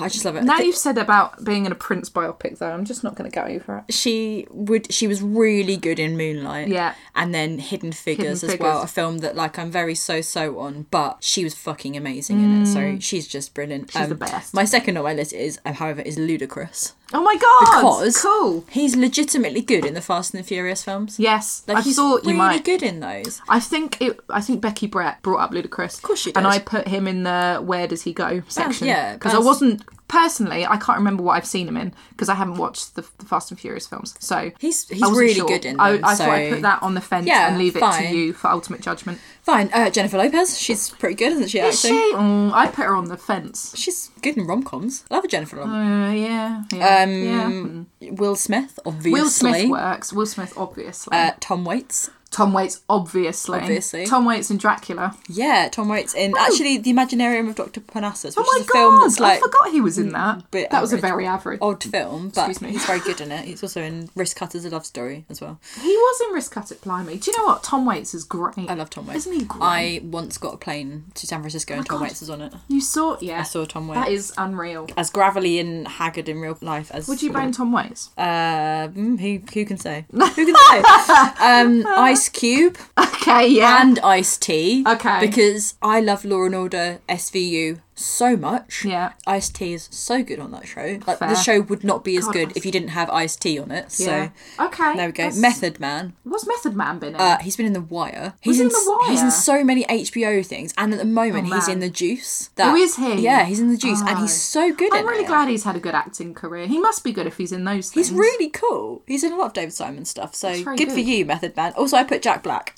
I just love it. Now Th- you've said about being in a Prince biopic, though, I'm just not going to go over it. she would she was really good in Moonlight. Yeah. And then Hidden Figures as Figures. well, a film that like I'm very so so on, but she was fucking amazing in it. So she's just brilliant. She's Mm. the best. My second on my list is um, however is Ludacris. Oh my god! Because cool. He's legitimately good in the Fast and the Furious films. Yes, Like I he's thought you really might. good in those. I think it. I think Becky Brett brought up Ludacris. Of course she And does. I put him in the "Where does he go?" section. yeah, because I best. wasn't personally. I can't remember what I've seen him in because I haven't watched the, the Fast and Furious films. So He's- I he's wasn't really sure. good in I, them, I thought I so- put that on the fence Yeah, and leave it fine. to you for ultimate judgment. Fine, uh, Jennifer Lopez. She's pretty good, isn't she? Is she? Actually, Mm, I put her on the fence. she's good in rom coms. Love a Jennifer. Lopez. Uh, yeah. Yeah. Um, yeah. Will Smith, obviously. Will Smith works. Will Smith, obviously. Uh, Tom Waits. Tom Waits, obviously. Obviously. Tom Waits and Dracula. Yeah, Tom Waits in actually The Imaginarium of Dr. Parnassus, which Oh my is a god! film that's like I forgot he was in that. bit that was a average. very average. odd film, but Excuse me. he's very good in it. He's also in Wrist Cutter's A Love Story as well. He was in Risk Cut at Blimey. Do you know what? Tom Waits is great. I love Tom Waits. Isn't he great? Oh I once got a plane to San Francisco and Tom Waits was on it. You saw? Yeah. I saw Tom Waits. That is unreal. as gravelly and haggard in real life as Would you blame Tom Waits? um, who who can say who can say um, Ice Cube Okay, yeah. and Ice T. Okay. Because I love Law and Order SVU so much. Yeah. Ice T is so good on that show. Like Fair. the show would not be as God, good that's- if you didn't have Ice T on it. So Yeah. Okay, There we go. that's- Method Man. What's Method Man been in? Uh, he's been in The Wire. He's he in s- The Wire? He's in so many HBO things, and at the moment Oh, he's man. in The Juice. Oh, is he? Yeah, he's in The Juice, and he's Oh. so good. I'm in really it. glad he's had a good acting career. He must be good if he's in those things. He's really cool. He's in a lot of David Simon stuff, so very good, good. for you, Method Man. Also, I put Jack Black.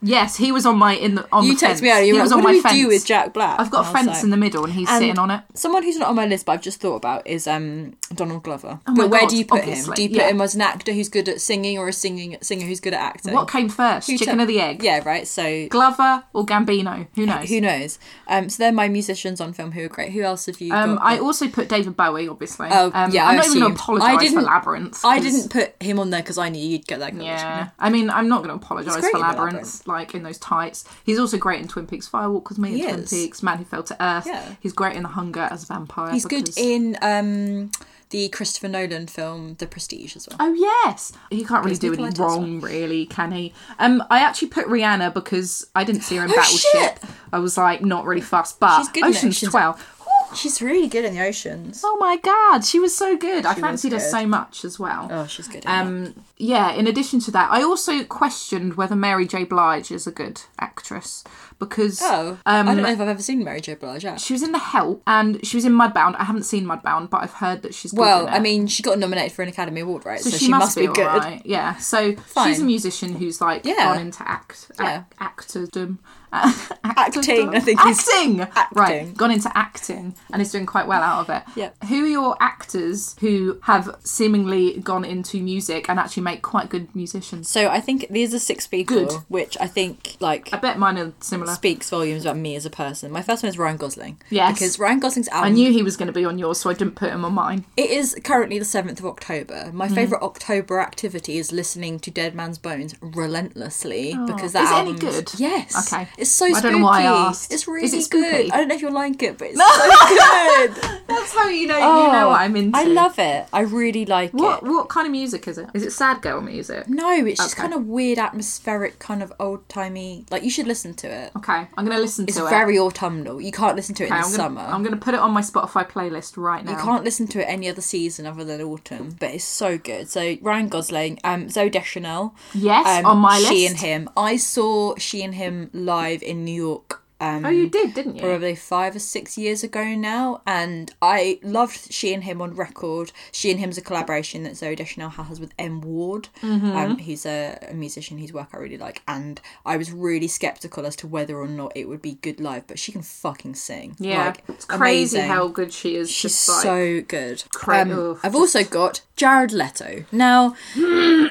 Yes, he was on my in the on You the fence. text me earlier. You he were was like, on what my do we fence. do with Jack Black? I've got a And I was fence like- in the middle and he's And sitting on it. Someone who's not on my list, but I've just thought about is um Donald Glover. Oh my but where God, do you put obviously, him? Do you put yeah. him as an actor who's good at singing, or a singing singer who's good at acting? What came first, Who chicken took- or the egg? Yeah, right. So Glover or Gambino? Who knows? who knows? Um, so they're my musicians on film who are great. Who else have you? Um, got? I also put David Bowie, obviously. Oh, um, yeah, I'm I not even going assumed. to I apologise for didn't- Labyrinth. I 'cause- didn't put him on there because I knew you'd get that. Yeah, I mean, I'm not going to apologise He's great for in the Labyrinth, Labyrinth. like in those tights. He's also great in Twin Peaks Firewalk with me He and Twin is. Peaks, Man Who Fell to Earth. Yeah. He's great in The Hunger as a vampire. He's good because- in um the Christopher Nolan film The Prestige as well. Oh yes, he can't really Because do Nikolai any Tesla. wrong, really, can he? Um, I actually put Rihanna because I didn't see her in Battleship. Oh, shit! I was like, not really fussed, but She's good in it. Ocean's She's- Twelve. She's really good in the oceans. Oh my god, she was so good. I fancied her good. so much as well. Oh, she's good. In that. Um, yeah, in addition to that, I also questioned whether Mary J. Blige is a good actress because Oh, um, I don't know if I've ever seen Mary J. Blige. yeah. she was in The Help and she was in Mudbound. I haven't seen Mudbound, but I've heard that she's good Well, in it. I mean, she got nominated for an Academy Award, right? so, she, must, be, good. alright. Yeah, so she's a Fine. musician who's like Yeah. gone into act, Yeah. act actordom uh, Acting, I think he's- acting. Acting. Right, gone into acting and is doing quite well out of it. Yep. Who are your actors who have seemingly gone into music and actually make quite good musicians? So I think these are six people, Good. Uh, which I think like I bet mine are similar. speaks volumes about me as a person. My first one is Ryan Gosling. Yes. Because Ryan Gosling's album I knew he was going to be on yours, so I didn't put him on mine. It is currently the 7th of October. Mm-hmm. My favourite October activity is listening to Dead Man's Bones relentlessly because that Oh, Is it any album's- good? Yes. Okay. It's so I spooky. don't know why I asked. It's Is really it good. spooky? I don't know if you'll like it, but it's so good. That's how you know you know what I'm into. I love it. I really like What it. what kind of music is it? Is it sad girl music? No, it's just Okay. kind of weird, atmospheric, kind of old timey. Like you should listen to it. Okay, I'm going to listen It's to it. very autumnal. You can't listen to it Okay, in I'm the gonna, summer. I'm going to put it on my Spotify playlist right now. You can't listen to it any other season other than autumn, but it's so good. So Ryan Gosling, um, Zoe Deschanel, Yes, um, on my She list. and him. I saw she and him live in New York. Um, Oh, you did, didn't you? probably five or six years ago now, and I loved She and Him on record. She and Him's a collaboration that Zoe Deschanel has with M Ward, Mm-hmm. um, who's a, a musician whose work I really like, and I was really skeptical as to whether or not it would be good live, but she can fucking sing. Yeah, Like, it's crazy amazing. how good she is. She's just like, so good. cra- Um, ugh, I've also got Jared Leto. Now,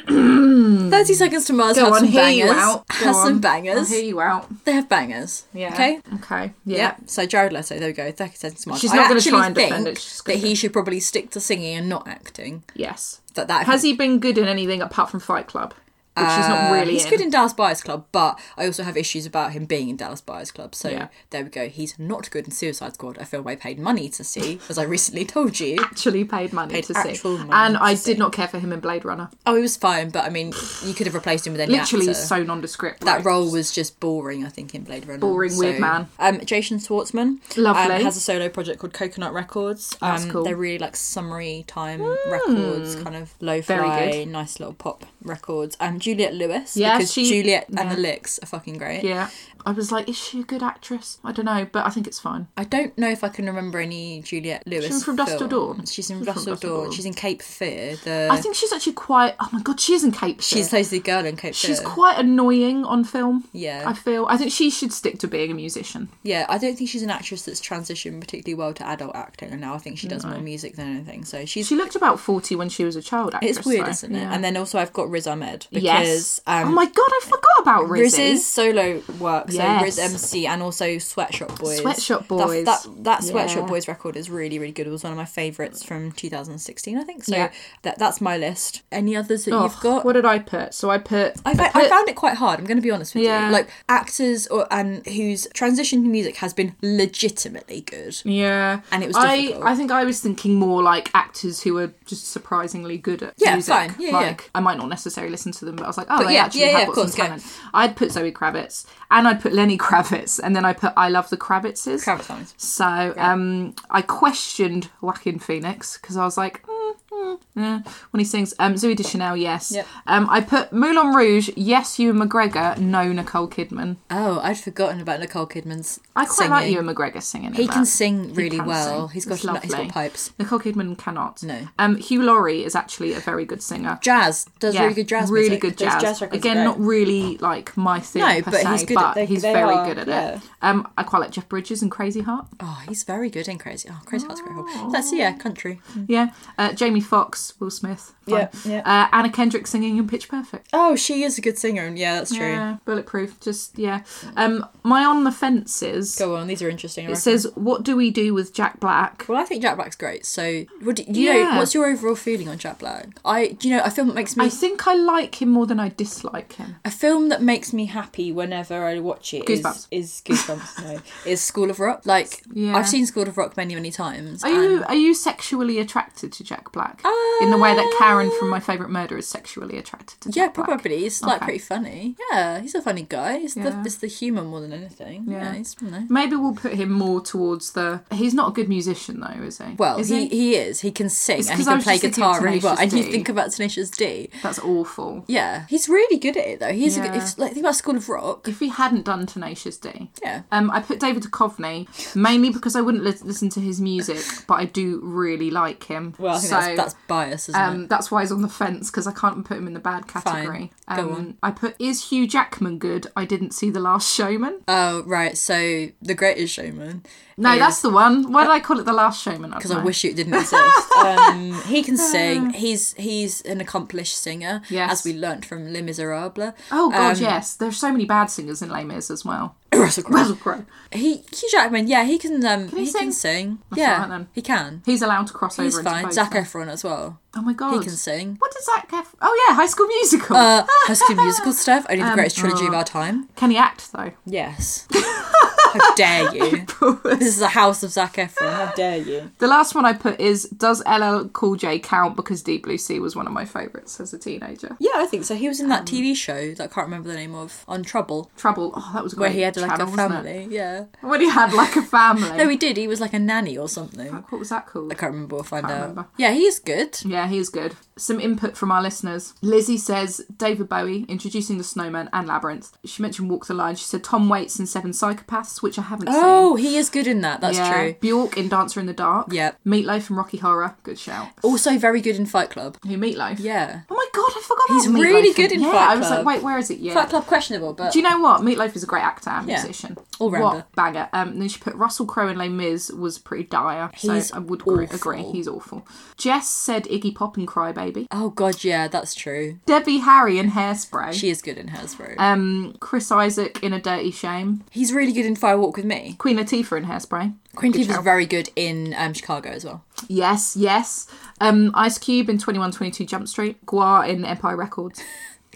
Thirty Seconds to Mars Go has on, some hear you bangers. out. Go Has some on. bangers. I'll hear you out. They have bangers. Yeah. Okay. Okay. Yeah. Yeah. So Jared Leto, there we go. Thirty Seconds to Mars. She's I not gonna actually try and think defend it, she's just that gonna he should probably stick to singing and not acting. Yes. That that Has he been good in anything apart from Fight Club? Which he's not really. Uh, He's in. good in Dallas Buyers Club, but I also have issues about him being in Dallas Buyers Club. So Yeah. there we go. He's not good in Suicide Squad, a film I paid money to see, as I recently told you. Actually paid money Paid to see, actual money and to I see. did not care for him in Blade Runner. Oh, he was fine, but I mean, you could have replaced him with any Literally, actor. he's so nondescript. that like, role was just boring, I think, in Blade Runner. Boring, So, weird man. Um, Jason Schwartzman, Lovely. um, has a solo project called Coconut Records. Um, That's cool. Hmm. They're really like summery time records, kind of Very lo-fi, good. nice little pop records. Um, Juliet Lewis, Yeah, because she- Juliet and yeah. the Licks are fucking great. Yeah. I was like, is she a good actress? I don't know, but I think it's fine. I don't know if I can remember any Juliet Lewis. in From Dusk Till Dawn? films. She's in She's Dusk from Till Dusk Till Dawn. Dawn. She's in Cape Fear. The I think she's actually quite. Oh my god, she is in Cape. Fear. she's supposed to be the girl in Cape She's Fear. quite annoying on film. Yeah. I feel. I think she should stick to being a musician. Yeah, I don't think she's an actress that's transitioned particularly well to adult acting, and now I think she does more music than anything. So she's She looked about 40 when she was a child actress. it's weird, though. isn't it? Yeah. And then also I've got Riz Ahmed because yes. um, oh my god, I forgot about Rizzy. Riz's solo work, so Yes. Riz MC and also Sweatshop Boys. That Sweatshop Boys. that, that Sweatshop Yeah. Boys record is really really good. It was one of my favorites from 2016, I think. So Yeah. that that's my list. Any others that Oh, you've got? What did I put? So I put. I, fa- I found it quite hard. I'm going to be honest with Yeah. you. Like actors or and whose transition to music has been legitimately good. Yeah, And it was I, difficult. I think I was thinking more like actors who are just surprisingly good at Yeah, music. fine. Yeah, yeah. like I might not necessarily listen to them, but I was like, oh, But they yeah, actually yeah, have yeah, of got course, some go. talent. I'd put Zoe Kravitz and I'd put Lenny Kravitz, and then I put I love the Kravitzes. Kravitz ones. So um, I questioned Joaquin Phoenix because I was like, mm, mm, eh, when he sings um, Zoe Deschanel, yes. Yep. Um, I put Moulin Rouge, yes, Ewan McGregor, no, Nicole Kidman. Oh, I'd forgotten about Nicole Kidman's. I quite like singing. Ewan McGregor singing. in He can that. sing He really can well. sing. He's got It's a lot- he's got lovely. pipes. Nicole Kidman cannot. No. Um, Hugh Laurie is actually a very good singer. Jazz does Yeah, really good jazz. Really music. good Those records jazz. are Again, great. not really like my thing. No, per but se, he's good at- But they- he's they very are, good at yeah. it. Um, I quite like Jeff Bridges and Crazy Heart. Oh, he's very good in Crazy. Oh, Crazy Heart's great. That's yeah, country. Yeah. Uh, Jamie Foxx, Will Smith. fine. Mm. Yeah, yeah. Uh, Anna Kendrick singing in Pitch Perfect. Oh, she is a good singer. and Yeah, that's true. Yeah. Bulletproof. Just yeah. Um, my on the fences. Go on, Oh, these are interesting. I It reckon. says, "What do we do with Jack Black?" Well, I think Jack Black's great. So, what do, you know, Yeah. what's your overall feeling on Jack Black? I, do you know, a film that makes me, I think I like him more than I dislike him. a film that makes me happy whenever I watch it is Goosebumps. is Goosebumps. no, is School of Rock. Like, Yeah. I've seen School of Rock many, many times. Are you are you sexually attracted to Jack Black in the way that Karen from My Favorite Murder is sexually attracted to? Jack Uh, Yeah, Black? probably. It's like Okay. pretty funny. Yeah, he's a funny guy. It's the Yeah. it's the humour more than anything. Yeah, Yeah. he's you know. Maybe we'll put him more towards the. He's not a good musician though, is he? Well, is he, he? is. He can sing and he 'cause I can was play just thinking guitar of really well. And Tenacious you D. think about Tenacious D. That's awful. Yeah, he's really good at it though. He's a good, Yeah. if, like think about School of Rock. If he hadn't done Tenacious D, Yeah. um, I put David Duchovny mainly because I wouldn't li- listen to his music, but I do really like him. Well, I think so that's, That's bias, isn't Um, that's why he's on the fence because I can't put him in the bad category. Fine. Go Um, on. I put is Hugh Jackman good? I didn't see the Last Showman. it? Oh, right. So The Greatest Showman. no, that's the one. Why did I call it the Last Showman? because I wish it didn't exist. um, he can sing. He's he's an accomplished singer, Yes. as we learnt from Les Miserables. Oh god, Um, yes. There's so many bad singers in Les Mis as well. Russell Crowe. Russell Crowe. He Hugh Jackman, yeah, he can. Um, he he can sing? sing. That's yeah, all right then. he can. He's allowed to cross He's over into fine. both Zac now. Efron as well. Oh my god, He can sing. What does Zac Efron? Oh yeah, High School Musical. Uh, High School Musical stuff. Only the Um, greatest trilogy of our time. can he act though? Yes. How dare you? this is the house of Zac Efron. How dare you? The last one I put is Does LL Cool J count? Because Deep Blue Sea was one of my favourites as a teenager. Yeah, I think so. He was in that TV show that I can't remember the name of on Trouble, Trouble. Oh, that was a great. where he had like channel, a wasn't it? family. Yeah. When he had like a family. No, he did. He was like a nanny or something. What was that called? I can't remember. We'll find out. remember. Yeah, he is good. Yeah, he's good. Some input from our listeners. Lizzie says David Bowie introducing the Snowman and Labyrinth. She mentioned Walk the Line. She said Tom Waits in Seven Psychopaths, which I haven't seen. Oh, he is good in that. That's yeah. true. Bjork in Dancer in the Dark. Yep. Meatloaf from Rocky Horror. Good shout. Also, very good in Fight Club. Who Meatloaf? Yeah. Oh my god, I forgot. He's about really Meatloaf. good in yeah, Fight I was Club. like, wait, where is it? Yeah. Fight Club questionable, but Do you know what? Meatloaf is a great actor and Yeah. musician. All-rounder. What banger. Um, and then she put Russell Crowe in Les Mis was pretty dire. He's so I would agree, awful. agree. He's awful. Jess said Iggy Pop and Crybaby. oh god, yeah, that's true. Debbie Harry in Hairspray. She is good in Hairspray. um, Chris Isaac in A Dirty Shame. He's really good in Fire Walk with Me. Queen Latifah in Hairspray. Queen Good Latifah's shout. very good in um, Chicago as well. Yes, yes. Um, Ice Cube in 2122 Jump Street. Gua in Empire Records.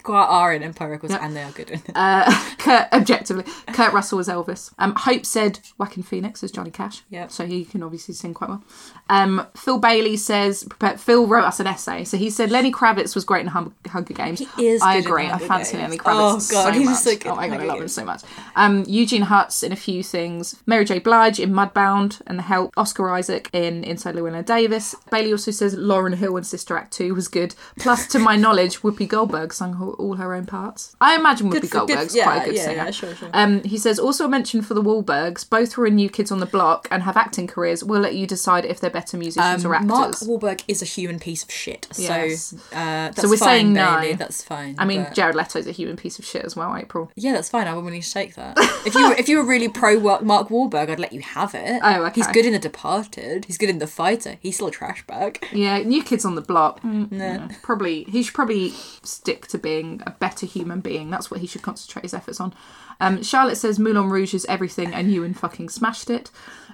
Quite are in Empire Records, Yep. and they are good in. Kurt, objectively, Kurt Russell was Elvis. Um, Hope said Whacking Phoenix is Johnny Cash. Yep. So he can obviously sing quite well. Um, Phil Bailey says prepare, Phil wrote us an essay. So he said Lenny Kravitz was great in Hum- Hunger Games. He is I good in agree. I Hunger fancy Games. Lenny Kravitz. Oh, so God, much. he's so good Oh my in god, I Hunger love him Games. so much. Um, Eugene Hutz in a few things. Mary J. Blige in Mudbound and The Help. Oscar Isaac in Inside Llewellyn Davis. Bailey also says Lauren Hill in Sister Act 2 was good. Plus, to my knowledge, Whoopi Goldberg sung her- all her own parts. I imagine Good Whoopi for- good- Goldberg's yeah, quite a good yeah, singer. yeah, sure, sure. Um, he says also a mention for the Wahlbergs. Both were in New Kids on the Block and have acting careers. We'll let you decide if they're better musicians or actors. Um, Mark Wahlberg is a human piece of shit. Yes. So, uh, that's we're fine, saying no. Bailey, That's fine. I mean, but- Jared Leto's a human piece of shit as well. April. Yeah, that's fine. I would willing to take that. If you were, if you were really pro Mark Mark Wahlberg, I'd let you have it. Oh, okay. He's good in The Departed. He's good in The Fighter. He's still a trash bag. Yeah, New Kids on the Block. mm, yeah. Probably he should probably stick to being a better human being. That's what he should concentrate his efforts on. Um, Charlotte says Moulin Rouge is everything, and Ewan fucking smashed it.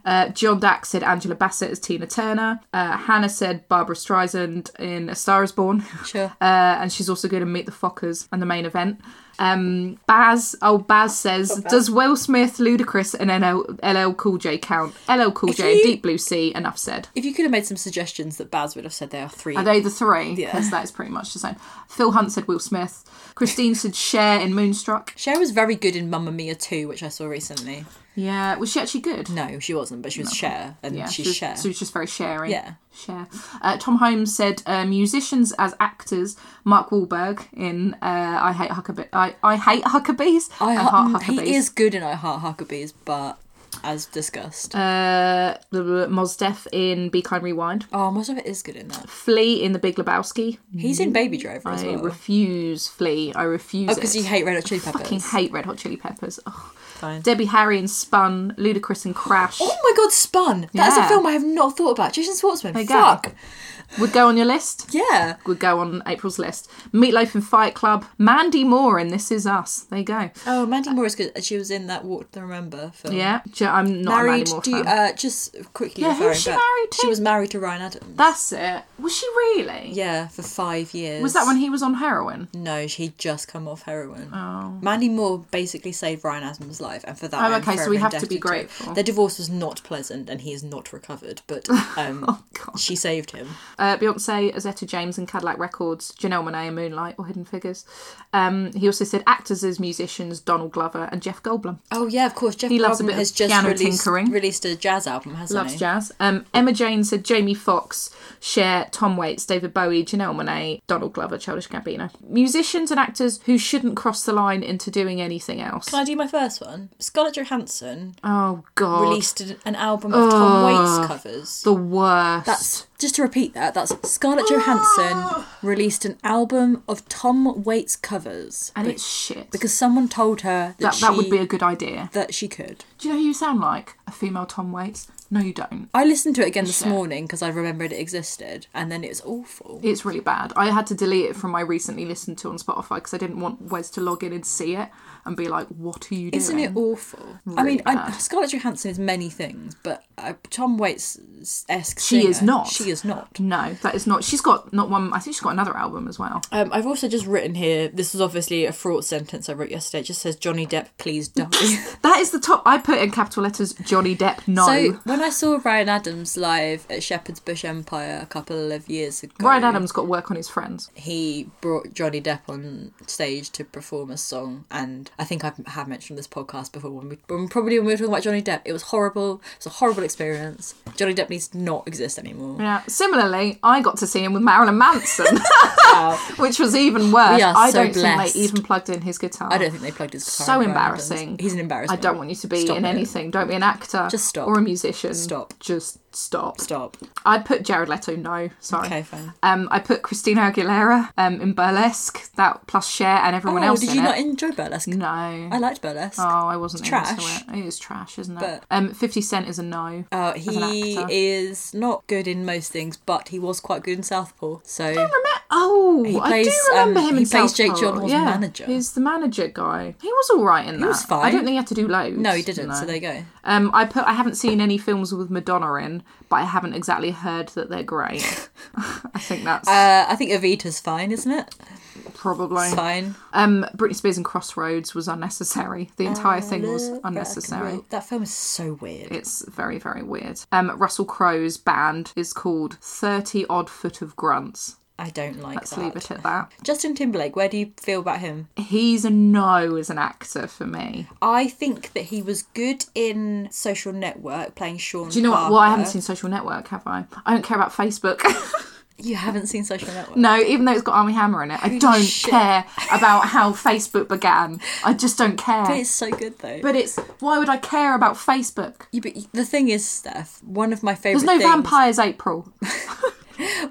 Uh, John Dax said Angela Bassett as Tina Turner. Uh, Hannah said Barbara Streisand in A Star Is Born. Sure. Uh, and she's also going to meet the Fockers and the main event. Um, Baz, oh Baz says, does Will Smith, Ludacris, and LL, LL Cool J count? LL Cool J, you- Deep Blue Sea. Enough said. If you could have made some suggestions that Baz would have said, there are three. Are they the three? Because that is pretty much the same. Phil Hunt said Will Smith. Christine said Cher in Moonstruck. Cher was very good in Mamma Mia 2, which I saw recently. Yeah, was she actually good? No, she wasn't, but she was Cher, and Yeah, she's she was, Cher. she was just very sharing. Yeah. Cher. Uh, Tom Holmes said uh, musicians as actors. Mark Wahlberg in uh, I hate Huckabee. I, I hate Huckabees. I, heart heart, Huckabees. he is good in I Heart Huckabees, but as discussed. Uh, blah, blah, blah, Mos Def in Be Kind Rewind. oh, most of it is good in that. Flea in The Big Lebowski. He's in Baby Driver as I well. refuse Flea. I refuse. oh, because it. you hate Red Hot Chili Peppers. Fucking hate Red Hot Chili Peppers. Oh. Fine. Debbie Harry and Spun, Ludacris and Crash Oh my god, Spun! That's Yeah. a film I have not thought about. Jason Schwartzman. you go. Fuck. would go on your list. Yeah. Would go on April's list. Meatloaf and Fight Club, Mandy Moore and This Is Us. There you go. Oh, Mandy Moore is good. She was in that Walk to Remember film. Yeah, J- I'm not a Married Mandy Moore to, fan. uh, just quickly Yeah, who's referring she back, married to? She was married to Ryan Adams. That's it. Was she really? Yeah, for five years. Was that when he was on heroin? No, she'd just come off heroin. Oh. Mandy Moore basically saved Ryan Adams' life, and for that, Oh, I am okay, so forever we have to be indebted her. grateful. Their divorce was not pleasant, and he is not recovered, but um, she saved him. Uh, Beyonce, Azetta James and Cadillac Records, Janelle Monae and Moonlight or Hidden Figures. Um, he also said actors as musicians, Donald Glover and Jeff Goldblum. Oh, yeah, of course. Jeff He loves a Goldblum bit of has just piano released, tinkering. released a jazz album, hasn't Loves he? jazz. Um, Emma Jane said Jamie Foxx, Cher, Tom Waits, David Bowie, Janelle Monae, Donald Glover, Childish Gambino. Musicians and actors who shouldn't cross the line into doing anything else. Can I do my first one? Scarlett Johansson oh God, Ah, released an, an album of Tom Waits covers. the worst. That's just to repeat that, that's Scarlett Johansson Ah. released an album of Tom Waits covers and it's shit. because someone told her that that, she, that would be a good idea. that she could. Do you know who you sound like? A female Tom Waits? No, you don't. I listened to it again this Shit. morning because I remembered it existed, and then it's awful. It's really bad. I had to delete it from my recently listened to on Spotify because I didn't want Wes to log in and see it and be like, "What are you doing?" Isn't it awful? I Really mean, I, bad. Scarlett Johansson is many things, but uh, Tom Waits esque. She is not. She is not. No, that is not. She's got not one. I think she's got another album as well. Um, I've also just written here. This was obviously a fraught sentence I wrote yesterday. It just says Johnny Depp, please die. That is the top. I put in capital letters Johnny Depp. No. So when I saw Ryan Adams live at Shepherd's Bush Empire a couple of years ago, Ryan Adams got work on his friends. he brought Johnny Depp on stage to perform a song, and I think I have mentioned this podcast before when we when, probably when we were talking about Johnny Depp. It was horrible. It was a horrible experience. Johnny Depp needs to not exist anymore. Now, similarly, I got to see him with Marilyn Manson, which was even worse. We are I so don't think blessed. they even plugged in his guitar. I don't think they plugged his guitar. so in Bryan Adams. embarrassing. He's an embarrassment. I don't want you to be Stop in it. anything. Don't be an actor. Just stop. Or a musician. Stop. Just stop. Stop. I'd put Jared Leto. No, sorry. Okay, fine. Um, I put Christina Aguilera um, in Burlesque. That plus Cher and everyone Oh, else. did in you it. not enjoy burlesque? No. I liked burlesque. Oh, I wasn't It's into trash. it. It is trash, isn't it? But- um, Fifty Cent is a no. Uh, as an he actor. is not good in most things, but he was quite good in Southpaw. So Remem- Oh, He I plays, do remember um, him. he in plays Southpaw. Jake Gyllenhaal's yeah, manager. He's the manager guy. He was all right in that. was I fine. don't think he had to do loads. no, he didn't. No. So there you go. Um, I put. I haven't seen any films with Madonna in, but I haven't exactly heard that they're great. I think that's Uh, I think Evita's fine, isn't it? probably It's fine. Um, Britney Spears and Crossroads was unnecessary. The Oh, entire thing was unnecessary. That film is so weird. It's very, very weird. Um, Russell Crowe's band is called Thirty Odd Foot of Grunts. I don't like Let's that. leave it at that. Justin Timberlake, where do you feel about him? He's a no as an actor for me. I think that he was good in Social Network, playing Sean. Do you know what? Parker. Well, I haven't seen Social Network, have I? I don't care about Facebook. You haven't seen Social Network. no, even though it's got Army Hammer in it, I don't shit. care about how Facebook began. I just don't care. But it's so good though. But it's why would I care about Facebook? Yeah, but the thing is, Steph, one of my favorite There's no things, vampires, April.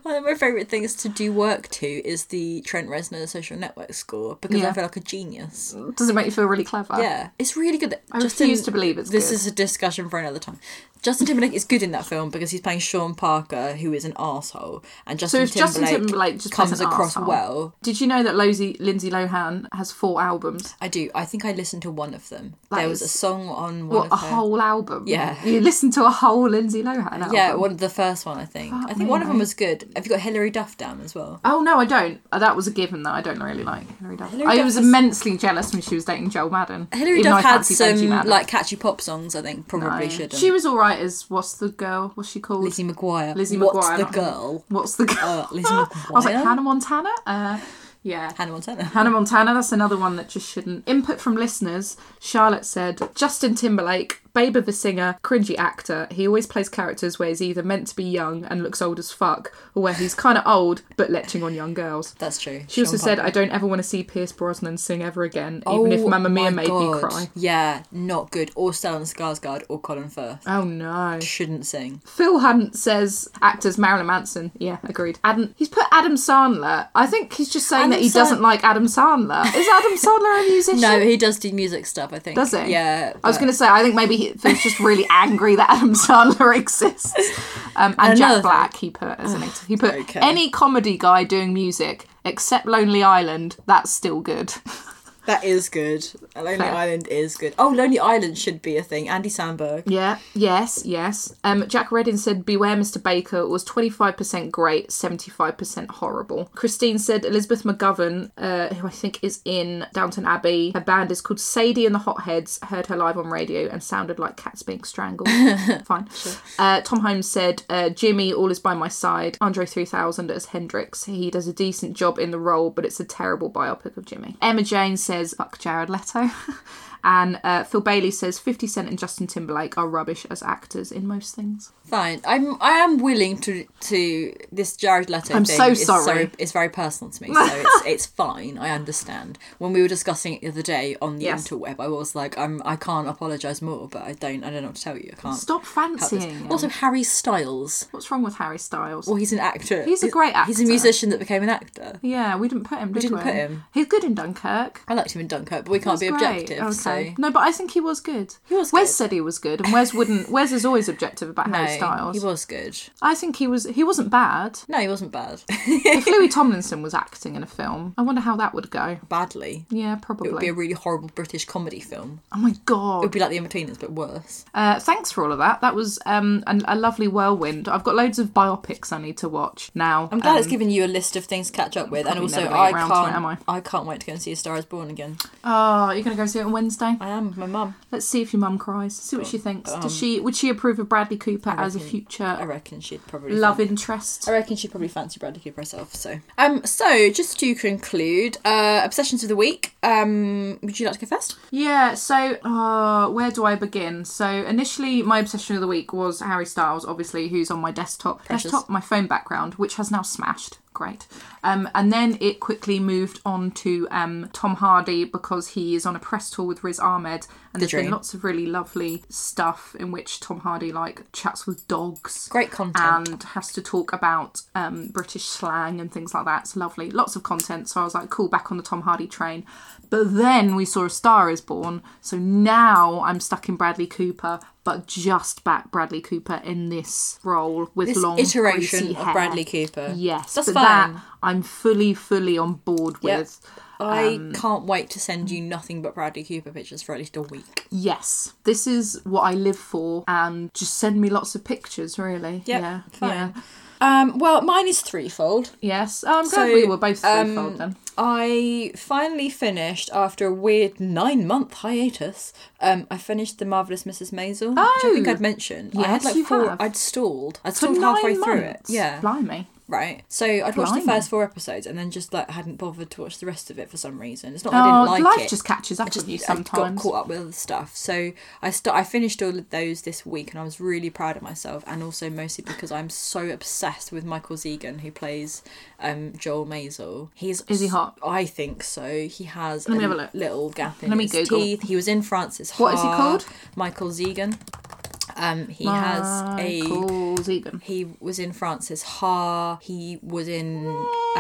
One of my favorite things to do work to is the Trent Reznor Social Network score because Yeah. I feel like a genius. Does it make you feel really clever? Yeah, it's really good. I refuse to believe it's This good. is a discussion for another time. Justin Timberlake is good in that film because he's playing Sean Parker, who is an asshole, and Justin if Justin Timberlake, Timberlake just plays comes an across arsehole. well. Did you know that Lindsay, Lindsay Lohan has four albums? I do. I think I listened to one of them. That there is- was a song on one What, of a her- whole album? Yeah. You listen to a whole Lindsay Lohan album? Yeah, one the first one I think. I think me, one of them mate. was good. Have you got Hilary Duff down as well? Oh no, I don't. Uh, That was a given that I don't really like Hilary Duff. Hilary I Duff was is- immensely jealous when she was dating Joel Madden. Hilary even though Duff I had fancy Benji some Madden. like catchy pop songs. I think probably No. should. She was all right as what's the girl? What's she called? Lizzie McGuire. Lizzie What's McGuire, the not- girl? What's the girl? Uh, Lizzie I was like McGuire? Hannah Montana. Uh, yeah. Hannah Montana. Hannah Montana, that's another one that just shouldn't. Input from listeners Charlotte said Justin Timberlake, Babe of the singer, cringy actor. He always plays characters where he's either meant to be young and looks old as fuck, or where he's kind of old but leching on young girls. That's true. She Sean also said, Parker. I don't ever want to see Pierce Brosnan sing ever again, even if Oh Mamma Mia my made me God. cry. Yeah, not good. Or Stellan Skarsgård or Colin Firth. Oh no. Shouldn't sing. Phil Hunt says actors Marilyn Manson. Yeah, agreed. Adam, he's put Adam Sandler. I think he's just saying Adam that he San- doesn't like Adam Sandler. Is Adam Sandler a musician? No, he does do music stuff, I think. Does he? Yeah. I was but- going to say, I think maybe he, Phil's just really angry that Adam Sandler exists. Um, and Another Jack thing. Black, he put as an ex- he put any comedy guy doing music except Lonely Island. That's still good. That is good. Lonely Fair. Island is good. Oh, Lonely Island should be a thing. Andy Samberg. Yeah. Yes. Yes. Um, Jack Reddin said, "Beware, Mr. Baker." Was twenty five percent great, seventy five percent horrible. Christine said, "Elizabeth McGovern, uh, who I think is in Downton Abbey, her band is called Sadie and the Hotheads. Heard her live on radio and sounded like cats being strangled." Fine. Uh, Tom Holmes said, uh, "Jimmy, all is by my side." Andre three thousand as Hendrix. He does a decent job in the role, but it's a terrible biopic of Jimmy. Emma Jane said says, fuck Jared Leto. and uh, Phil Bailey says, 50 Cent and Justin Timberlake are rubbish as actors in most things. Fine. I'm I am willing to to this Jared Leto I'm thing so is sorry. it's very personal to me, so it's it's fine. I understand. When we were discussing it the other day on the Yes. interweb, I was like, I'm I can't apologise more, but I don't I don't know what to tell you. I can't Stop help this. fancying. him. Also Harry Styles. What's wrong with Harry Styles? Well he's an actor. He's a great He's a actor. musician that became an actor. yeah, we didn't put him. Did we didn't put him. He's good in Dunkirk. I liked him in Dunkirk, but we can't be He was great. objective, so No, but I think he was good. He was Wes good. said he was good, and Wes wouldn't. Wes is always objective about no, Harry Styles. he was good. I think he was. He wasn't bad. No, he wasn't bad. If Louis Tomlinson was acting in a film, I wonder how that would go. Badly. Yeah, It would probably. be a really horrible British comedy film. oh my It would god! be like The Inbetweeners, but worse. Uh, thanks for all of that. That was um, an, a lovely whirlwind. I've got loads of biopics I need to watch now. I'm glad Um, it's given you a list of things to catch up with, and probably also never gonna I get can't. round to it, I? am I? can't wait to go and see A Star Is Born again. Oh, you're gonna go see it on Wednesday. I am with my mum. Let's see if your mum cries. See what she thinks. Does she? Would she approve of Bradley Cooper as a I future reckon she'd probably love fan- interest? I reckon she'd probably fancy Bradley Cooper herself. So, um, so just to conclude, uh, obsessions of the week. Um, would you like to go first? Yeah, so uh, where do I begin? So initially, my obsession of the week was Harry Styles, obviously, who's on my desktop, desktop, my phone background, which has now smashed. Great. Um, and then it quickly moved on to um, Tom Hardy because he is on a press tour with Riz Ahmed, and there's been dream. lots of really lovely stuff in which Tom Hardy like chats with dogs. Great content. And has to talk about um, British slang and things like that. It's lovely. Lots of content. So I was like, cool, back on the Tom Hardy train. But then we saw A Star is Born. So now I'm stuck in Bradley Cooper, but just back Bradley Cooper in this role with This long iteration greasy of hair. Bradley Cooper. Yes. That's but fine. that I'm fully, fully on board Yep. with. I um, can't wait to send you nothing but Bradley Cooper pictures for at least a week. Yes. This is what I live for. And just send me lots of pictures, really. Yep, yeah. fine. Yeah. Um, well, mine is threefold. Yes. Oh, I'm glad So, we were both um, threefold then. I finally finished after a weird nine month hiatus. Um, I finished the marvelous Mrs. Maisel, which I think Oh. I'd mentioned. I Yes, had like you four. have. I'd stalled. I'd For stalled nine halfway through it. months? Yeah, Blimey. right. So I'd watched the Blimey. first four episodes and then just like hadn't bothered to watch the rest of it for some reason. It's not that Oh, I didn't like life it. just catches up with you I got sometimes. caught up with other stuff. So I st- I finished all of those this week, and I was really proud of myself, and also mostly because I'm so obsessed with Michael Zegan, who plays um, Joel Mazel. He's Is he hot? I think so. He has me a have a look. little gap in Let me his Google. teeth. He was in Francis. Ha, What is he called? Michael Zegan. Um, he has a. Michael Zegan. He was in Francis Ha. He was in.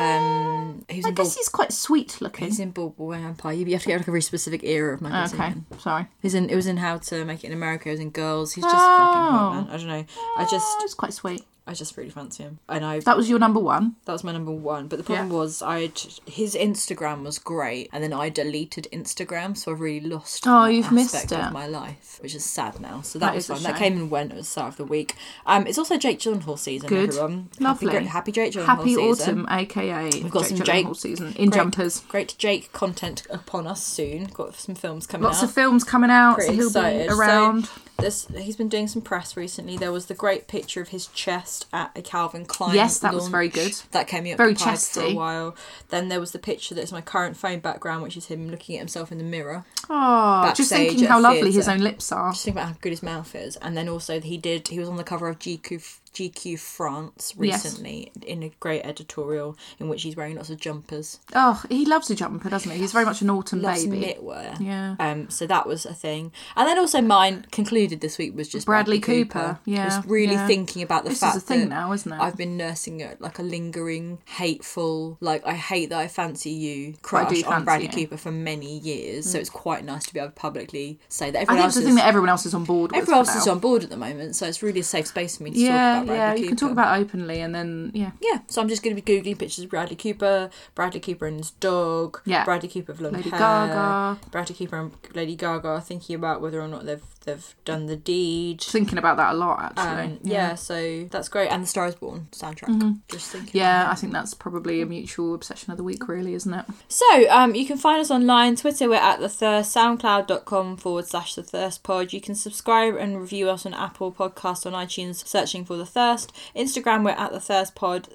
Um, he was I in. Bull- guess he's quite sweet looking. Oh, He's in Bulbul Empire. You have to get like a very specific era of Michael Okay, Zegan. sorry. He's in. It was in How to Make It in America. It was in Girls. He's just Oh. fucking hot, man. I don't know. I Oh, just, it's quite sweet. I just really fancy him, and I that, That was your number one. was my number one. But the problem Yeah. was, I his Instagram was great, and then I deleted Instagram, so I've really lost. Oh, that you've missed aspect it. of my life, which is sad now. So that, That was is a fun. That shame. came and went at the start of the week. Um, it's also Jake Gyllenhaal season. Good. everyone. Lovely. happy, happy Jake Gyllenhaal Happy season. autumn, aka We've got some Jake Jake Gyllenhaal season in great, jumpers. Great Jake content upon us soon. Got some films coming. Lots out. of films coming out, so pretty he'll excited. be So, around. this, he's been doing some press recently. There was the great picture of his chest at a Calvin Klein. Yes, that was launch very good. That came up Very in Pied for chesty. a while. Then there was the picture that's my current phone background, which is him looking at himself in the mirror. oh, just backstage thinking at a how lovely his theatre. own lips are. Just think about how good his mouth is. And then also he did. He was on the cover of GQ. f- GQ France Yes. recently in a great editorial in which he's wearing lots of jumpers, Oh, he loves a jumper, doesn't he? He's very much an autumn lots of baby. knitwear. Yeah. Um. So that was a thing, and then also mine concluded this week was just Bradley Bradley, Cooper. Yeah, was really yeah. thinking about the This is fact a thing that now, isn't it? I've been nursing a, like a lingering, hateful, like I hate that I fancy you crush do fancy on Bradley you. Mm. Cooper for many years. So it's quite nice to be able to publicly say that. I Everyone think else it's the is, thing that everyone else is on board with. everyone for else is now. on board at the moment, so it's really a safe space for me to Yeah, talk about Bradley yeah. Cooper. You can talk about it openly, and then yeah, Yeah, so I'm just going to be googling pictures of Bradley Cooper, Bradley Cooper and his dog, Yeah. Bradley Cooper with long Lady hair, Gaga. Bradley Cooper and Lady Gaga, thinking about whether or not they've they've done the deed. thinking about that a lot actually. Um, yeah. so that's great, and the Star Is Born soundtrack. Just thinking. Mm-hmm. Yeah, I think that's probably a mutual obsession of the week, really, isn't it? So, um, you can find us online, Twitter, we're at the thirst, soundcloud.com forward slash the thirst pod. You can subscribe and review us on Apple Podcasts on iTunes, searching for the Thirst. Instagram, we're at the Thirst Pod.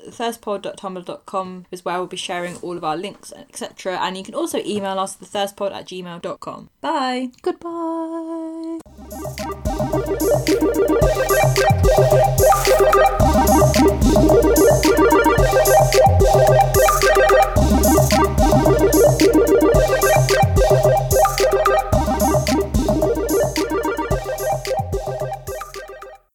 Thirstpod.tumblr.com is where we'll be sharing all of our links, etc. And you can also email us, thethirstpod at gmail.com. Bye. Goodbye.